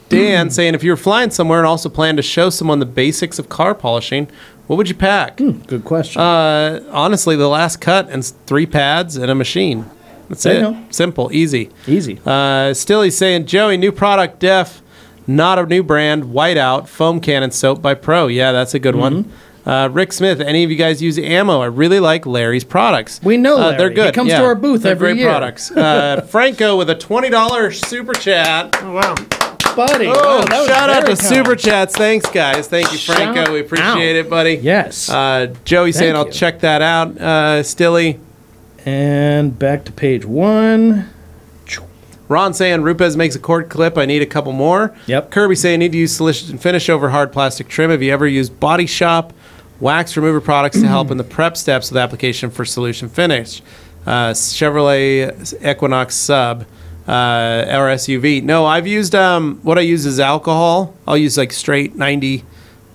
[SPEAKER 2] Dan saying, if you were flying somewhere and also planned to show someone the basics of car polishing, what would you pack?
[SPEAKER 1] Good question.
[SPEAKER 2] Uh, honestly, the last cut and s- three pads and a machine. That's
[SPEAKER 1] There
[SPEAKER 2] it.
[SPEAKER 1] you go.
[SPEAKER 2] Simple, easy.
[SPEAKER 1] Easy.
[SPEAKER 2] Uh, still, he's saying, Joey, new product, Def, not a new brand, whiteout, foam cannon soap by Pro. Yeah, that's a good one.
[SPEAKER 1] Mm-hmm.
[SPEAKER 2] Uh, Rick Smith, any of you guys use ammo? I really like Larry's products.
[SPEAKER 1] We know
[SPEAKER 2] Uh, they're
[SPEAKER 1] Larry. He
[SPEAKER 2] good.
[SPEAKER 1] comes to
[SPEAKER 2] yeah.
[SPEAKER 1] our booth
[SPEAKER 2] They're
[SPEAKER 1] every
[SPEAKER 2] great
[SPEAKER 1] year.
[SPEAKER 2] products. Uh, Franco with a twenty dollars super chat.
[SPEAKER 4] Oh, wow.
[SPEAKER 1] buddy.
[SPEAKER 2] Oh,
[SPEAKER 1] wow, that was
[SPEAKER 2] shout out to
[SPEAKER 1] very kind.
[SPEAKER 2] super chats. Thanks, guys. Thank you,
[SPEAKER 1] Shout
[SPEAKER 2] Franco. We appreciate
[SPEAKER 1] out.
[SPEAKER 2] it, buddy.
[SPEAKER 1] Yes.
[SPEAKER 2] Uh, Joey saying
[SPEAKER 1] Thank
[SPEAKER 2] I'll
[SPEAKER 1] you.
[SPEAKER 2] check that out. Uh, Stilly.
[SPEAKER 1] and back to page one.
[SPEAKER 2] Ron saying Rupes makes a cord clip. I need a couple more.
[SPEAKER 1] Yep.
[SPEAKER 2] Kirby saying need to use solution finish over hard plastic trim. Have you ever used Body Shop wax remover products to help in the prep steps with application for solution finish? Uh, Chevrolet Equinox Sub uh, or SUV. No, I've used um, what I use is alcohol. I'll use like straight ninety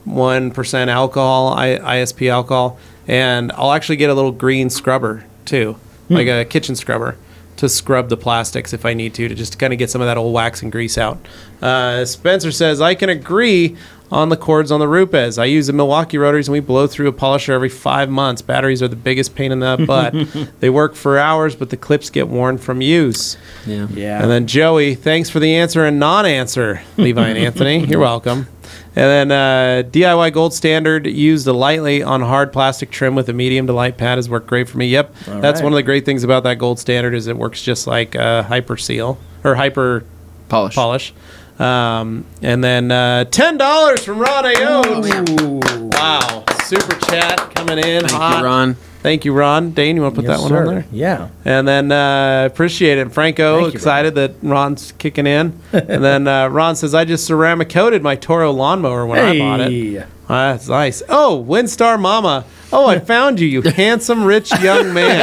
[SPEAKER 2] one percent alcohol, I, ISP alcohol, and I'll actually get a little green scrubber too, like a kitchen scrubber, to scrub the plastics if I need to, to just kind of get some of that old wax and grease out. Uh, Spencer says I can agree on the cords on the Rupes. I use the Milwaukee rotaries and we blow through a polisher every five months. Batteries are the biggest pain in the butt. they work for hours, but the clips get worn from use.
[SPEAKER 3] Yeah.
[SPEAKER 1] Yeah.
[SPEAKER 2] And then Joey, thanks for the answer and non-answer, Levi and Anthony. You're welcome. And then uh, DIY Gold Standard used a lightly on hard plastic trim with a medium to light pad has worked great for me. Yep,
[SPEAKER 1] All
[SPEAKER 2] that's
[SPEAKER 1] right.
[SPEAKER 2] one of the great things about that Gold Standard is it works just like uh, Hyper Seal or Hyper
[SPEAKER 3] Polish.
[SPEAKER 2] Polish. Um, and then uh, ten dollars from Ron Ayones.
[SPEAKER 1] Ooh.
[SPEAKER 2] wow, super chat coming in.
[SPEAKER 3] Thank
[SPEAKER 2] hot.
[SPEAKER 3] you, Ron.
[SPEAKER 2] Thank you, Ron. Dane, you want to put
[SPEAKER 1] Yes,
[SPEAKER 2] that one
[SPEAKER 1] sir.
[SPEAKER 2] on there?
[SPEAKER 1] Yeah.
[SPEAKER 2] And then uh, appreciate it. Franco,
[SPEAKER 1] Thank you,
[SPEAKER 2] excited that Ron's kicking in. and then uh, Ron says, I just ceramic coated my Toro lawnmower when I bought it.
[SPEAKER 1] Hey.
[SPEAKER 2] Ah, that's nice. Oh, Windstar Mama. Oh, I found you, you handsome, rich young man.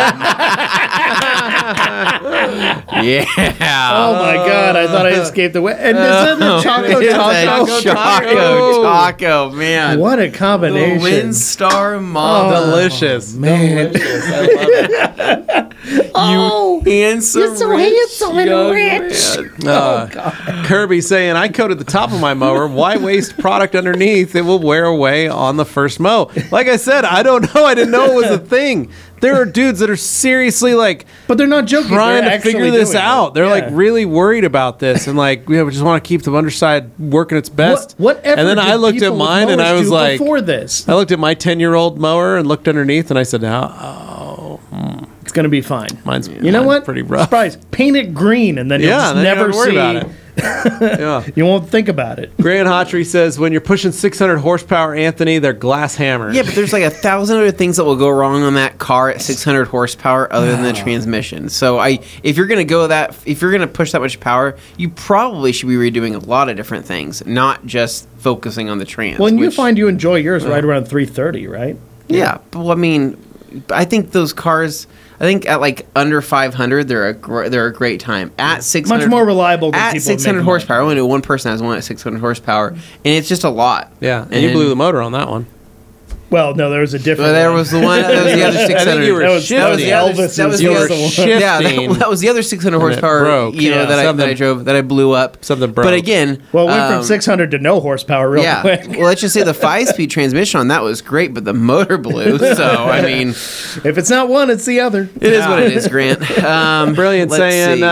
[SPEAKER 3] Yeah.
[SPEAKER 1] Oh
[SPEAKER 2] Uh,
[SPEAKER 1] my god, I thought I escaped away. And this other choco
[SPEAKER 3] It's a
[SPEAKER 1] taco.
[SPEAKER 2] Choco Taco.
[SPEAKER 3] Choco Taco, man.
[SPEAKER 1] What a
[SPEAKER 3] The
[SPEAKER 1] combination.
[SPEAKER 3] Windstar Mom.
[SPEAKER 2] Delicious.
[SPEAKER 1] Oh, Man.
[SPEAKER 3] Oh, handsome.
[SPEAKER 1] You're so
[SPEAKER 3] rich
[SPEAKER 1] handsome and
[SPEAKER 3] young
[SPEAKER 1] rich.
[SPEAKER 3] man.
[SPEAKER 2] Uh,
[SPEAKER 1] Oh,
[SPEAKER 2] Kirby saying, I coated the top of my mower. Why waste product underneath? It will wear away on the first mow. Like I said, I don't know. I didn't know it was a thing. There are dudes that are seriously like,
[SPEAKER 1] But they're not joking.
[SPEAKER 2] trying
[SPEAKER 1] They're
[SPEAKER 2] to
[SPEAKER 1] actually
[SPEAKER 2] figure this
[SPEAKER 1] doing it.
[SPEAKER 2] out. They're like
[SPEAKER 1] Yeah.
[SPEAKER 2] really worried about this, and like we just want to keep the underside working its best.
[SPEAKER 1] What, whatever.
[SPEAKER 2] And then
[SPEAKER 1] did
[SPEAKER 2] I looked at
[SPEAKER 1] people with
[SPEAKER 2] mine, and I
[SPEAKER 1] mowers
[SPEAKER 2] was
[SPEAKER 1] do
[SPEAKER 2] like,
[SPEAKER 1] before this,
[SPEAKER 2] I looked at my ten-year-old mower and looked underneath, and I said, "Now
[SPEAKER 1] it's gonna be fine.
[SPEAKER 2] mine's
[SPEAKER 1] You know
[SPEAKER 2] mine's
[SPEAKER 1] what?
[SPEAKER 2] Pretty rough."
[SPEAKER 1] Surprise! Paint it green, and then you'll
[SPEAKER 2] Yeah,
[SPEAKER 1] just
[SPEAKER 2] then you
[SPEAKER 1] never
[SPEAKER 2] don't worry
[SPEAKER 1] see.
[SPEAKER 2] about it. yeah.
[SPEAKER 1] You won't think about it.
[SPEAKER 2] Grant Hotry says, "When you're pushing 600 horsepower, Anthony, they're glass hammers."
[SPEAKER 3] Yeah, but there's like a thousand other things that will go wrong on that car at 600 horsepower, other than the transmission. So I, if you're gonna go that, if you're gonna push that much power, you probably should be redoing a lot of different things, not just focusing on the trans.
[SPEAKER 1] Well, and you
[SPEAKER 3] which-
[SPEAKER 1] find you enjoy yours right around 330, right?
[SPEAKER 3] yeah. But well, I mean, I think those cars. I think at like under 500, they're a gr- they're a great time. At 600,
[SPEAKER 1] more reliable than people
[SPEAKER 3] at
[SPEAKER 1] make
[SPEAKER 3] 600
[SPEAKER 1] them.
[SPEAKER 3] horsepower. I only knew one person has one at 600 horsepower, and it's just a lot.
[SPEAKER 2] Yeah, and you blew the motor on that one.
[SPEAKER 1] Well, no, there was a different.
[SPEAKER 3] Well, there
[SPEAKER 1] one.
[SPEAKER 3] was the one. That was the other 600.
[SPEAKER 2] you were
[SPEAKER 1] That was, that was
[SPEAKER 2] shifting.
[SPEAKER 1] Elvis.
[SPEAKER 3] That was the
[SPEAKER 2] You were
[SPEAKER 3] other one.
[SPEAKER 2] shifting.
[SPEAKER 3] Yeah, that, that was the other
[SPEAKER 2] And
[SPEAKER 3] 600
[SPEAKER 2] it
[SPEAKER 3] horsepower
[SPEAKER 2] broke.
[SPEAKER 3] you know,
[SPEAKER 1] Yeah,
[SPEAKER 3] that, I, that I
[SPEAKER 2] something-
[SPEAKER 3] drove that I blew up.
[SPEAKER 2] something
[SPEAKER 3] But
[SPEAKER 2] broke.
[SPEAKER 3] again,
[SPEAKER 1] Well, it went
[SPEAKER 3] um,
[SPEAKER 1] from 600 to no horsepower real
[SPEAKER 3] yeah.
[SPEAKER 1] quick.
[SPEAKER 3] well, let's just say the five-speed transmission on that was great, but the motor blew. So I mean, it is
[SPEAKER 1] If it's not one, it's the other.
[SPEAKER 3] what it is, Grant. Um,
[SPEAKER 2] Brilliant
[SPEAKER 3] let's
[SPEAKER 2] saying,
[SPEAKER 3] see.
[SPEAKER 2] uh,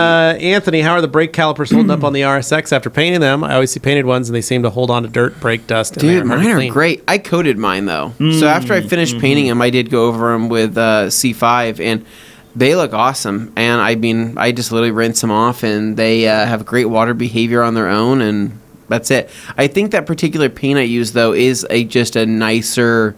[SPEAKER 2] Anthony, how are the brake calipers holding up on the RSX after painting them? I always see painted ones and they seem to hold on to dirt, brake, dust. And
[SPEAKER 3] Dude,
[SPEAKER 2] they're hard to
[SPEAKER 3] mine are
[SPEAKER 2] clean.
[SPEAKER 3] great. I coated mine though.
[SPEAKER 1] Mm,
[SPEAKER 3] So after I finished
[SPEAKER 1] mm-hmm.
[SPEAKER 3] painting them, I did go over them with uh, C5, and they look awesome. And I mean, I just literally rinse them off, and they uh, have great water behavior on their own, and that's it. I think that particular paint I use though is a just a nicer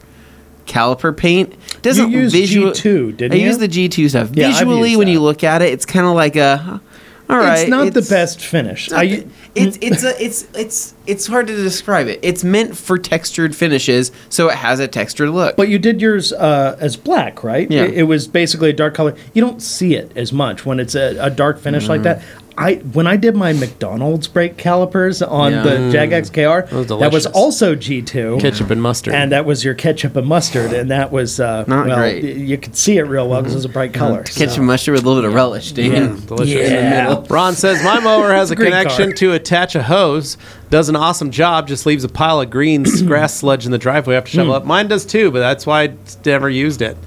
[SPEAKER 3] caliper paint. Doesn't
[SPEAKER 1] You used
[SPEAKER 3] visual-
[SPEAKER 1] G2, didn't
[SPEAKER 3] I
[SPEAKER 1] you?
[SPEAKER 3] use the G2 stuff.
[SPEAKER 1] Yeah, I've
[SPEAKER 3] Visually,
[SPEAKER 1] used
[SPEAKER 3] when
[SPEAKER 1] that.
[SPEAKER 3] you look at it, it's kind of like a. All right,
[SPEAKER 1] it's not the
[SPEAKER 3] it's-
[SPEAKER 1] best finish. I,
[SPEAKER 3] it's it's a, it's it's it's hard to describe it. It's meant for textured finishes, so it has a textured look.
[SPEAKER 1] But you did yours uh, as black, right?
[SPEAKER 3] Yeah.
[SPEAKER 1] It, it was basically a dark color. You don't see it as much when it's a, a dark finish like that. I when I did my McDonald's brake calipers on
[SPEAKER 3] Yeah.
[SPEAKER 1] the Jag XKR,
[SPEAKER 2] Those
[SPEAKER 1] that was
[SPEAKER 2] delicious.
[SPEAKER 1] also G two.
[SPEAKER 2] Ketchup and mustard.
[SPEAKER 1] And that was your ketchup and mustard, and that was uh,
[SPEAKER 3] Not
[SPEAKER 1] well,
[SPEAKER 3] great.
[SPEAKER 1] y- You could see it real well because it was a bright color.
[SPEAKER 3] Ketchup
[SPEAKER 1] so.
[SPEAKER 3] mustard with a little bit of relish, dude.
[SPEAKER 2] Delicious.
[SPEAKER 1] Yeah.
[SPEAKER 2] Ron says my mower has a
[SPEAKER 1] Green
[SPEAKER 2] connection
[SPEAKER 1] car.
[SPEAKER 2] to attach a hose. Does an awesome job. Just leaves a pile of green grass sludge in the driveway. I have to shovel up. Mine does too, but that's why I never used it.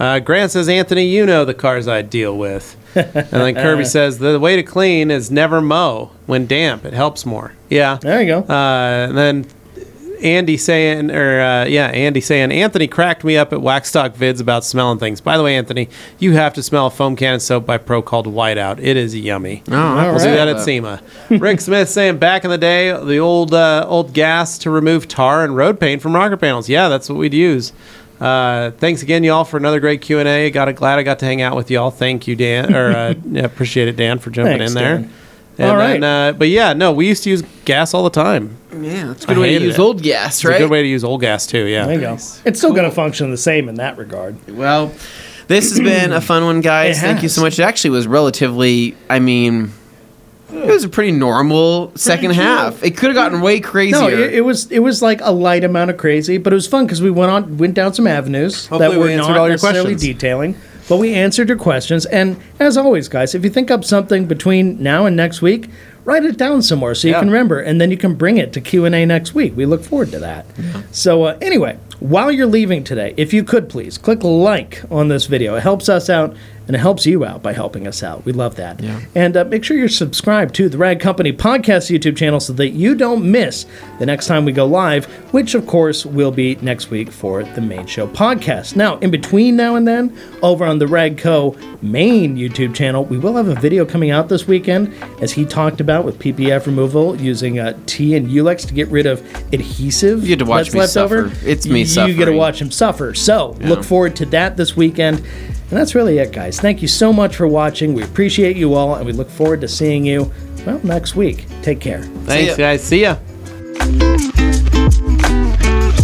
[SPEAKER 2] Uh, Grant says Anthony, you know the cars I deal with. and then Kirby says the way to clean is never mow when damp. It helps more. Yeah.
[SPEAKER 1] There you go.
[SPEAKER 2] Uh, and then Andy saying, or uh, yeah, Andy saying, Anthony cracked me up at Waxstock Vids about smelling things. By the way, Anthony, you have to smell a foam can soap by Pro called Whiteout. It is yummy.
[SPEAKER 3] I
[SPEAKER 2] We'll
[SPEAKER 1] All
[SPEAKER 2] do
[SPEAKER 1] right.
[SPEAKER 2] that at SEMA. Rick Smith saying back in the day, the old uh, old gas to remove tar and road paint from rocker panels. Yeah, that's what we'd use. Uh, thanks again, y'all, for another great Q and A. Got glad I got to hang out with y'all. Thank you, Dan, or uh, yeah, appreciate it, Dan, for jumping
[SPEAKER 1] Thanks,
[SPEAKER 2] in there.
[SPEAKER 1] Dan.
[SPEAKER 2] And
[SPEAKER 1] All
[SPEAKER 2] then, uh, but yeah, no, we used to use gas all the time.
[SPEAKER 3] Yeah, that's a
[SPEAKER 2] I
[SPEAKER 3] good way to
[SPEAKER 2] hated
[SPEAKER 3] use
[SPEAKER 2] it.
[SPEAKER 3] old gas,
[SPEAKER 2] It's
[SPEAKER 3] right?
[SPEAKER 2] a good way to use old gas too. Yeah.
[SPEAKER 1] There you go. It's still going to function the same in that regard.
[SPEAKER 3] Well, this has been a fun one, guys.
[SPEAKER 1] It
[SPEAKER 3] Thank you so
[SPEAKER 1] has.
[SPEAKER 3] much. It actually was relatively, I mean, it was a pretty normal second half. It could have gotten way crazier.
[SPEAKER 1] No, it, it was it was like a light amount of crazy, but it was fun because we went on went down some avenues
[SPEAKER 2] Hopefully
[SPEAKER 1] that were
[SPEAKER 2] we answered
[SPEAKER 1] not
[SPEAKER 2] all your
[SPEAKER 1] necessarily
[SPEAKER 2] questions.
[SPEAKER 1] detailing, but we answered your questions. And as always, guys, if you think up something between now and next week, write it down somewhere so you
[SPEAKER 2] Yeah.
[SPEAKER 1] can remember, and then you can bring it to Q and A next week. We look forward to that. So uh, anyway, while you're leaving today, if you could please click like on this video, it helps us out. And it helps you out by helping us out. We love that. And uh, make sure you're subscribed to the Rag Company Podcast YouTube channel so that you don't miss the next time we go live, which of course will be next week for the main show podcast. Now, in between now and then, over on the Rag Co. main YouTube channel, we will have a video coming out this weekend, as he talked about with PPF removal using uh, T and Ulex to get rid of adhesive.
[SPEAKER 3] You get to watch
[SPEAKER 1] that's
[SPEAKER 3] me
[SPEAKER 1] left over.
[SPEAKER 3] suffer. It's me
[SPEAKER 1] you get to
[SPEAKER 3] suffering.
[SPEAKER 1] watch watch him suffer. So look forward to that this weekend. And that's really it, guys. Thank you so much for watching. We appreciate you all, and we look forward to seeing you, well, next week. Take care.
[SPEAKER 2] Thanks,
[SPEAKER 3] ya.
[SPEAKER 2] guys. See ya.